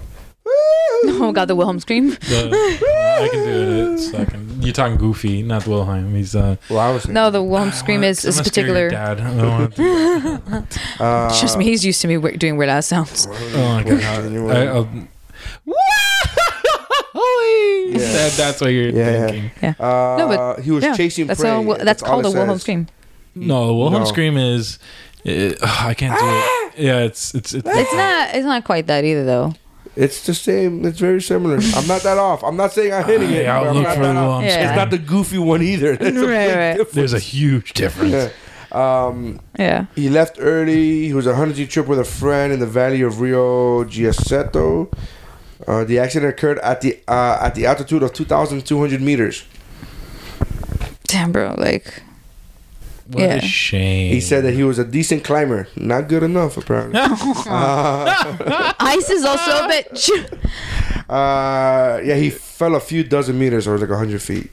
H: Oh god, the Wilhelm scream.
G: The- I can do it. It's, I can, you're talking Goofy, not Wilhelm. He's uh,
B: Well, I was
H: No, the Wilhelm scream is
G: I'm
H: is
G: a scary
H: particular.
G: Dad. I don't wanna do- *laughs* Uh,
H: Trust me, he's used to me we- doing weird ass sounds.
G: oh my god. I, um, *laughs* Holy! That, that's what you're
B: Yeah, yeah.
G: thinking.
B: Uh,
H: No, but-
B: he was
H: yeah,
B: chasing
H: That's
B: prey.
H: a, that's,
B: all
H: called
B: it
H: a Wilhelm
B: says.
H: scream.
G: No, the Wilhelm
B: No.
G: scream is. uh, I can't do it. Yeah, it's it's it's.
H: Ah! It's not. It's not quite that either though.
B: It's the same. It's very
H: *laughs*
B: similar. I'm not that off. I'm not saying I'm hitting it.
G: Yeah,
B: but
G: I'll
B: I'm
G: look
B: not
G: for the
B: that off.
G: Wilhelm
H: Yeah.
G: scream.
B: It's not the goofy one either. *laughs* That's a
H: Right,
B: big
H: right.
B: difference.
G: There's a huge difference.
B: um,
H: Yeah.
B: he left early. He was on a hunting trip with a friend in the valley of Rio Giaceto. Uh, the accident occurred at the uh, at the altitude of 2,200 meters.
H: Damn, bro. Like,
G: What
H: Yeah.
G: a shame.
B: He said that he was a decent climber. Not good enough, apparently.
H: ice is also a bitch.
B: *laughs* Uh, yeah, he fell a few dozen meters, or like 100 feet.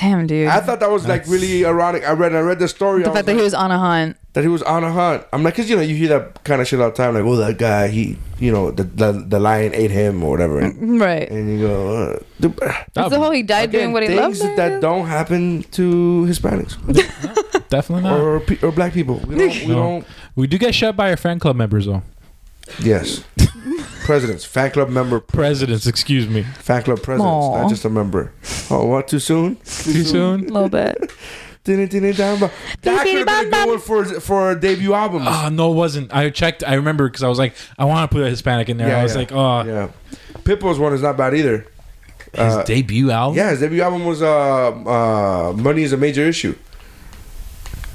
H: Damn, dude.
B: I thought that was like really ironic. I read I read the story.
H: the
B: I was
H: fact that
B: like-
H: he was on a hunt.
B: that he was on a hunt. I'm like, cause you know you hear that kind of shit all the time, like, oh that guy, he, you know, the the, the lion ate him or whatever, and,
H: Right.
B: and you go, uh, the,
H: That's the whole he died doing what he
B: things
H: loved.
B: that don't happen to Hispanics.
G: Definitely not.
B: or, pe- or black people. We don't. We
G: No.
B: don't
G: We do get shut by our fan club members, though.
H: *laughs*
B: yes. Presidents, fan club member,
G: Presidents, excuse me.
B: fan club presidents,
H: Aw.
B: not just a member. Oh, what? Too soon?
G: Too soon?
H: A little bit.
B: Didn't didn't That could have been a good one for for a debut album.
G: Ah, no, it wasn't. I checked. I remember because I was like, I want to put a Hispanic in there. I was like, oh,
B: yeah. Pitbull's one is not bad either.
G: his
B: Uh,
G: debut album.
B: Yeah, his debut album was uh, uh Money is a Major Issue.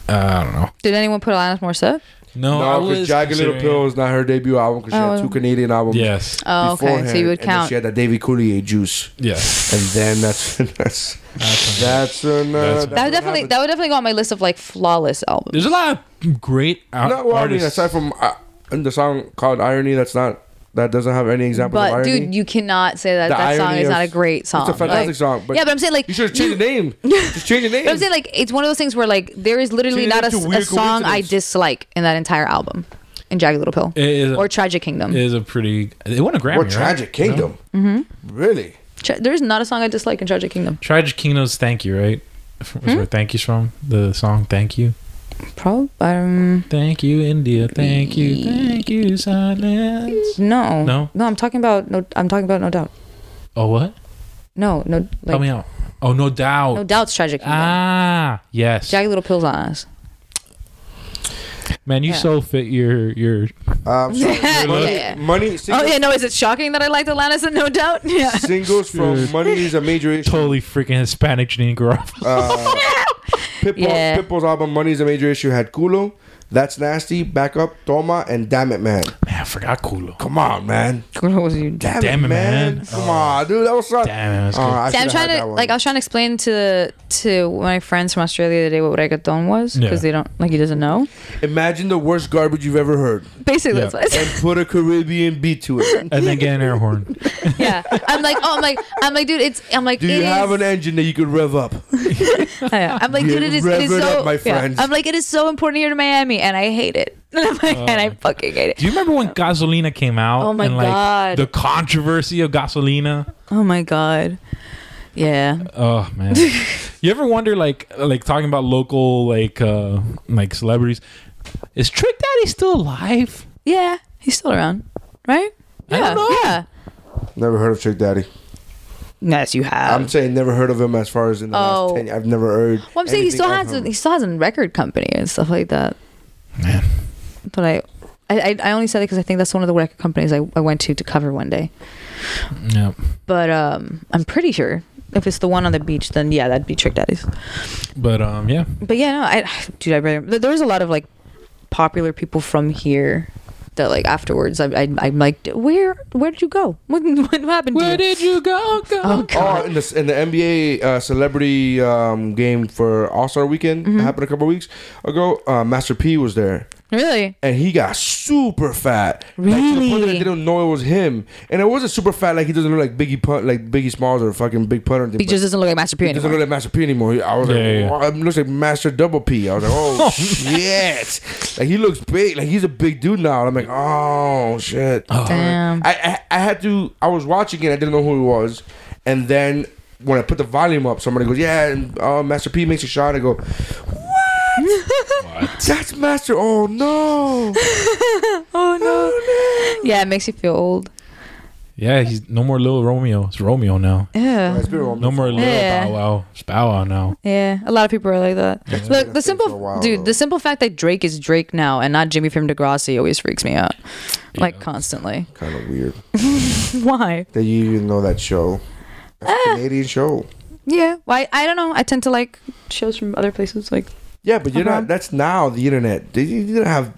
G: Uh, I don't know.
H: Did anyone put Alanis Morissette?
G: No, Oh, I
B: No, because
G: was
B: Jagged Little
G: considering-
B: Pill is not her debut album because she
H: Oh,
B: had two Canadian albums.
G: Yes,
H: Oh, okay. So you would
B: beforehand, and then
H: count.
B: she had that Davy Coulier juice,
G: yes.
B: and then that's *laughs* that's that's, an, uh, that's what
G: That's-
H: that would definitely
B: happened.
H: that would definitely go on my list of like flawless albums.
G: There's a lot of great out-
B: No, well, I mean,
G: artists.
B: aside from uh, in the song called Irony, that's not that doesn't have any example of
H: But
B: irony.
H: dude, you cannot say that
B: The
H: that song
B: irony
H: is
B: of-
H: not a great song.
B: it's a fantastic
H: Like-
B: song. But
H: yeah, but I'm saying like
B: you should have changed the name. Just change the name.
H: *laughs* But I'm saying like it's one of those things where like there is literally
B: See,
H: not a,
B: that's a
H: s- a
B: weird
H: song I
B: coincidence.
H: dislike in that entire album, in Jagged Little Pill
G: It is a-
H: or Tragic Kingdom.
G: It is a pretty. It won a Grammy.
B: or
G: right?
B: Tragic Kingdom.
H: Mm-hmm.
B: Really?
H: Tra- there is not a song I dislike in Tragic Kingdom.
G: Tragic Kingdom's "Thank You," right? Was
H: Hmm?
G: where "Thank You's from the song "Thank You."
H: Probably um,
G: Thank you, India. Thank you, thank you, silence.
H: no,
G: No?
H: no. I'm talking about no. I'm talking about No Doubt.
G: Oh, what?
H: No, no. Like,
G: Help me out. Oh, no doubt.
H: No Doubt's Tragic Kingdom.
G: Ah, yes.
H: Jagged Little Pill's on us.
G: Man, you
H: Yeah.
G: so fit your your.
B: Um, so
H: *laughs* Yeah.
B: money, money
H: Oh
B: singles,
H: yeah, no. Is it shocking that I liked Atlantis and No Doubt? *laughs* Yeah.
B: singles from
G: Dude.
B: Money is a Major Issue. uh,
G: Totally freaking Hispanic Janine *laughs* Garofalo.
H: *laughs*
B: Pitbull,
H: Yeah.
B: Pitbull's album Money is a Major Issue had Culo, That's Nasty, Back Up, Toma, and Damn It Man.
G: Man, I forgot Kulo.
B: Come on, man. Damn,
G: Damn It Man.
B: Come on, dude. That was such.
G: Damn, it was
B: Oh, I
H: See,
B: should've
H: I'm
B: had
H: trying to
B: that one.
H: like I was trying to explain to to my friends from Australia today what reggaeton was
G: Yeah.
H: because they don't like he doesn't *laughs* know.
B: Imagine the worst garbage you've ever
H: *laughs*
B: heard
H: Basically,
G: Yeah.
H: that's what I said.
B: and put a Caribbean beat to
H: *laughs*
B: it.
G: and then get an air horn.
H: yeah, I'm like, oh, I'm like, I'm like, dude, it's, I'm like,
B: Do you
H: it
B: have
H: is-
B: an engine that you could rev up?
H: Yeah. I'm like,
B: Yeah,
H: dude, it is, it
B: rev
H: is
B: it
H: so.
B: up, my
H: yeah.
B: friends.
H: I'm like, it is so important here to Miami, and I hate it. *laughs* And, I'm
B: Oh.
H: like, and I fucking hate it.
G: Do you remember
H: *laughs*
G: when Gasolina came out?
H: Oh my
G: and, like,
H: God.
G: The controversy of Gasolina.
H: Oh my god. Yeah.
G: Oh *laughs* man. you ever wonder like like talking about local like uh like celebrities? Is Trick Daddy still alive?
H: Yeah. He's still around, right?
G: I
H: yeah.
G: don't know.
H: Yeah.
B: Never heard of Trick Daddy.
H: Yes, you have.
B: I'm saying never heard of him as far as in the
H: Oh.
B: last 10 I've never heard.
H: well, I'm saying he
B: anything
H: still
B: of
H: has
B: him.
H: a, he still has a record company and stuff like that.
G: Man.
H: But I. I, I I only said it because I think that's one of the record companies I, I went to to cover one day.
G: Yeah.
H: But um, I'm pretty sure if it's the one on the beach, then yeah, that'd be Trick Daddy's.
G: But um yeah.
H: But yeah, no, I *sighs* dude, I really there- there was a lot of like popular people from here that like afterwards I, I I'm like where where did you go? What, *laughs* what happened to you?
G: you go? go?
H: oh
B: Oh,
H: god.
B: in the, in the NBA uh, celebrity um, game for All Star Weekend
H: Mm-hmm.
B: it happened a couple weeks ago. Uh, Master P was there,
H: Really?
B: and he got super fat. Like, to the point that I
H: Really?
B: didn't know it was him, and it wasn't super fat. Like he doesn't look like Biggie Pun, like Biggie Smalls or fucking Big Pun or anything.
H: He
B: but
H: just doesn't look like Master P
B: he doesn't
H: anymore.
B: look like Master P anymore. He- I was
G: Yeah, yeah, yeah.
B: like, oh, it looks like Master Double P. I was like, oh shit! Like he looks big. Like he's a big dude now. And I'm like, oh shit.
H: Damn.
B: I, I I had to. I was watching it. I didn't know who he was, and then when I put the volume up, somebody goes, "Yeah." And uh, Master P makes a shot. I go, "What? *laughs* That's Master. Oh no!
H: oh no. Yeah, it makes you feel old.
G: Yeah, he's no more little Romeo. It's Romeo now.
H: Yeah.
B: It's been a
G: No more little
H: Yeah.
G: Bow Wow. It's Bow Wow now.
H: Yeah, a lot of people are like that. Look, the
B: for a
H: simple
B: while,
H: dude,
B: though.
H: the simple fact that Drake is Drake now and not Jimmy from Degrassi always freaks me out. Like constantly.
B: kind of weird
H: Why?
B: that you even know that show. That's a Canadian show.
H: Yeah. Why? I don't know. I tend to like shows from other places.
C: *laughs*
H: Like
B: Yeah, but you're
H: Uh-huh.
B: not. That's now the internet. They you didn't have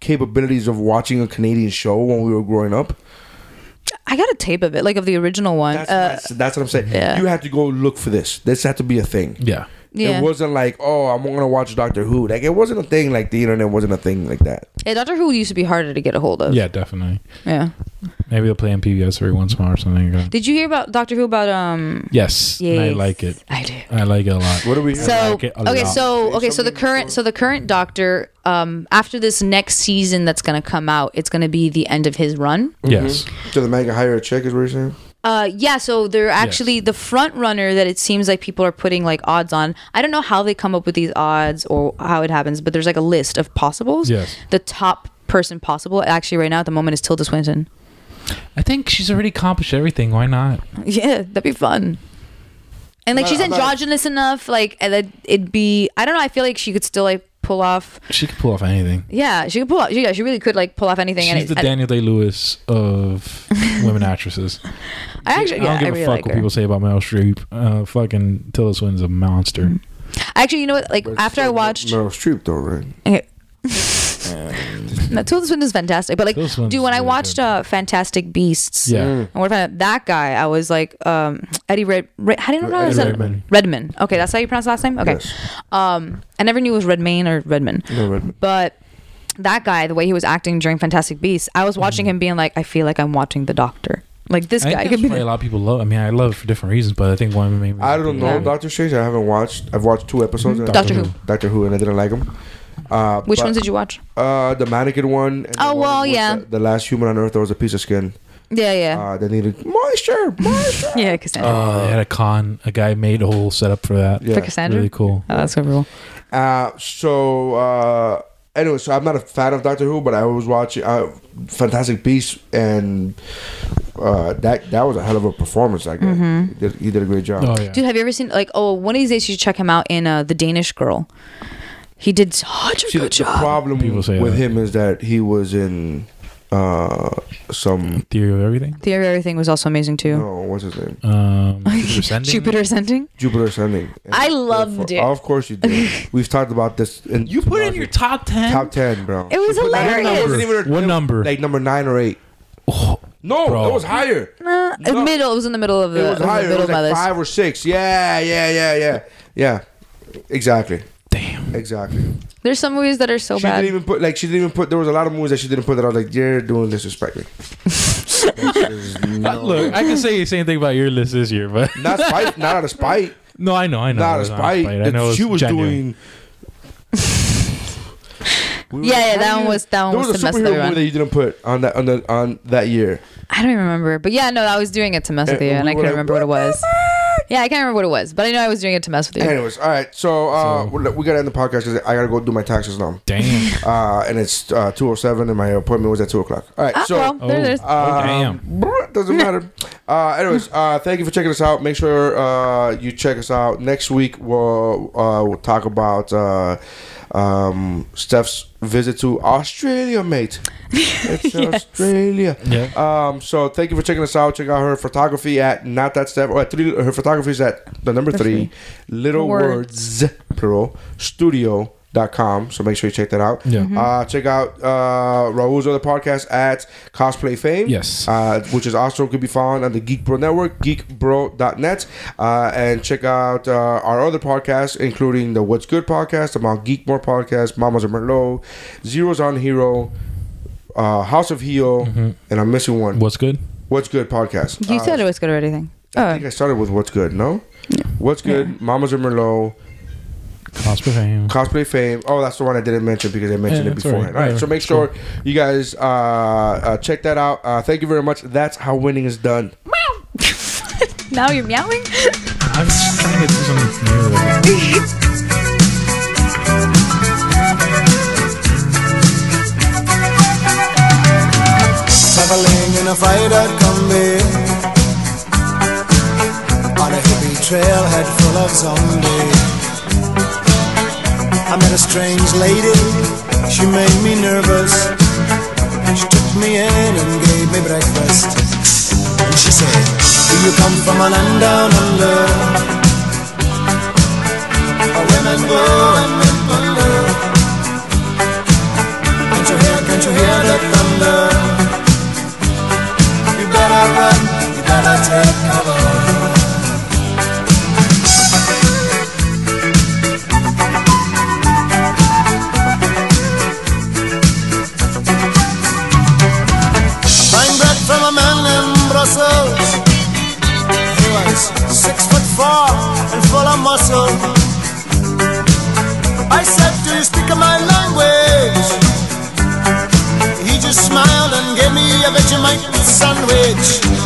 B: capabilities of watching a Canadian show when we were growing up.
H: I got a tape of it, like of the original one.
B: That's,
H: uh,
B: that's, that's what I'm saying.
H: yeah.
B: You had to go look for this. This had to be a thing.
G: Yeah.
H: yeah.
B: It wasn't like, oh, I'm gonna watch Doctor Who. Like it wasn't a thing. Like the internet wasn't a thing like that.
H: Yeah, Doctor Who used to be harder to get a hold of.
G: Yeah, definitely.
H: Yeah.
G: Maybe they'll play on PBS every once in a while or something. like that.
H: Did you hear about Doctor Who about um?
G: Yes. and I
H: Yes.
G: like it.
H: I do.
G: I like it a lot.
B: What are we?
H: So
G: like it a
H: okay,
G: lot.
H: so okay, so the current so the current Doctor um after this next season that's gonna come out, it's gonna be the end of his run.
G: Yes.
B: so the mega hire a chick is what you're saying?
H: Uh, yeah, so they're actually the front runner that it seems like people are putting like odds on. I don't know how they come up with these odds or how it happens, but there's like a list of possibles.
G: Yes.
H: The top person possible actually right now at the moment is Tilda Swinton. *laughs*
G: I think she's already accomplished everything. Why not?
H: Yeah, that'd be fun. And like
B: Not-
H: she's
B: I'm not-
H: androgynous enough, like and that it'd be. I don't know. I feel like she could still like pull off.
G: She could pull off anything.
H: Yeah, she could pull off. Yeah, she really could like pull off anything. and
G: She's
H: it-
G: the
H: and-
G: Daniel Day Lewis
H: *laughs*
G: of women actresses.
H: I actually,
G: I
H: yeah,
G: don't
H: I,
G: give
H: really
G: a fuck
H: like
G: what
H: her.
G: people say about Meryl Streep. Uh, fucking Tilda Swinton's a monster.
H: Mm. Actually, you know what? Like
B: But
H: after I
B: fucking
H: watched,
B: Meryl Streep, though, right? *laughs*
H: Okay. no, Tilda Swinton's fantastic. But like,
G: Tilda Swinton's
H: dude, when I
G: really
H: watched
G: good.
H: uh, Fantastic Beasts,
G: Yeah.
B: Mm.
H: and what about that guy? I was like, um, Eddie Red, Red how do you pronounce
B: Eddie
H: his
G: Redmayne.
H: Redman. Okay, that's how you pronounce his last name. Okay,
B: Yes.
H: um, I never knew it was Redmayne or Redman,
B: No, Redman.
H: but. That guy, the way he was acting during Fantastic Beasts, I was watching him being like, I feel like I'm watching the Doctor. Like this
G: I
H: guy
G: think
H: could
G: that's
H: be.
G: why a
H: The,
G: lot of people love. I mean, I love it for different reasons, but I think one of the main.
B: I don't know
H: Yeah. Mm-hmm.
B: Doctor Strange. I haven't watched. I've watched two episodes. and I-
H: Doctor Who.
B: Doctor Who, and I didn't like them. Uh,
H: which ones did you watch?
B: you? Uh, the mannequin one. and the
H: Oh,
B: one
H: well,
B: with
H: yeah.
B: The, the last human on Earth that was a piece of skin.
H: Yeah, yeah,
B: Uh, they needed moisture, moisture.
H: *laughs* yeah. Cassandra.
G: Uh, they had a con. A guy made a whole setup for that.
B: Yeah.
H: For Cassandra.
G: Really cool.
H: Oh, that's so cool.
B: Uh, so uh, anyway, so I'm not a fan of Doctor Who, but I was watching uh, Fantastic Beasts, and uh, that that was a hell of a performance. I guess
H: Mm-hmm.
B: he, did, he did a great job.
G: Oh yeah.
H: Dude, have you ever seen like oh one of these days you should check him out in uh, the Danish Girl. He did such a
B: See, the,
H: good
B: the
H: job.
B: problem
G: People say
B: with
G: that.
B: him is that he was in uh, some.
G: Theory of everything.
H: Theory of Everything was also amazing too.
B: No, what's his name?
H: *laughs*
G: Um, Ascending?
H: Jupiter Ascending.
B: Jupiter Ascending. And uh,
H: I loved it.
B: Of course you did.
H: *laughs*
B: We've talked about this. In
G: You put in your top ten.
B: top ten, bro.
H: It was
B: It
H: hilarious.
B: wasn't even a-
G: What number?
B: Like number nine or
G: *sighs*
B: eight. no,
G: Bro.
B: it was higher.
H: Uh,
B: No.
H: Middle. It was in the middle of the,
B: It was
H: of the
B: higher. It
H: middle
B: was
H: of my
B: like
H: list.
B: five or six. Yeah, yeah, yeah, yeah, yeah. Exactly.
G: Damn.
B: Exactly.
H: There's some movies that are so
B: she
H: bad.
B: didn't even put like she didn't even put. There was a lot of movies that she didn't put that I was like, you're doing disrespect me.
G: Look, I can say the same thing about your list this year, but
B: Not spite. *laughs* not out of spite.
G: no, I know, I know,
B: not out
G: it
B: of
G: was
B: spite.
G: I
B: That
G: know, it
B: she was
G: genuine.
B: doing. We were-
H: *laughs* Yeah, yeah, that one was- that one
B: There
H: was
B: was
H: the
B: a
H: best
B: superhero
H: that we
B: movie
H: won.
B: that you didn't put on that on the on that year.
H: I don't even remember, but yeah, no, I was doing it to mess with
B: And
H: you, and
B: we
H: I
B: were
H: couldn't
B: like,
H: remember what it was. Yeah, I can't remember what it was, but I know I was doing it to mess with you.
B: Anyways, all right. So, uh,
G: So-
B: we we gotta end the podcast because I gotta go do my taxes now.
G: Damn.
H: *laughs*
B: Uh, and it's uh, two oh seven, and my appointment was at two o'clock. All right.
H: Ah,
B: so,
H: well, there it is.
G: Oh, oh, damn.
B: Um, Brr, Doesn't matter. Uh, anyways, uh, thank you for checking us out. Make sure uh, you check us out next week. We'll uh, we'll talk about uh, um, Steph's visit to Australia,
G: *laughs*
B: mate. It's Australia.
G: Yeah.
B: Um, so thank you for checking us out. Check out her photography at not that Steph. Or at three, her photography is at the number three, little words,
H: Words.
B: plural studio. Dot com, so make sure you check that out.
G: Yeah. Mhm.
B: Uh, check out uh, Raul's other podcast at Cosplay Fame
G: Yes.
B: uh, which is also could be found on the Geek Bro Network, geekbro.net. Uh, and check out uh, our other podcasts, including the What's Good podcast, the Mount Geekmore podcast, Mamas and Merlot, Zeros on Hero, uh, House of Heel,
G: Mm-hmm.
B: and I'm missing one.
G: What's good?
B: What's Good podcast.
H: You
B: Uh,
H: said it was good or anything.
B: I
H: Oh,
B: think I started with What's Good, no? What's Good, Mamas and Merlot,
G: Cosplay fame.
B: Cosplay Fame. Oh, that's the one I didn't mention because I mentioned
G: Yeah,
B: it
G: that's all right.
B: beforehand. All right,
G: Yeah,
B: so make
G: it's
B: sure you guys uh, uh, check that out. Uh, thank you very much. That's how winning is done.
H: now you're meowing.
G: I'm just trying to do something new.
D: Traveling in a Friday combi On a hippie trailhead full of zombies I met a strange lady, she made me nervous She took me in and gave me breakfast And she said, do you come from an land down under? Where women go and men wonder Can't you hear, can't you hear the thunder? You better run, you better take cover. Buying bread from a man in Brussels. He was six foot four and full of muscle. I said, Do you speak my language? He just smiled and gave me a Vegemite sandwich. "Oh, "Oh,